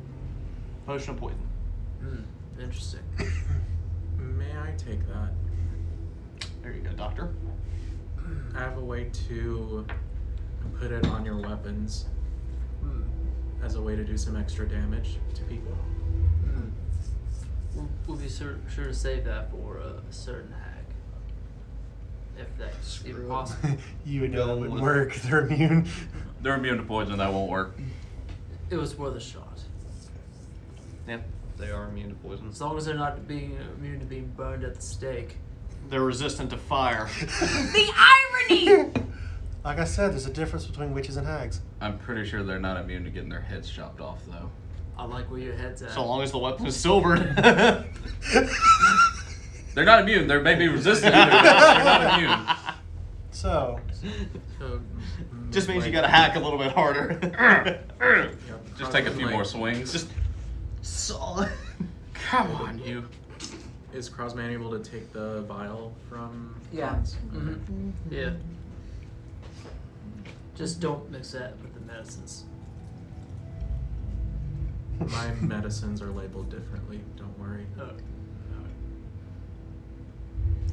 Speaker 11: Potion of Poison.
Speaker 10: Hmm. Interesting.
Speaker 23: May I take that?
Speaker 11: There you go, Doctor.
Speaker 23: I have a way to put it on your weapons
Speaker 10: Hmm.
Speaker 23: as a way to do some extra damage to people.
Speaker 10: Hmm. We'll, we'll be sur- sure to save that for a certain hag, if that's even possible.
Speaker 1: you would know that
Speaker 3: No,
Speaker 1: wouldn't
Speaker 3: with-
Speaker 1: work. They're immune.
Speaker 3: They're immune to poison. That won't work.
Speaker 10: it was worth a shot.
Speaker 11: Yeah, they are immune to poison.
Speaker 10: As long as they're not being immune to being burned at the stake.
Speaker 11: They're resistant to fire.
Speaker 2: The irony!
Speaker 1: like I said, there's a difference between witches and hags.
Speaker 3: I'm pretty sure they're not immune to getting their heads chopped off, though.
Speaker 10: I like where your head's at.
Speaker 11: so long as the weapon is silvered.
Speaker 3: They're not immune. They may be resistant. They're not, they're not immune.
Speaker 1: So,
Speaker 23: So, mm,
Speaker 11: Just means you
Speaker 23: like-
Speaker 11: gotta hack a little bit harder.
Speaker 23: Yeah,
Speaker 3: Just take a
Speaker 23: Crosman,
Speaker 3: few
Speaker 23: like,
Speaker 3: more swings.
Speaker 11: Just solid.
Speaker 3: come on, you.
Speaker 23: Is Crosman able to take the vial from?
Speaker 10: Yeah.
Speaker 23: Hans?
Speaker 10: hmm Yeah. Just don't mix that with the medicines.
Speaker 23: My medicines are labeled differently. Don't worry.
Speaker 10: Okay.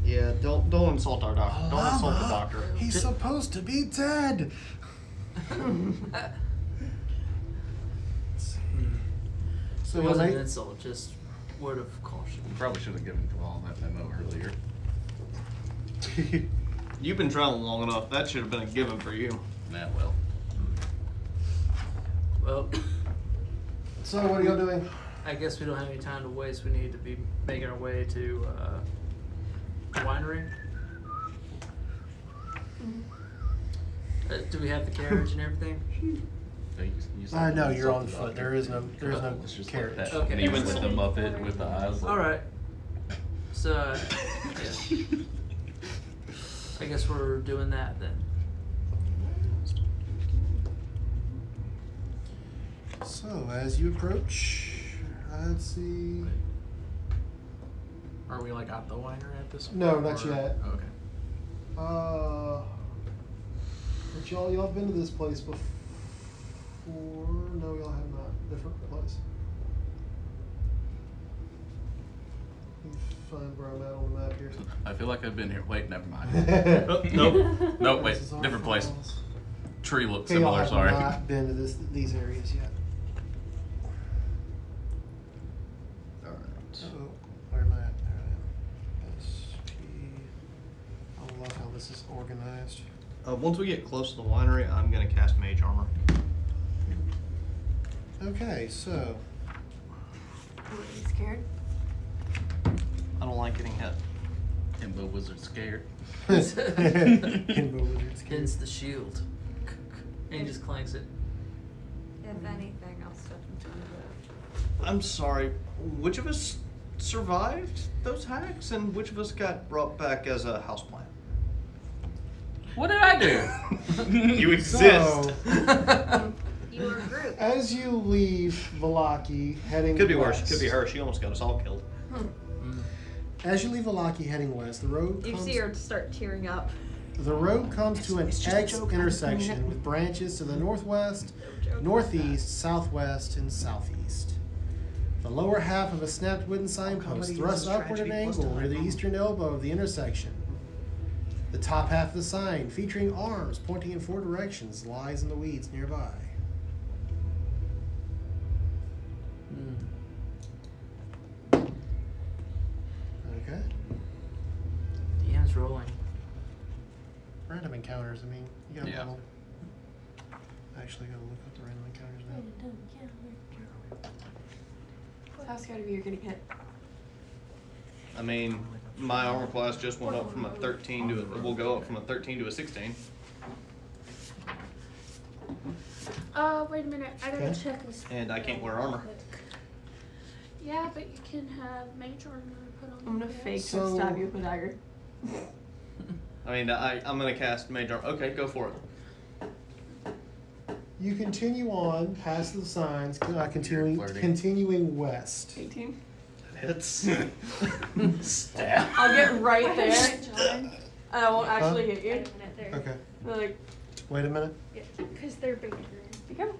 Speaker 11: Yeah, don't don't insult our doctor.
Speaker 1: Oh,
Speaker 11: don't insult the
Speaker 1: Mama,
Speaker 11: doctor.
Speaker 1: He's supposed to be dead.
Speaker 10: So
Speaker 1: So
Speaker 10: it
Speaker 1: you'll
Speaker 10: wasn't
Speaker 1: make
Speaker 10: an insult, just word of caution.
Speaker 3: Probably should have given all that memo earlier.
Speaker 11: You've been traveling long enough. That should have been a given for you.
Speaker 3: Nah, well.
Speaker 10: Well,
Speaker 1: So what are y'all doing?
Speaker 10: I guess we don't have any time to waste. We need to be making our way to uh, the winery. Uh, do we have the carriage and everything?
Speaker 3: They- you said
Speaker 1: I know
Speaker 3: you
Speaker 1: you're on
Speaker 3: insulted the
Speaker 1: foot.
Speaker 3: doctor.
Speaker 1: There is no there is no
Speaker 3: It's just like
Speaker 1: carriage.
Speaker 3: that
Speaker 10: Okay.
Speaker 3: meme
Speaker 10: Even
Speaker 3: with the
Speaker 5: so-
Speaker 3: Muppet with the eyes. like-
Speaker 10: All right. So, uh, yeah. I guess we're doing that then.
Speaker 1: So as you approach, let's see.
Speaker 23: Are we like at the winery at this?
Speaker 1: No,
Speaker 23: point,
Speaker 1: not
Speaker 23: or-
Speaker 1: yet.
Speaker 23: Okay.
Speaker 1: Uh, but y'all y'all been to this place before? No, y'all have not. Different place. Let me Find where I'm at on the map here.
Speaker 3: I feel like I've been here. Wait, never mind.
Speaker 1: No,
Speaker 3: Oh, nope. Nope, wait. Different place. Tree looks
Speaker 1: y'all
Speaker 3: similar,
Speaker 1: have
Speaker 3: sorry.
Speaker 1: not been to this these areas yet.
Speaker 3: Alright.
Speaker 1: So where am I at? There I am. SP. Oh, this is organized.
Speaker 8: Uh, once we get close to the winery, I'm gonna cast mage armor.
Speaker 1: Okay, so
Speaker 7: Were you scared?
Speaker 8: I don't like getting hit.
Speaker 3: Himbo wizard scared.
Speaker 10: Hence the shield. And he just clanks it.
Speaker 9: If anything, I'll step in front of it.
Speaker 8: I'm sorry. Which of us survived those hacks, and which of us got brought back as a houseplant?
Speaker 3: What did I do?
Speaker 8: you
Speaker 1: So-
Speaker 9: You were a group.
Speaker 1: as you leave Valaki heading
Speaker 8: Could be
Speaker 1: west,
Speaker 8: worse. Could be her. She almost got us all killed.
Speaker 1: As you leave Valaki heading west, the road
Speaker 2: You
Speaker 1: comes,
Speaker 2: see her start tearing up.
Speaker 1: the road comes to an
Speaker 2: It's just a
Speaker 1: X
Speaker 2: joke.
Speaker 1: intersection with branches to the northwest, northeast, southwest, and southeast. The lower half of a snapped wooden signpost
Speaker 15: comedy
Speaker 1: thrusts
Speaker 15: uses tragedy
Speaker 1: upward at an
Speaker 15: plus
Speaker 1: angle near the
Speaker 15: dialogue.
Speaker 1: eastern elbow of the intersection. The top half of the sign, featuring arms pointing in four directions, lies in the weeds nearby.
Speaker 8: Hmm.
Speaker 1: Okay.
Speaker 10: DM's rolling.
Speaker 1: Random encounters, I mean, you gotta
Speaker 10: Yeah.
Speaker 1: level. Actually, gotta look up the random encounters
Speaker 14: Hmm.
Speaker 1: now.
Speaker 14: How scared of you? You're getting hit.
Speaker 8: I mean, my armor class just went up from a 13 to a. Will go up from a 13 to a 16.
Speaker 5: Uh, wait a minute. I gotta
Speaker 8: Okay.
Speaker 5: check this.
Speaker 8: And I can't wear armor.
Speaker 5: Yeah, but you can have mage armor put on.
Speaker 14: I'm gonna
Speaker 5: your
Speaker 14: fake
Speaker 5: back.
Speaker 14: to stab you with a dagger.
Speaker 8: I mean, I, I'm gonna cast mage armor. Okay, go for it.
Speaker 1: You continue on past the signs, uh, continuing,
Speaker 3: flirting.
Speaker 1: continuing west.
Speaker 14: 18.
Speaker 8: Hits.
Speaker 3: Stab.
Speaker 14: I'll get right
Speaker 9: Wait a
Speaker 14: there.
Speaker 9: minute, John.
Speaker 14: And I won't
Speaker 1: Huh?
Speaker 14: actually hit you.
Speaker 9: Wait a minute there.
Speaker 1: Okay.
Speaker 14: They're like,
Speaker 1: Wait a minute.
Speaker 5: Because they're bigger. Um,
Speaker 14: be careful.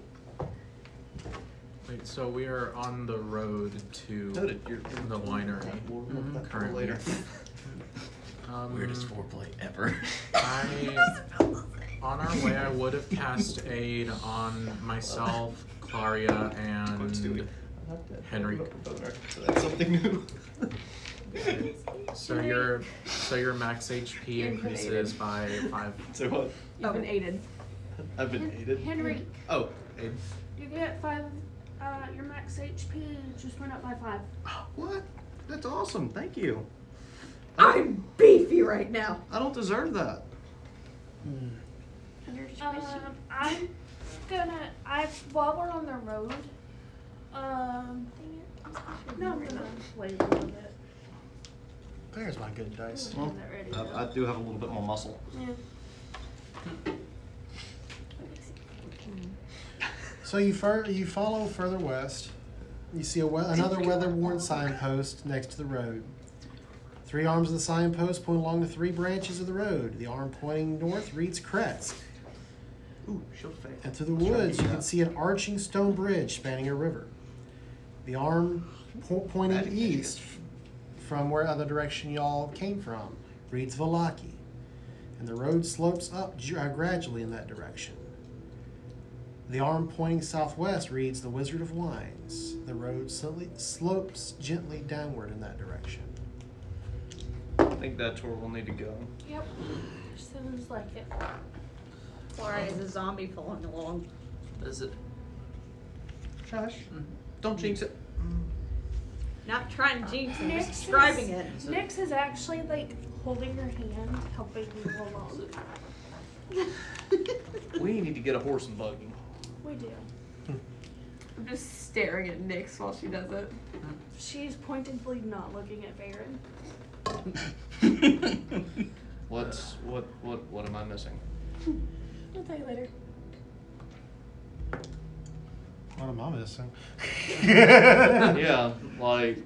Speaker 6: Wait, so we are on the road to
Speaker 8: Noted. You're-
Speaker 6: the winery
Speaker 8: We'll look that up
Speaker 6: currently.
Speaker 8: later.
Speaker 6: Um,
Speaker 3: Weirdest
Speaker 1: Hmm.
Speaker 3: foreplay ever.
Speaker 6: I, on our way, I would have cast aid on myself, Claria, and Henry.
Speaker 8: Mm-hmm. So that's something new.
Speaker 6: So your so your max HP increases by five.
Speaker 8: So what?
Speaker 14: You've been aided.
Speaker 8: I've been aided.
Speaker 5: Henry,
Speaker 8: Oh, aid.
Speaker 5: you get five. Uh, your max HP just went up by five.
Speaker 8: What? That's awesome. Thank you.
Speaker 2: I'm beefy right now.
Speaker 8: I don't deserve that.
Speaker 5: Um, I'm gonna. I while we're on the road. Um. No, I'm gonna wait a little bit.
Speaker 1: There's my good dice.
Speaker 8: Well, I, I do have a little bit more muscle.
Speaker 5: Yeah.
Speaker 1: So you fur- you follow further west. You see a we- another weather-worn signpost next to the road. Three arms of the signpost point along the three branches of the road. The arm pointing north reads Kretz,
Speaker 8: Ooh, shield of faith.
Speaker 1: and through the woods you can see an arching stone bridge spanning a river. The arm po- pointing east from where other direction y'all came from reads Valaki, and the road slopes up gi- uh, gradually in that direction. The arm pointing southwest reads the Wizard of Wines. The road slowly slopes gently downward in that direction.
Speaker 8: I think that's where we'll need to go.
Speaker 5: Yep. Sounds like it.
Speaker 20: Clara is a zombie following along.
Speaker 10: Is it?
Speaker 8: Shush. Don't jinx it.
Speaker 2: Not trying to jinx it,
Speaker 5: Nyx
Speaker 2: just describing
Speaker 5: is,
Speaker 2: it.
Speaker 5: Nyx is actually like holding your hand, helping you along.
Speaker 8: We need to get a horse and buggy.
Speaker 5: We do.
Speaker 14: I'm just staring at Nyx while she does it.
Speaker 5: She's pointedly not looking at Baron.
Speaker 8: What's what what what am I missing?
Speaker 5: I'll tell you later.
Speaker 1: What am I missing?
Speaker 8: yeah, like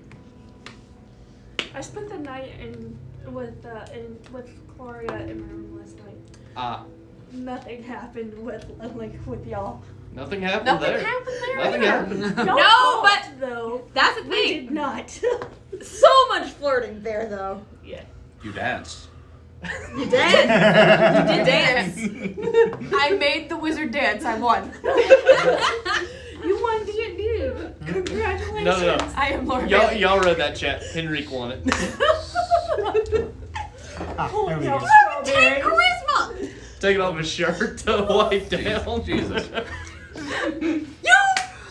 Speaker 5: I spent the night in with uh, in with Gloria in my room last night.
Speaker 8: ah,
Speaker 5: Nothing happened with like with y'all.
Speaker 8: nothing happened
Speaker 5: Nothing
Speaker 8: there.
Speaker 5: happened there.
Speaker 8: Nothing
Speaker 5: either.
Speaker 8: happened.
Speaker 5: Y'all
Speaker 2: No,
Speaker 5: fought, though
Speaker 2: That's the
Speaker 5: we
Speaker 2: thing.
Speaker 5: did not.
Speaker 2: So much flirting there, though.
Speaker 5: yeah.
Speaker 3: You danced.
Speaker 2: You did.
Speaker 14: I did dance. I made the wizard dance. I won.
Speaker 5: You won D and D. Congratulations.
Speaker 8: No, no, no.
Speaker 14: I am Laura.
Speaker 8: Y'all,
Speaker 14: Bailey.
Speaker 8: y'all read that chat. Henrique won it.
Speaker 1: Ah, there we
Speaker 5: Y'all
Speaker 1: go.
Speaker 5: strawberry.
Speaker 24: taking off his shirt to wipe down. Jesus.
Speaker 2: You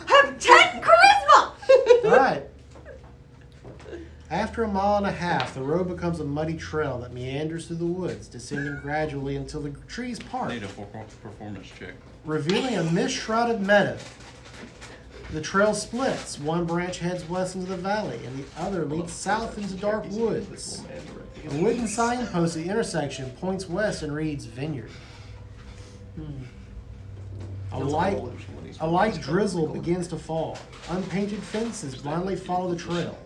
Speaker 2: have 10 charisma!
Speaker 1: All right. After a mile and a half, the road becomes a muddy trail that meanders through the woods, descending gradually until the trees part,
Speaker 3: Need a perfor- performance check.
Speaker 1: revealing a mist-shrouded meadow. The trail splits. One branch heads west into the valley, and the other leads south into dark woods. A wooden signpost at the intersection points west and reads Vineyard. Hmm. A light, a light drizzle begins to fall. Unpainted fences blindly follow the trail,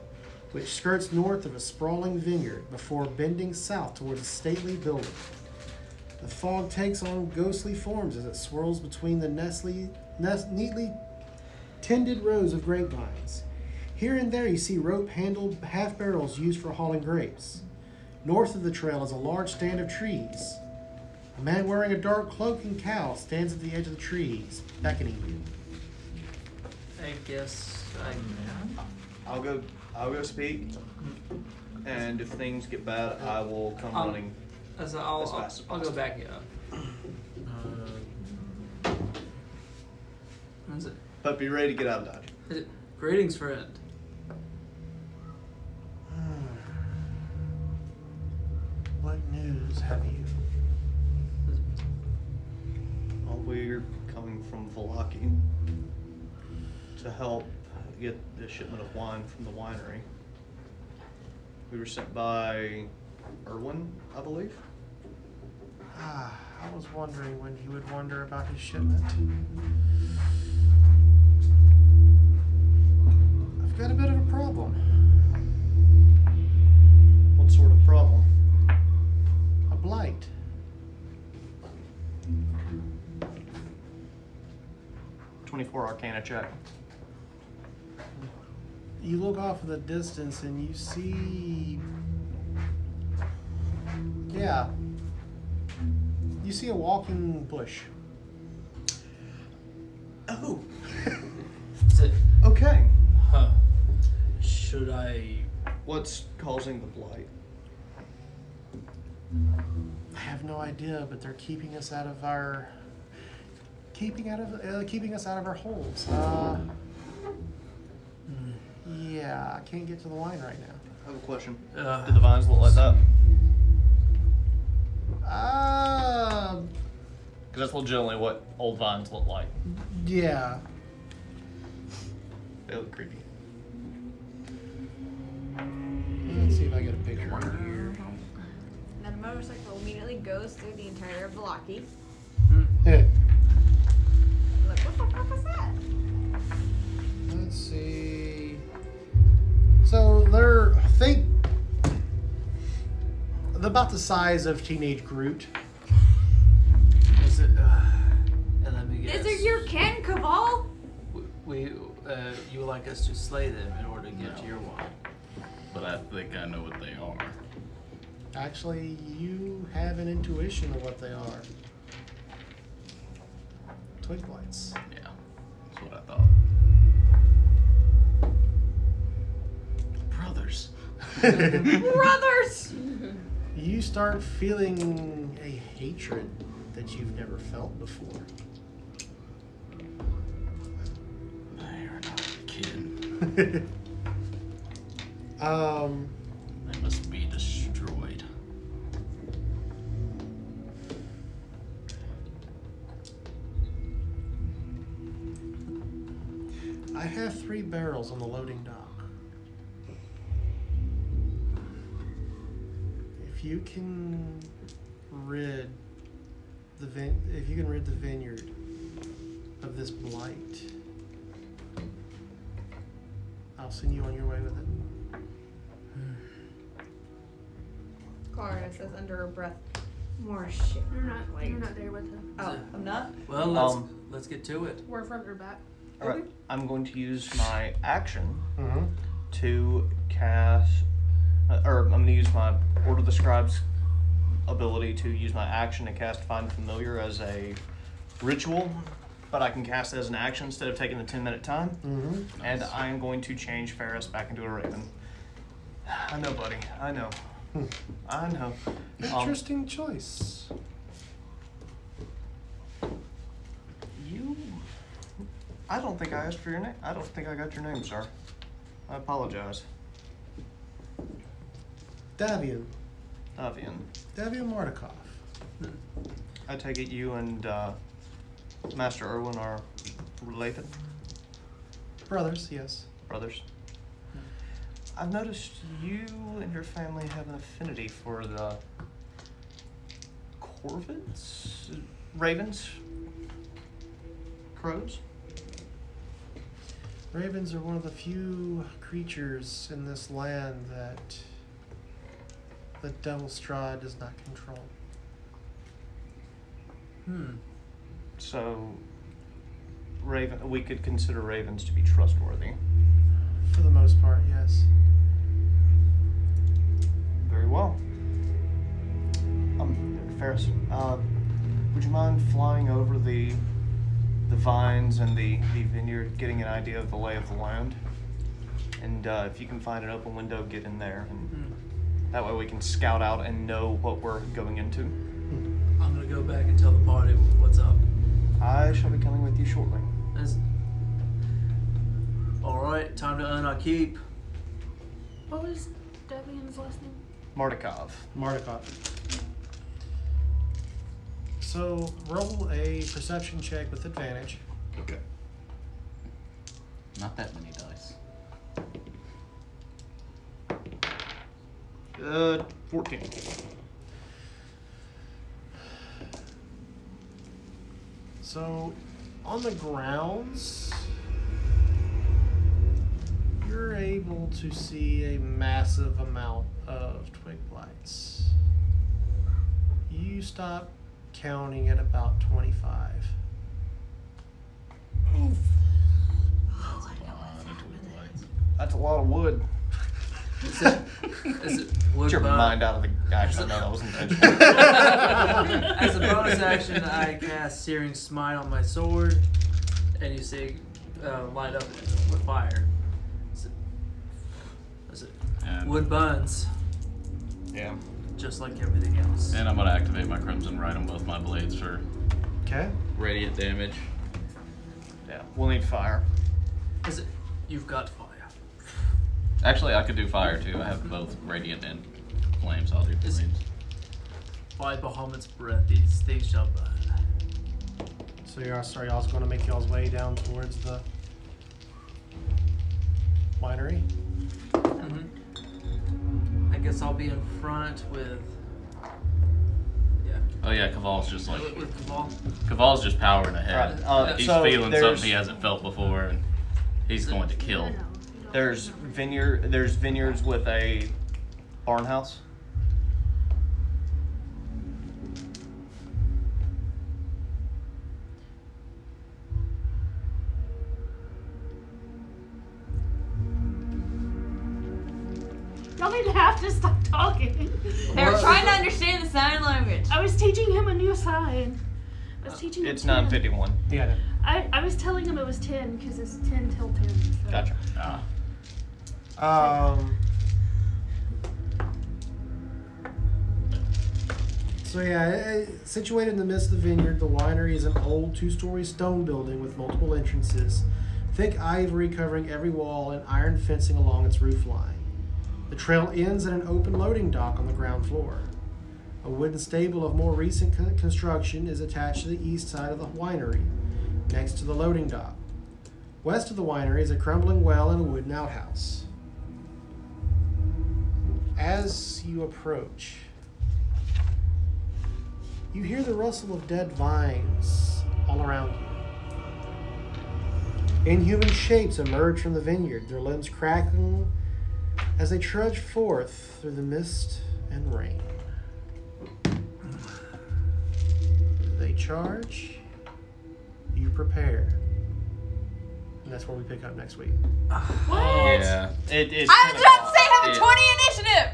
Speaker 1: which skirts north of a sprawling vineyard before bending south towards a stately building. The fog takes on ghostly forms as it swirls between the nestly, nest, neatly tended rows of grapevines. Here and there you see rope handled half barrels used for hauling grapes. North of the trail is a large stand of trees. A man wearing a dark cloak and cowl stands at the edge of the trees, beckoning you.
Speaker 10: I guess
Speaker 6: Oh,
Speaker 10: I
Speaker 8: I'll go. I'll go speak. And if things get bad, I will come
Speaker 10: Um,
Speaker 8: running.
Speaker 10: As I'll,
Speaker 8: as
Speaker 10: I'll,
Speaker 8: fast as
Speaker 10: I'll go back yeah. Uh, Is it-
Speaker 8: But be ready to get out of dodge.
Speaker 10: is it- Greetings, friend.
Speaker 1: Hmm. What news have you?
Speaker 8: Well, we're coming from Valaki to help get the shipment of wine from the winery. We were sent by Irwin, I believe.
Speaker 15: Ah, I was wondering when he would wonder about his shipment. I've got a bit of a problem.
Speaker 8: What sort of problem?
Speaker 15: A blight.
Speaker 8: Twenty-four Arcana check.
Speaker 15: You look off in the distance and you see.
Speaker 1: Yeah. You see a walking bush.
Speaker 8: Oh.
Speaker 10: Is it-
Speaker 8: Okay.
Speaker 10: Huh. Should I?
Speaker 8: What's causing the blight?
Speaker 15: I have no idea, but they're keeping us out of our. Keeping out of uh, keeping us out of our holes. Uh, yeah, I can't get to the wine right now.
Speaker 8: I have a question.
Speaker 10: Uh,
Speaker 8: Do the vines look like that?
Speaker 15: Uh,
Speaker 24: Because that's legitimately what old vines look like.
Speaker 15: yeah.
Speaker 8: They look creepy.
Speaker 15: Let's see if I get a picture here.
Speaker 9: Then a motorcycle immediately goes through the entire blocky. Like, what the fuck is that?
Speaker 15: Let's see. So they're I think they're about the size of teenage Groot.
Speaker 10: Is it? Uh, and let me guess.
Speaker 9: These are your Ken Caval?
Speaker 10: We, uh, you would like us to slay them in order to get to your wine.
Speaker 3: But I think I know what they are.
Speaker 15: Actually, you have an intuition of what they are. Twig lights.
Speaker 3: Yeah, that's what I thought. Brothers.
Speaker 15: Brothers! You start feeling a hatred that you've never felt before.
Speaker 3: They are not kin.
Speaker 15: um,
Speaker 3: They must be destroyed.
Speaker 15: I have three barrels on the loading dock. If you can rid the vin- if you can rid the vineyard of this blight, I'll send you on your way with it.
Speaker 7: Clara says under her breath, more shit.
Speaker 5: You're not.
Speaker 7: Wait.
Speaker 5: You're not there with him.
Speaker 7: Oh, I'm not?
Speaker 10: Well, let's
Speaker 8: Um,
Speaker 10: let's get to it.
Speaker 5: We're in front or back.
Speaker 8: All right. I'm going to use my action
Speaker 15: Mhm.
Speaker 8: to cast, uh, or I'm going to use my Order of the Scribes ability to use my action to cast Find Familiar as a ritual, but I can cast it as an action instead of taking the 10 minute time.
Speaker 15: Mhm.
Speaker 8: And I am going to change Ferris back into a raven. I know, buddy. I know. I know. Um,
Speaker 15: Interesting choice.
Speaker 3: I don't think I asked for your name. I don't think I got your name, sir. I apologize.
Speaker 1: Davian.
Speaker 3: Davian.
Speaker 1: Davian Mordikoff.
Speaker 3: I take it you and uh, Master Irwin are related?
Speaker 1: Brothers, yes.
Speaker 3: brothers. I've noticed you and your family have an affinity for the corvids, ravens, crows.
Speaker 1: Ravens are one of the few creatures in this land that the Devil Strahd does not control.
Speaker 10: Hmm.
Speaker 3: So, raven. We could consider ravens to be trustworthy.
Speaker 1: For the most part, yes.
Speaker 3: Very well. Um, Ferris, uh, would you mind flying over the the vines and the, the vineyard, getting an idea of the lay of the land? And uh, if you can find an open window, get in there, and
Speaker 10: Hmm.
Speaker 3: that way we can scout out and know what we're going into.
Speaker 10: I'm gonna go back and tell the party what's up.
Speaker 3: I shall be coming with you shortly.
Speaker 10: That's- All right, time to earn our keep.
Speaker 5: What was Devian's last name?
Speaker 3: Mardikov.
Speaker 1: Mardikov. So roll a perception check with advantage.
Speaker 25: Okay. Not that many dice.
Speaker 3: Uh, 14.
Speaker 1: So on the grounds, you're able to see a massive amount of twig lights. You stop counting at about 25.
Speaker 3: That's a lot of wood.
Speaker 10: Is it, is it wood
Speaker 3: Get your
Speaker 10: bark?
Speaker 3: mind out of the. Actually, no, that wasn't intentional.
Speaker 10: As a bonus action, I cast Searing Smite on my sword, and you see uh, light up with fire. Is it, is it
Speaker 25: And-
Speaker 10: wood burns?
Speaker 3: Yeah.
Speaker 10: Just like everything else.
Speaker 25: And I'm gonna activate my Crimson Right on both my blades for
Speaker 1: Okay.
Speaker 25: radiant damage.
Speaker 3: Yeah, we'll need fire.
Speaker 10: Is it? You've got fire.
Speaker 25: Actually, I could do fire too. I have both radiant and flames. I'll do
Speaker 10: Is-
Speaker 25: flames.
Speaker 10: By Bahamut's breath, these things shall burn.
Speaker 1: So you're sorry, y'all's going to make y'all's way down towards the winery.
Speaker 3: Mm-hmm.
Speaker 10: I guess I'll be in front with. Yeah.
Speaker 25: Oh yeah, Caval's just like
Speaker 10: With, with Cabal.
Speaker 25: Caval's just powering ahead.
Speaker 3: Right, uh,
Speaker 25: he's
Speaker 3: so
Speaker 25: feeling
Speaker 3: there's-
Speaker 25: something he hasn't felt before, and he's going to kill.
Speaker 3: There's vineyard. There's vineyards with a barn house.
Speaker 5: Y'all need to have to stop talking.
Speaker 2: They were trying to understand the sign language.
Speaker 5: I was teaching him a new sign. I was teaching
Speaker 3: It's
Speaker 5: him 10.
Speaker 3: nine fifty one.
Speaker 1: Yeah.
Speaker 5: I, I was telling him it was 10 because it's 10 till 10. So.
Speaker 3: Gotcha.
Speaker 1: Um. So yeah, i- i- situated in the midst of the vineyard, the winery is an old two-story stone building with multiple entrances, thick ivory covering every wall, and iron fencing along its roof line. The trail ends at an open loading dock on the ground floor. A wooden stable of more recent con- construction is attached to the east side of the winery, next to the loading dock. West of the winery is a crumbling well and a wooden outhouse. As you approach, you hear the rustle of dead vines all around you. Inhuman shapes emerge from the vineyard, their limbs cracking as they trudge forth through the mist and rain. They charge, you prepare. And that's where we pick up next week.
Speaker 2: What?
Speaker 25: Yeah,
Speaker 3: it is.
Speaker 2: I was about to say have
Speaker 25: Yeah.
Speaker 2: a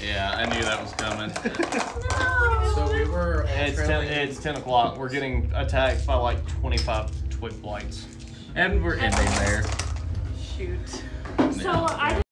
Speaker 2: 20 initiative.
Speaker 25: Yeah, I knew that was coming.
Speaker 26: So we were all
Speaker 3: It's ten,
Speaker 26: trailing-
Speaker 3: it's ten o'clock. We're getting attacked by like twenty five twig blights.
Speaker 25: And we're ending there.
Speaker 2: Shoot.
Speaker 5: So I